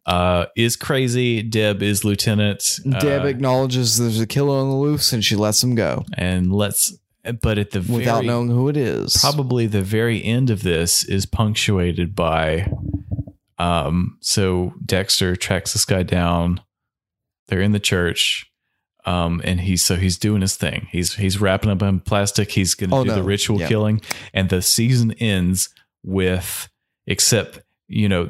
Speaker 1: uh is crazy deb is lieutenant uh,
Speaker 2: Deb acknowledges there's a killer on the loose, and she lets him go
Speaker 1: and let's but at the
Speaker 2: without
Speaker 1: very,
Speaker 2: knowing who it is.
Speaker 1: probably the very end of this is punctuated by um so Dexter tracks this guy down. They're in the church. Um, and he's so he's doing his thing. He's he's wrapping up in plastic. He's gonna
Speaker 2: Oh,
Speaker 1: do the
Speaker 2: no.
Speaker 1: ritual
Speaker 2: Yeah.
Speaker 1: killing. And the season ends with except, you know,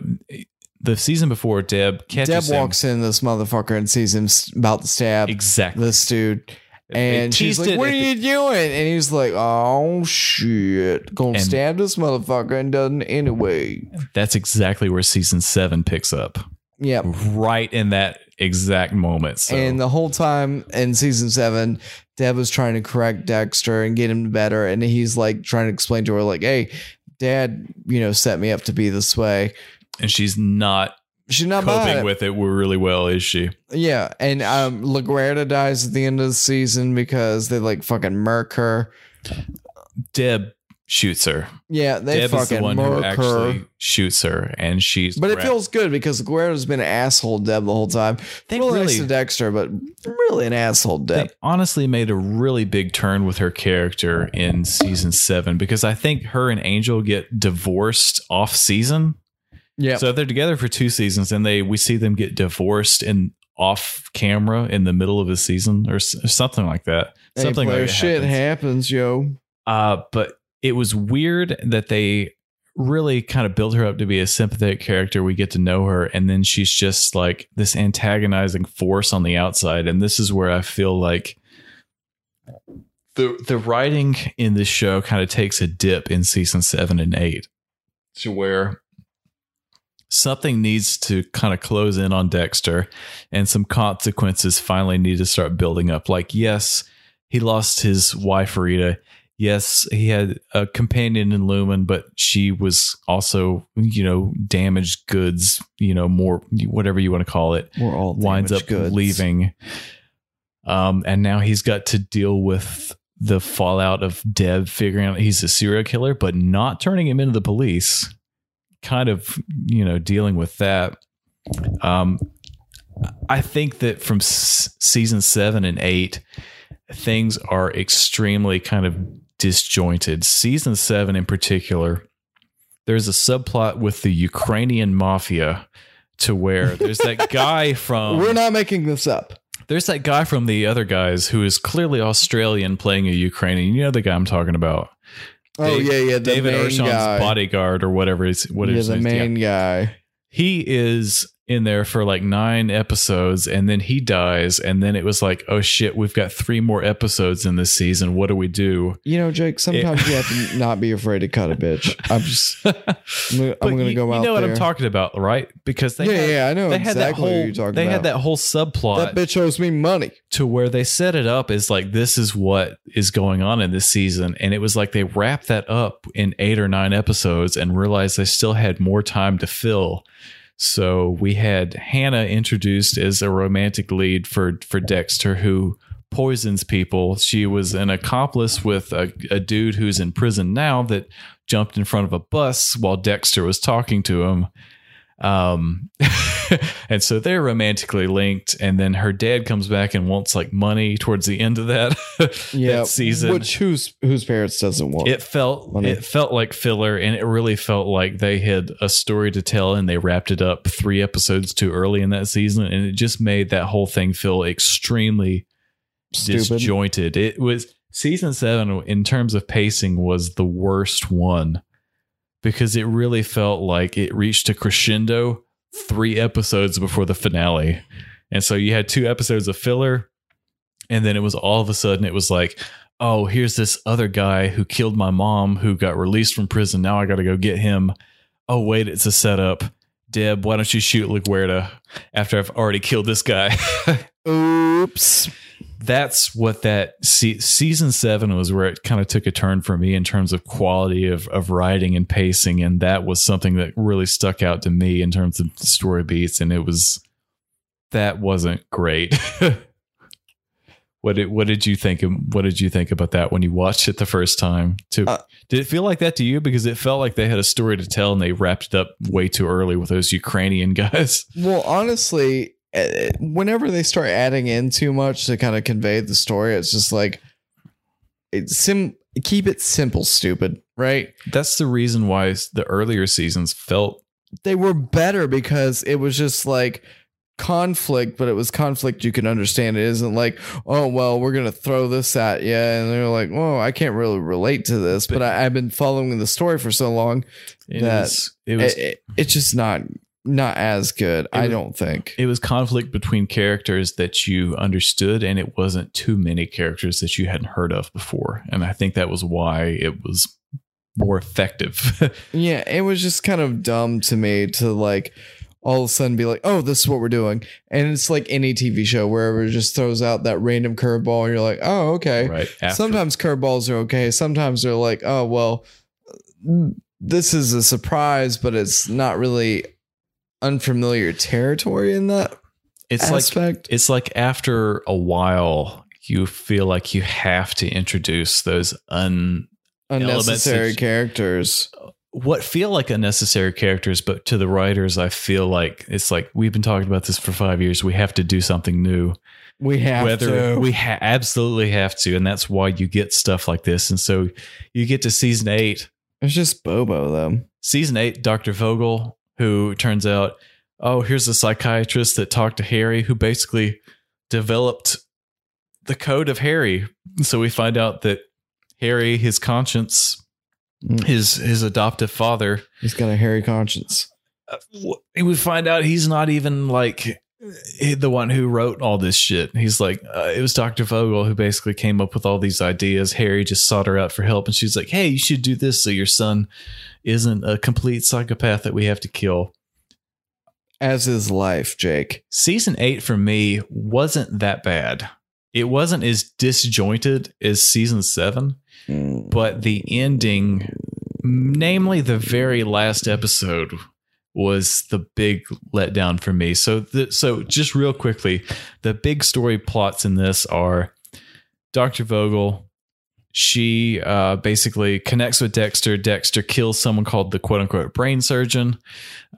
Speaker 1: the season before Deb
Speaker 2: Deb
Speaker 1: catches him.
Speaker 2: walks in this motherfucker and sees him s- about to stab
Speaker 1: exactly.
Speaker 2: this dude.
Speaker 1: They
Speaker 2: And she's
Speaker 1: teased
Speaker 2: like,
Speaker 1: it
Speaker 2: "What
Speaker 1: at
Speaker 2: are
Speaker 1: the-
Speaker 2: you doing?" And he's like, "Oh shit, gonna
Speaker 1: And-
Speaker 2: stab this motherfucker and doesn't anyway."
Speaker 1: that's exactly where season seven picks up.
Speaker 2: Yep.
Speaker 1: Right in that exact moment. So
Speaker 2: And the whole time in season seven, Deb was trying to correct Dexter and get him better. And he's like trying to explain to her, like, hey, dad, you know, set me up to be this way.
Speaker 1: and she's not
Speaker 2: She's not buying
Speaker 1: coping
Speaker 2: it.
Speaker 1: with it really well, is she?
Speaker 2: Yeah. And um, LaGuardia dies at the end of the season because they like fucking murk her.
Speaker 1: Deb shoots her.
Speaker 2: Yeah. They
Speaker 1: Deb is the
Speaker 2: fucking
Speaker 1: one who
Speaker 2: murk
Speaker 1: actually
Speaker 2: her.
Speaker 1: shoots her, and she's.
Speaker 2: But it
Speaker 1: gra-
Speaker 2: feels good because LaGuardia's been an asshole to Deb the whole time.
Speaker 1: They
Speaker 2: really, nice
Speaker 1: really-
Speaker 2: to Dexter, but really an asshole to Deb.
Speaker 1: They honestly made a really big turn with her character in season seven because I think her and Angel get divorced off season.
Speaker 2: yeah.
Speaker 1: So they're together for two seasons, and they we see them get divorced and off camera in the middle of a season or, s- or something like that.
Speaker 2: Hey,
Speaker 1: something like
Speaker 2: player,
Speaker 1: that
Speaker 2: shit
Speaker 1: happens.
Speaker 2: happens, yo.
Speaker 1: Uh, but it was weird that they really kind of built her up to be a sympathetic character. We get to know her, and then she's just like this antagonizing force on the outside. And this is where I feel like the the writing in this show kind of takes a dip in season seven and eight to where something needs to kind of close in on Dexter and some consequences finally need to start building up. Like, yes, he lost his wife, Rita. Yes, he had a companion in Lumen, but she was also, you know, damaged goods, you know, more whatever you want to call it
Speaker 2: We're all
Speaker 1: winds
Speaker 2: damaged
Speaker 1: up
Speaker 2: goods.
Speaker 1: leaving. Um, and now he's got to deal with the fallout of Deb figuring out he's a serial killer, but not turning him into the police. Kind of, you know, dealing with that. Um, I think that from s- season seven and eight, things are extremely kind of disjointed. Season seven, in particular, there's a subplot with the Ukrainian mafia to where there's
Speaker 2: [laughs]
Speaker 1: that guy from
Speaker 2: We're not making this up.
Speaker 1: there's that guy from the other guys who is clearly Australian playing a Ukrainian. You know the guy I'm talking about,
Speaker 2: Oh
Speaker 1: Dave-
Speaker 2: yeah, yeah. The
Speaker 1: David
Speaker 2: main
Speaker 1: Ershon's
Speaker 2: guy.
Speaker 1: bodyguard or whatever is what
Speaker 2: yeah,
Speaker 1: his
Speaker 2: the
Speaker 1: name is. Yeah.
Speaker 2: main guy.
Speaker 1: He is in there for like nine episodes, and then he dies, and then it was like, oh shit, we've got three more episodes in this season. What do we [laughs] do?
Speaker 2: You know, Jake. Sometimes you
Speaker 1: [laughs]
Speaker 2: have to not be afraid to cut a bitch. I'm just. I'm gonna,
Speaker 1: But
Speaker 2: I'm gonna
Speaker 1: you,
Speaker 2: go
Speaker 1: you
Speaker 2: out
Speaker 1: know what
Speaker 2: there.
Speaker 1: I'm talking about, right? Because they
Speaker 2: yeah,
Speaker 1: had,
Speaker 2: yeah. I know
Speaker 1: they had
Speaker 2: exactly
Speaker 1: that whole
Speaker 2: who you're talking
Speaker 1: they had
Speaker 2: about.
Speaker 1: that whole subplot.
Speaker 2: that bitch owes me money.
Speaker 1: to where they set it up as like this is what is going on in this season and it was like they wrapped that up in eight or nine episodes and realized they still had more time to fill so we had hannah introduced as a romantic lead for for dexter who poisons people she was an accomplice with a, a dude who's in prison now that jumped in front of a bus while dexter was talking to him Um, [laughs] and so they're romantically linked. And then her dad comes back and wants like money towards the end of that, [laughs]
Speaker 2: Yeah,
Speaker 1: that season.
Speaker 2: Which whose whose parents doesn't want?
Speaker 1: it felt
Speaker 2: Money.
Speaker 1: it felt like filler, and it really felt like they had a story to tell, and they wrapped it up three episodes too early in that season, and it just made that whole thing feel extremely
Speaker 2: Stupid.
Speaker 1: disjointed. It was season seven in terms of pacing was the worst one because it really felt like it reached a crescendo three episodes before the finale. And so you had two episodes of filler, and then it was all of a sudden it was like, oh, here's this other guy who killed my mom who got released from prison. Now I gotta go get him. Oh, wait, it's a setup. Deb, why don't you shoot LaGuerta after I've already killed this guy?
Speaker 2: Oops.
Speaker 1: that's what that se- season seven was where it kind of took a turn for me in terms of quality of, of writing and pacing and that was something that really stuck out to me in terms of the story beats and it was that wasn't great [laughs] what did, what did you think what did you think about that when you watched it the first time to
Speaker 2: Uh,
Speaker 1: did it feel like that to you because it felt like they had a story to tell and they wrapped it up way too early with those ukrainian [laughs] guys
Speaker 2: Well, honestly, eh, whenever they start adding in too much to kind of convey the story, it's just like it's sim. Keep it simple, stupid. Right?
Speaker 1: that's the reason why the earlier seasons felt
Speaker 2: They were better because it was just like conflict, but it was conflict you can understand. It isn't like, oh well, we're gonna throw this at you, and they're like, oh, I can't really relate to this, but I, I've been following the story for so long.
Speaker 1: it
Speaker 2: That-
Speaker 1: was, it
Speaker 2: It
Speaker 1: was
Speaker 2: it- it's just not not as good. I
Speaker 1: was-
Speaker 2: don't think.
Speaker 1: it was conflict between characters that you understood and it wasn't too many characters that you hadn't heard of before and i think that was why it was more effective [laughs]
Speaker 2: Yeah, it was just kind of dumb to me to like all of a sudden be like, oh, this is what we're doing. And it's like any TV show where it just throws out that random curveball and you're like, oh, okay.
Speaker 1: right
Speaker 2: Sometimes curveballs are okay. Sometimes they're like, oh, well, this is a surprise, but it's not really unfamiliar territory in that
Speaker 1: it's like
Speaker 2: aspect.
Speaker 1: it's like after a while you feel like you have to introduce those un
Speaker 2: Unnecessary
Speaker 1: elements-
Speaker 2: characters.
Speaker 1: what feel like unnecessary characters, but to the writers, I feel like it's like we've been talking about this for five years. We have to do something new.
Speaker 2: We have
Speaker 1: Whether
Speaker 2: to.
Speaker 1: we ha- absolutely have to, and that's why you get stuff like this. And so you get to season eight,
Speaker 2: it's just Bobo, though.
Speaker 1: season eight, Doctor Vogel, who turns out, oh, here's a psychiatrist that talked to Harry, who basically developed the code of Harry. So we find out that Harry, his conscience,
Speaker 2: Mm.
Speaker 1: his his adoptive father,
Speaker 2: He's got a hairy conscience.
Speaker 1: and we find out he's not even like the one who wrote all this shit. He's like, uh, it was Dr. Vogel who basically came up with all these ideas. Harry just sought her out for help, and she's like, hey, you should do this so your son isn't a complete psychopath that we have to kill.
Speaker 2: As is life, Jake.
Speaker 1: Season eight for me wasn't that bad. It wasn't as disjointed as season seven,
Speaker 2: Mm.
Speaker 1: but the ending, namely the very last episode, was the big letdown for me. So, the, so just real quickly, the big story plots in this are Dr. Vogel. She uh, basically connects with Dexter. Dexter kills someone called the quote unquote brain surgeon.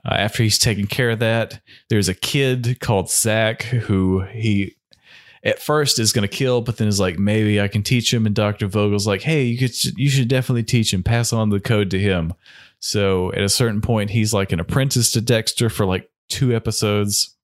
Speaker 1: Uh, after he's taken care of that, there's a kid called Zach who he at first is going to kill, but then is like, maybe I can teach him. And Dr. Vogel's like, hey, you could, you should definitely teach him, pass on the code to him. So at a certain point, he's like an apprentice to Dexter for like two episodes.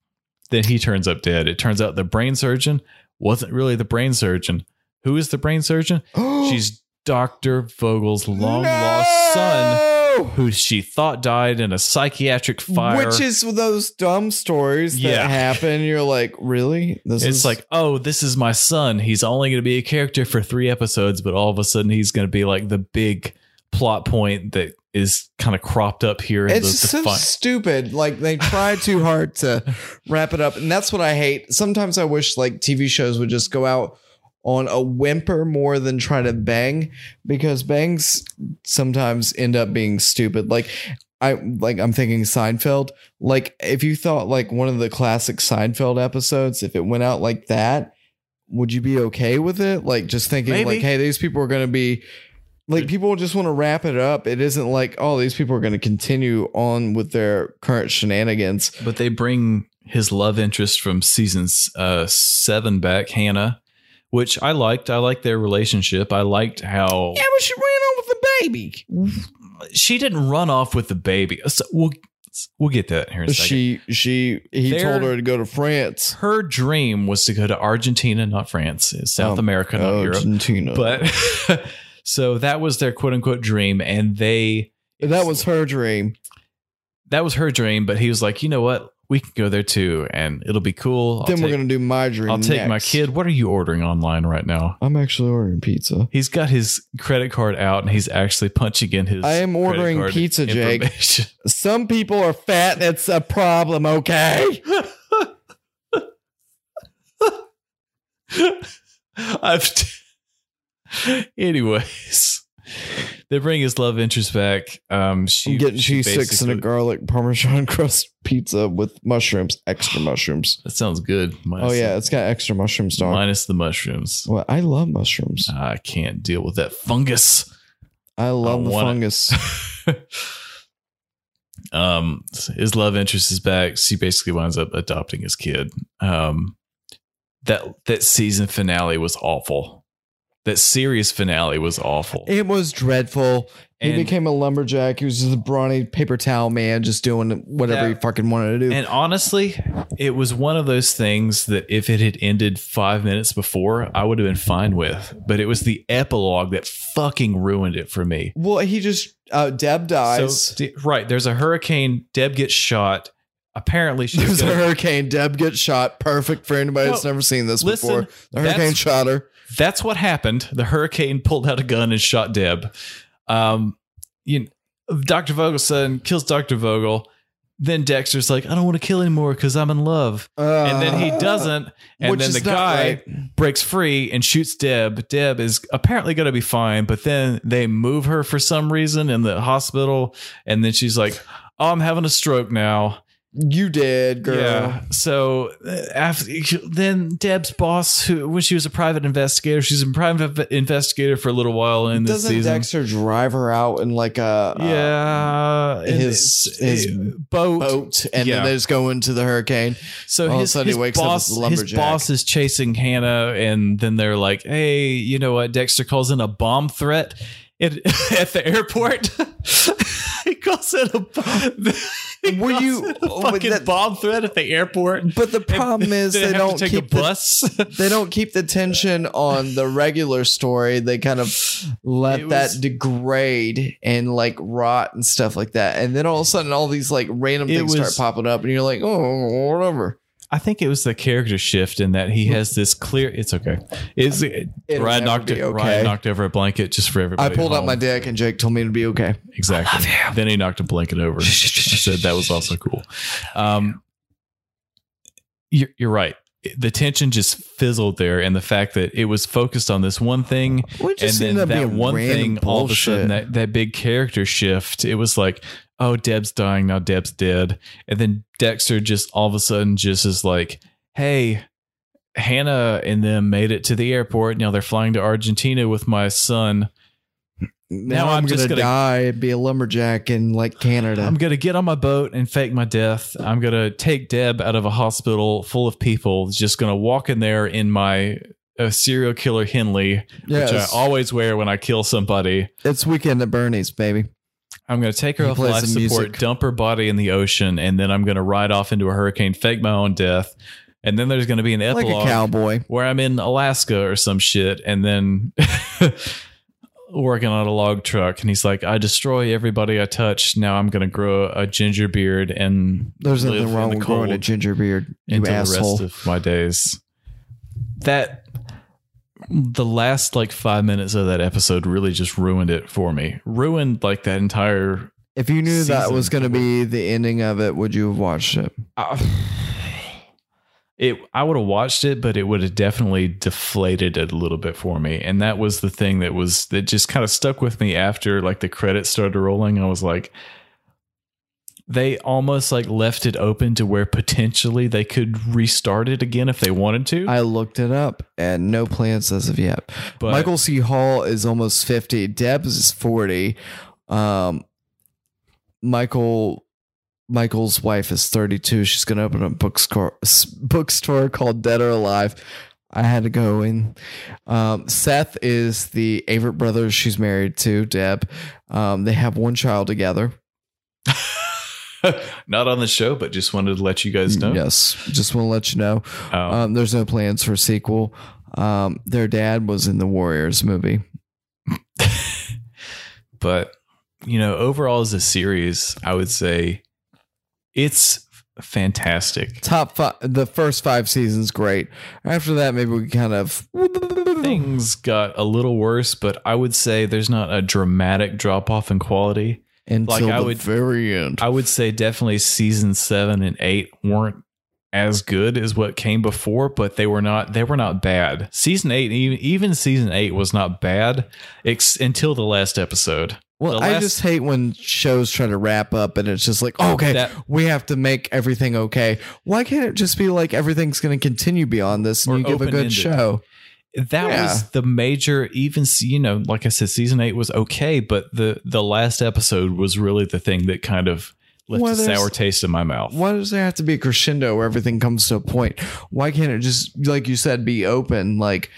Speaker 1: Then he turns up dead. It turns out the brain surgeon wasn't really the brain surgeon. Who is the brain surgeon? [gasps]
Speaker 2: [gasps]
Speaker 1: She's Dr. Vogel's long lost son, who she thought died in a psychiatric fire.
Speaker 2: Which is those dumb stories that
Speaker 1: Yeah.
Speaker 2: happen. You're like, really? This
Speaker 1: it's like, oh, this is my son. He's only going to be a character for three episodes, but all of a sudden he's going to be like the big plot point that is kind of cropped up here. in
Speaker 2: it's
Speaker 1: the, the
Speaker 2: so
Speaker 1: fi-
Speaker 2: stupid. Like they try
Speaker 1: [laughs]
Speaker 2: too hard to wrap it up, and that's what I hate. Sometimes I wish like TV shows would just go out on a whimper more than try to bang, because bangs sometimes end up being stupid. Like I like I'm thinking Seinfeld. Like if you thought like one of the classic Seinfeld episodes, if it went out like that, would you be okay with it? Like just thinking
Speaker 1: Maybe.
Speaker 2: like, hey, these people are gonna be like people just want to wrap it up. It isn't like, oh, these people are going to continue on with their current shenanigans.
Speaker 1: But they bring his love interest from seasons uh, seven back, Hannah, which I liked. I liked their relationship. I liked how
Speaker 2: Yeah, but she ran on with the baby.
Speaker 1: she didn't run off with the baby. So we'll we'll get to that here in a second.
Speaker 2: She she he
Speaker 1: They're-
Speaker 2: told her to go to France.
Speaker 1: her dream was to go to Argentina, not France, It's South
Speaker 2: Um,
Speaker 1: America, not Europe.
Speaker 2: Argentina.
Speaker 1: But [laughs] so that was their quote unquote dream, and they
Speaker 2: that was her dream.
Speaker 1: that was her dream. But he was like, you know what, we can go there too, and it'll be cool. I'll
Speaker 2: then we're
Speaker 1: take-
Speaker 2: gonna do my dream.
Speaker 1: I'll take my
Speaker 2: next.
Speaker 1: kid. What are you ordering online right now?
Speaker 2: I'm actually ordering pizza.
Speaker 1: He's got his credit card out, and he's actually punching in his.
Speaker 2: I am
Speaker 1: credit
Speaker 2: ordering
Speaker 1: card
Speaker 2: pizza, Jake.
Speaker 1: information. [laughs]
Speaker 2: Some people are fat. That's a problem. Okay.
Speaker 1: I've [laughs] anyways. They bring his love interest back. Um, she
Speaker 2: I'm getting
Speaker 1: she
Speaker 2: cheese sticks and a
Speaker 1: basically-
Speaker 2: garlic parmesan [laughs] crust pizza with mushrooms, extra mushrooms.
Speaker 1: That sounds good.
Speaker 2: Oh
Speaker 1: Minus
Speaker 2: yeah, it's got extra mushrooms,
Speaker 1: the,
Speaker 2: dog.
Speaker 1: minus the mushrooms.
Speaker 2: Well, I love mushrooms.
Speaker 1: I can't deal with that fungus. [laughs]
Speaker 2: I love the
Speaker 1: want it. [laughs]
Speaker 2: fungus.
Speaker 1: um, his love interest is back. She basically winds up adopting his kid. Um, that that season finale was awful. That series finale was awful.
Speaker 2: It was dreadful. He
Speaker 1: And-
Speaker 2: became a lumberjack. He was just a brawny paper towel man, just doing whatever
Speaker 1: Yeah.
Speaker 2: he fucking wanted to do.
Speaker 1: And honestly, it was one of those things that if it had ended five minutes before, I would have been fine with. But it was the epilogue that fucking ruined it for me.
Speaker 2: well, he just uh, Deb dies.
Speaker 1: So,
Speaker 2: [laughs]
Speaker 1: d- right, there's a hurricane. Deb gets shot. Apparently,
Speaker 2: There
Speaker 1: she's
Speaker 2: was a
Speaker 1: gonna,
Speaker 2: hurricane. Deb gets shot. Perfect for anybody that's
Speaker 1: No,
Speaker 2: never seen this
Speaker 1: listen,
Speaker 2: before. The hurricane
Speaker 1: that's-
Speaker 2: shot her.
Speaker 1: that's what happened. The hurricane pulled out a gun and shot Deb. Um, you, Doctor Vogelson kills Doctor Vogel. Then Dexter's like, I don't want to kill anymore because I'm in love. And then he
Speaker 2: Uh,
Speaker 1: doesn't. And
Speaker 2: which
Speaker 1: then
Speaker 2: is
Speaker 1: the
Speaker 2: not
Speaker 1: guy
Speaker 2: right.
Speaker 1: breaks free and shoots Deb. Deb is apparently going to be fine, but then they move her for some reason in the hospital. And then she's like, Oh, I'm having a stroke now.
Speaker 2: You did, girl.
Speaker 1: So uh, after, then Deb's boss, who when she was a private investigator, she's a private investigator for a little while in this
Speaker 2: Doesn't
Speaker 1: season.
Speaker 2: Dexter drive her out in like a uh,
Speaker 1: yeah, in
Speaker 2: his- his
Speaker 1: uh, boat.
Speaker 2: boat and
Speaker 1: Yeah.
Speaker 2: then they just go into the hurricane?
Speaker 1: So
Speaker 2: All of a
Speaker 1: his,
Speaker 2: sudden he
Speaker 1: his
Speaker 2: wakes up as
Speaker 1: boss,
Speaker 2: a
Speaker 1: his
Speaker 2: lumberjack.
Speaker 1: boss is chasing Hannah, and then they're like, "Hey, you know what?" Dexter calls in a bomb threat at, [laughs] at the airport. [laughs] he calls in a. [laughs] he
Speaker 2: Were
Speaker 1: calls
Speaker 2: you-
Speaker 1: in a
Speaker 2: oh, but
Speaker 1: fucking
Speaker 2: that-
Speaker 1: bomb threat at the airport? [laughs]
Speaker 2: But the problem is they,
Speaker 1: have to
Speaker 2: don't
Speaker 1: take
Speaker 2: keep
Speaker 1: a
Speaker 2: the-
Speaker 1: bus.
Speaker 2: they don't keep the tension on the regular story. They kind of let
Speaker 1: It
Speaker 2: that
Speaker 1: was-
Speaker 2: degrade and like rot and stuff like that. And then all of a sudden, all these like random
Speaker 1: It
Speaker 2: things
Speaker 1: was-
Speaker 2: start popping up, and you're like, oh, whatever.
Speaker 1: I think it was the character shift in that he has this clear. It's okay. Is
Speaker 2: It'll
Speaker 1: Ryan
Speaker 2: never
Speaker 1: knocked
Speaker 2: be
Speaker 1: it,
Speaker 2: okay.
Speaker 1: Ryan knocked over a blanket just for
Speaker 2: I
Speaker 1: everybody.
Speaker 2: pulled out
Speaker 1: home.
Speaker 2: my dick, and Jake told me to be okay.
Speaker 1: Exactly. Then he knocked a blanket
Speaker 2: [laughs]
Speaker 1: over. I said that was also cool. Um, you're, you're right. The tension just fizzled there, and the fact that it was focused on this one thing,
Speaker 2: We
Speaker 1: and
Speaker 2: seen
Speaker 1: then that, one thing, all of a sudden, that, that big character shift, it was like, oh, Deb's dying now. Deb's dead, and then Dexter just all of a sudden just is like, hey. Hannah and them made it to the airport. Now they're flying to Argentina with my son.
Speaker 2: now, I'm, just gonna, die and be a lumberjack in like Canada.
Speaker 1: I'm gonna get on my boat and fake my death. I'm gonna take Deb out of a hospital full of people. Just gonna walk in there in my uh, serial killer Henley,
Speaker 2: yes,
Speaker 1: which I always wear when I kill somebody.
Speaker 2: it's weekend at Bernie's, baby.
Speaker 1: I'm gonna take her
Speaker 2: He
Speaker 1: off
Speaker 2: plays
Speaker 1: life
Speaker 2: the
Speaker 1: support,
Speaker 2: music.
Speaker 1: dump her body in the ocean, and then I'm gonna ride off into a hurricane, fake my own death, and then there's gonna be an
Speaker 2: Like
Speaker 1: epilogue
Speaker 2: a cowboy.
Speaker 1: where I'm in Alaska or some shit, and then [laughs] working on a log truck, and he's like, "I destroy everybody I touch. Now I'm going to grow a ginger beard and
Speaker 2: There's
Speaker 1: live
Speaker 2: nothing
Speaker 1: in
Speaker 2: wrong
Speaker 1: the
Speaker 2: with growing a
Speaker 1: cold
Speaker 2: ginger beard, you
Speaker 1: until
Speaker 2: asshole.
Speaker 1: the rest of my days." That the last like five minutes of that episode really just ruined it for me. Ruined like that entire.
Speaker 2: if you knew that
Speaker 1: season.
Speaker 2: was going to be the ending of it, would you have watched it?
Speaker 1: Uh, [sighs] it I would have watched it, but it would have definitely deflated it a little bit for me. And that was the thing that was that just kind of stuck with me after like the credits started rolling. I was like, they almost like left it open to where potentially they could restart it again if they wanted to.
Speaker 2: I looked it up and no plans as of yet.
Speaker 1: but
Speaker 2: Michael C. Hall is almost 50. Debs is 40. Um, Michael Michael's wife is 32. She's going to open a bookstore, bookstore called Dead or Alive. I had to go in. Um, Seth is the Averitt brother she's married to, Deb. Um, they have one child together.
Speaker 1: [laughs] not on the show, but just wanted to let you guys
Speaker 2: Mm,
Speaker 1: know.
Speaker 2: Yes. Just want to let you know.
Speaker 1: Oh,
Speaker 2: Um, there's no plans for a sequel. Um, their dad was in the Warriors movie.
Speaker 1: but you know, overall as a series, I would say it's fantastic.
Speaker 2: top five the first five seasons great after that maybe we kind of
Speaker 1: Things got a little worse, but I would say there's not a dramatic drop off in quality.
Speaker 2: until
Speaker 1: Like, I
Speaker 2: the
Speaker 1: would-
Speaker 2: very end
Speaker 1: I would say definitely season seven and eight weren't as good as what came before, but they were not they were not bad. Season eight, even even season eight was not bad ex- until the last episode.
Speaker 2: well
Speaker 1: the
Speaker 2: i
Speaker 1: last-
Speaker 2: just hate when shows try to wrap up and it's just like okay
Speaker 1: That-
Speaker 2: we have to make everything okay why can't it just be like everything's going to continue beyond this and
Speaker 1: Or
Speaker 2: you give a
Speaker 1: open-ended.
Speaker 2: good show
Speaker 1: That
Speaker 2: Yeah.
Speaker 1: was the major even s- you know, like I said, season eight was okay, but the the last episode was really the thing that kind of left
Speaker 2: Well,
Speaker 1: a
Speaker 2: there's-
Speaker 1: sour taste in my mouth.
Speaker 2: why does there have to be a crescendo where everything comes to a point why can't it just like you said be open like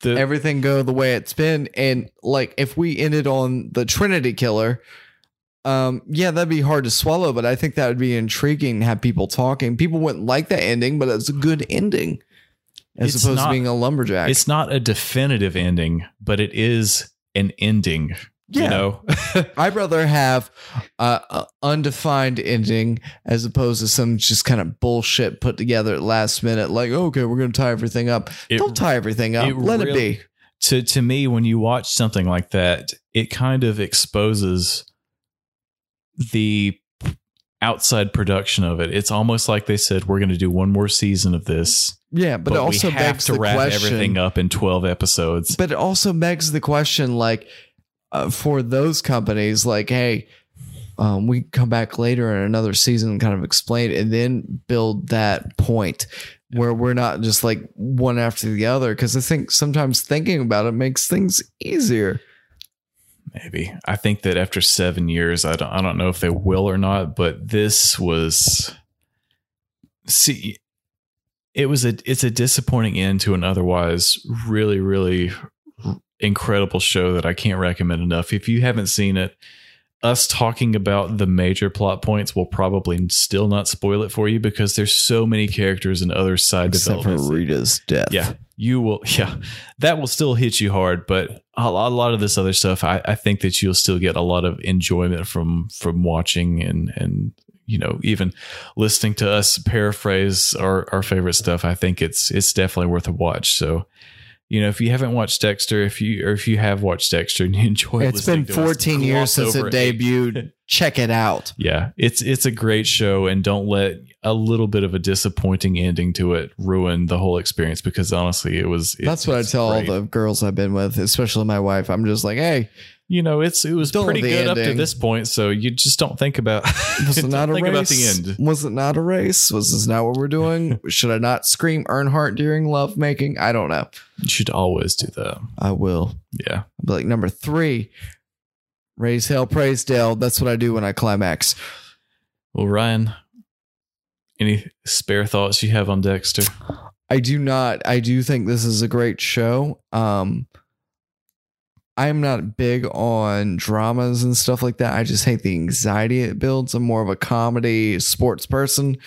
Speaker 1: The-
Speaker 2: everything go the way it's been and like if we ended on the trinity killer um yeah that'd be hard to swallow but i think that would be intriguing to have people talking people wouldn't like that ending but it's a good ending as
Speaker 1: It's
Speaker 2: opposed
Speaker 1: not-
Speaker 2: to being a lumberjack
Speaker 1: it's not a definitive ending, but it is an ending. You
Speaker 2: Yeah. [laughs]
Speaker 1: know?
Speaker 2: i'd rather have uh, a undefined ending as opposed to some just kind of bullshit put together at last minute like "Oh, okay we're gonna tie everything up
Speaker 1: It-
Speaker 2: don't tie everything up
Speaker 1: it
Speaker 2: let it
Speaker 1: really-
Speaker 2: be
Speaker 1: to to me when you watch something like that it kind of exposes the outside production of it it's almost like they said we're going to do one more season of this
Speaker 2: yeah but,
Speaker 1: but,
Speaker 2: it also
Speaker 1: we have
Speaker 2: begs
Speaker 1: to
Speaker 2: the
Speaker 1: wrap
Speaker 2: question
Speaker 1: everything up in 12 episodes
Speaker 2: But it also begs the question, like, uh, for those companies, like, hey, um, we come back later in another season and kind of explain it and then build that point where we're not just like one after the other. Cause I think sometimes thinking about it makes things easier.
Speaker 1: maybe i think that after 7 years i don't i don't know if they will or not but this was see it was a it's a disappointing end to an otherwise really really incredible show that I can't recommend enough. If you haven't seen it, us talking about the major plot points will probably still not spoil it for you because there's so many characters and other side
Speaker 2: Except for
Speaker 1: developments.
Speaker 2: Rita's death.
Speaker 1: yeah, you will. [laughs] Yeah, that will still hit you hard, but a, lo- a lot of this other stuff, I, I think that you'll still get a lot of enjoyment from from watching and and you know even listening to us paraphrase our our favorite stuff. I think it's it's definitely worth a watch. So. You know, if you haven't watched Dexter, if you or if you have watched Dexter and you [laughs] enjoy,
Speaker 2: It's
Speaker 1: listening
Speaker 2: been
Speaker 1: to us
Speaker 2: 14 years
Speaker 1: gloss
Speaker 2: since it
Speaker 1: over [laughs]
Speaker 2: debuted. Check it out.
Speaker 1: yeah, it's it's a great show, and don't let a little bit of a disappointing ending to it ruin the whole experience. Because honestly, it was. it-
Speaker 2: That's what I
Speaker 1: it's
Speaker 2: tell
Speaker 1: great.
Speaker 2: all the girls I've been with, especially my wife. I'm just like, hey,
Speaker 1: You know, it's it was
Speaker 2: Don't
Speaker 1: pretty
Speaker 2: the
Speaker 1: good up to
Speaker 2: ending.
Speaker 1: this point, so you just don't think about. [laughs]
Speaker 2: Was it
Speaker 1: don't
Speaker 2: not a
Speaker 1: think
Speaker 2: race?
Speaker 1: about the end?
Speaker 2: Was it not a race? Was this not what
Speaker 1: [laughs]
Speaker 2: we're doing? Should I not scream Earnhardt during lovemaking? I don't know.
Speaker 1: You should always do that.
Speaker 2: I will.
Speaker 1: Yeah,
Speaker 2: I'll be like number three. Raise hell, praise Dale. That's what I do when I climax.
Speaker 1: well, Ryan, any spare thoughts you have on Dexter?
Speaker 2: I do not. I do think this is a great show. Um, I am not big on dramas and stuff like that. I just hate the anxiety it builds. I'm more of a comedy sports person.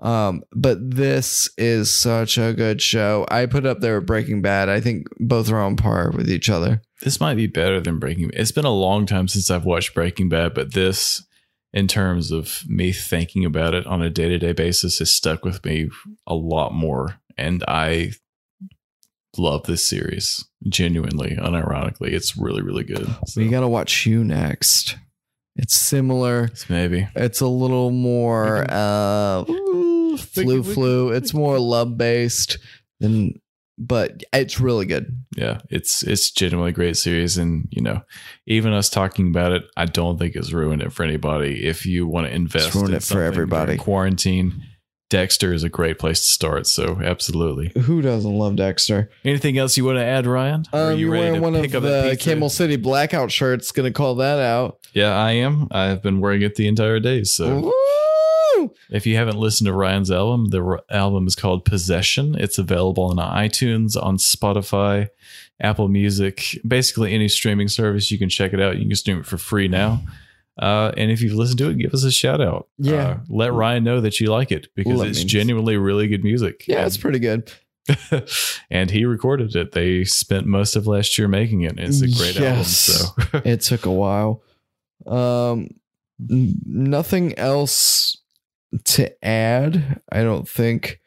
Speaker 2: Um, but this is such a good show. I put up there with Breaking Bad. I think both are on par with each other.
Speaker 1: This might be better than Breaking. It's been a long time since I've watched Breaking Bad, but this, in terms of me thinking about it on a day to day basis, has stuck with me a lot more, and I love this series genuinely, unironically. It's really, really good. So,
Speaker 2: We gotta watch you next. It's similar.
Speaker 1: it's maybe.
Speaker 2: It's a little [laughs] more uh flu flu. It's more love based than but it's really good.
Speaker 1: yeah, it's it's genuinely a great series, and you know, even us talking about it, I don't think it's ruined it for anybody. If you want to invest,
Speaker 2: ruined
Speaker 1: in
Speaker 2: it for
Speaker 1: something
Speaker 2: everybody.
Speaker 1: during Quarantine, Dexter is a great place to start. So absolutely.
Speaker 2: Who doesn't love Dexter?
Speaker 1: Anything else you want to add, Ryan? Or
Speaker 2: Um, you are wearing one of
Speaker 1: that
Speaker 2: the
Speaker 1: pizza?
Speaker 2: Camel City blackout shirts. Gonna call that out.
Speaker 1: Yeah, I am. I have been wearing it the entire day. So
Speaker 2: Woo!
Speaker 1: if you haven't listened to Ryan's album, the r- album is called Possession. It's available on iTunes, on Spotify, Apple Music, basically any streaming service. You can check it out. You can stream it for free now. Uh, and if you've listened to it, give us a shout out.
Speaker 2: Yeah.
Speaker 1: Uh, let Ryan know that you like it because
Speaker 2: Let
Speaker 1: it's
Speaker 2: me-
Speaker 1: genuinely really good music.
Speaker 2: Yeah,
Speaker 1: And-
Speaker 2: it's pretty good.
Speaker 1: and he recorded it. They spent most of last year making it. It's a great
Speaker 2: Yes.
Speaker 1: album. So [laughs]
Speaker 2: it took a while. Um, n- nothing else to add, I don't think.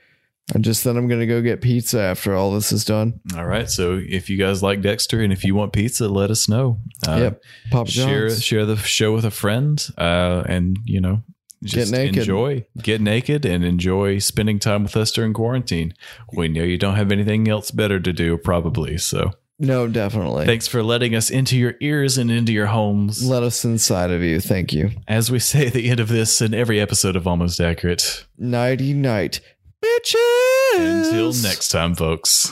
Speaker 2: I just then I'm gonna go get pizza after all this is done.
Speaker 1: All right. So if you guys like Dexter and if you want pizza, let us know. Uh,
Speaker 2: yep, Papa
Speaker 1: Share
Speaker 2: John's.
Speaker 1: share the show with a friend, uh, and you know, just
Speaker 2: Get naked.
Speaker 1: enjoy, get naked, and enjoy spending time with us during quarantine. We know you don't have anything else better to do, probably. So
Speaker 2: No, definitely.
Speaker 1: thanks for letting us into your ears and into your homes.
Speaker 2: Let us inside of you. Thank you.
Speaker 1: As we say at the end of this and every episode of Almost Accurate.
Speaker 2: Nighty night, bitches.
Speaker 1: Until next time, folks.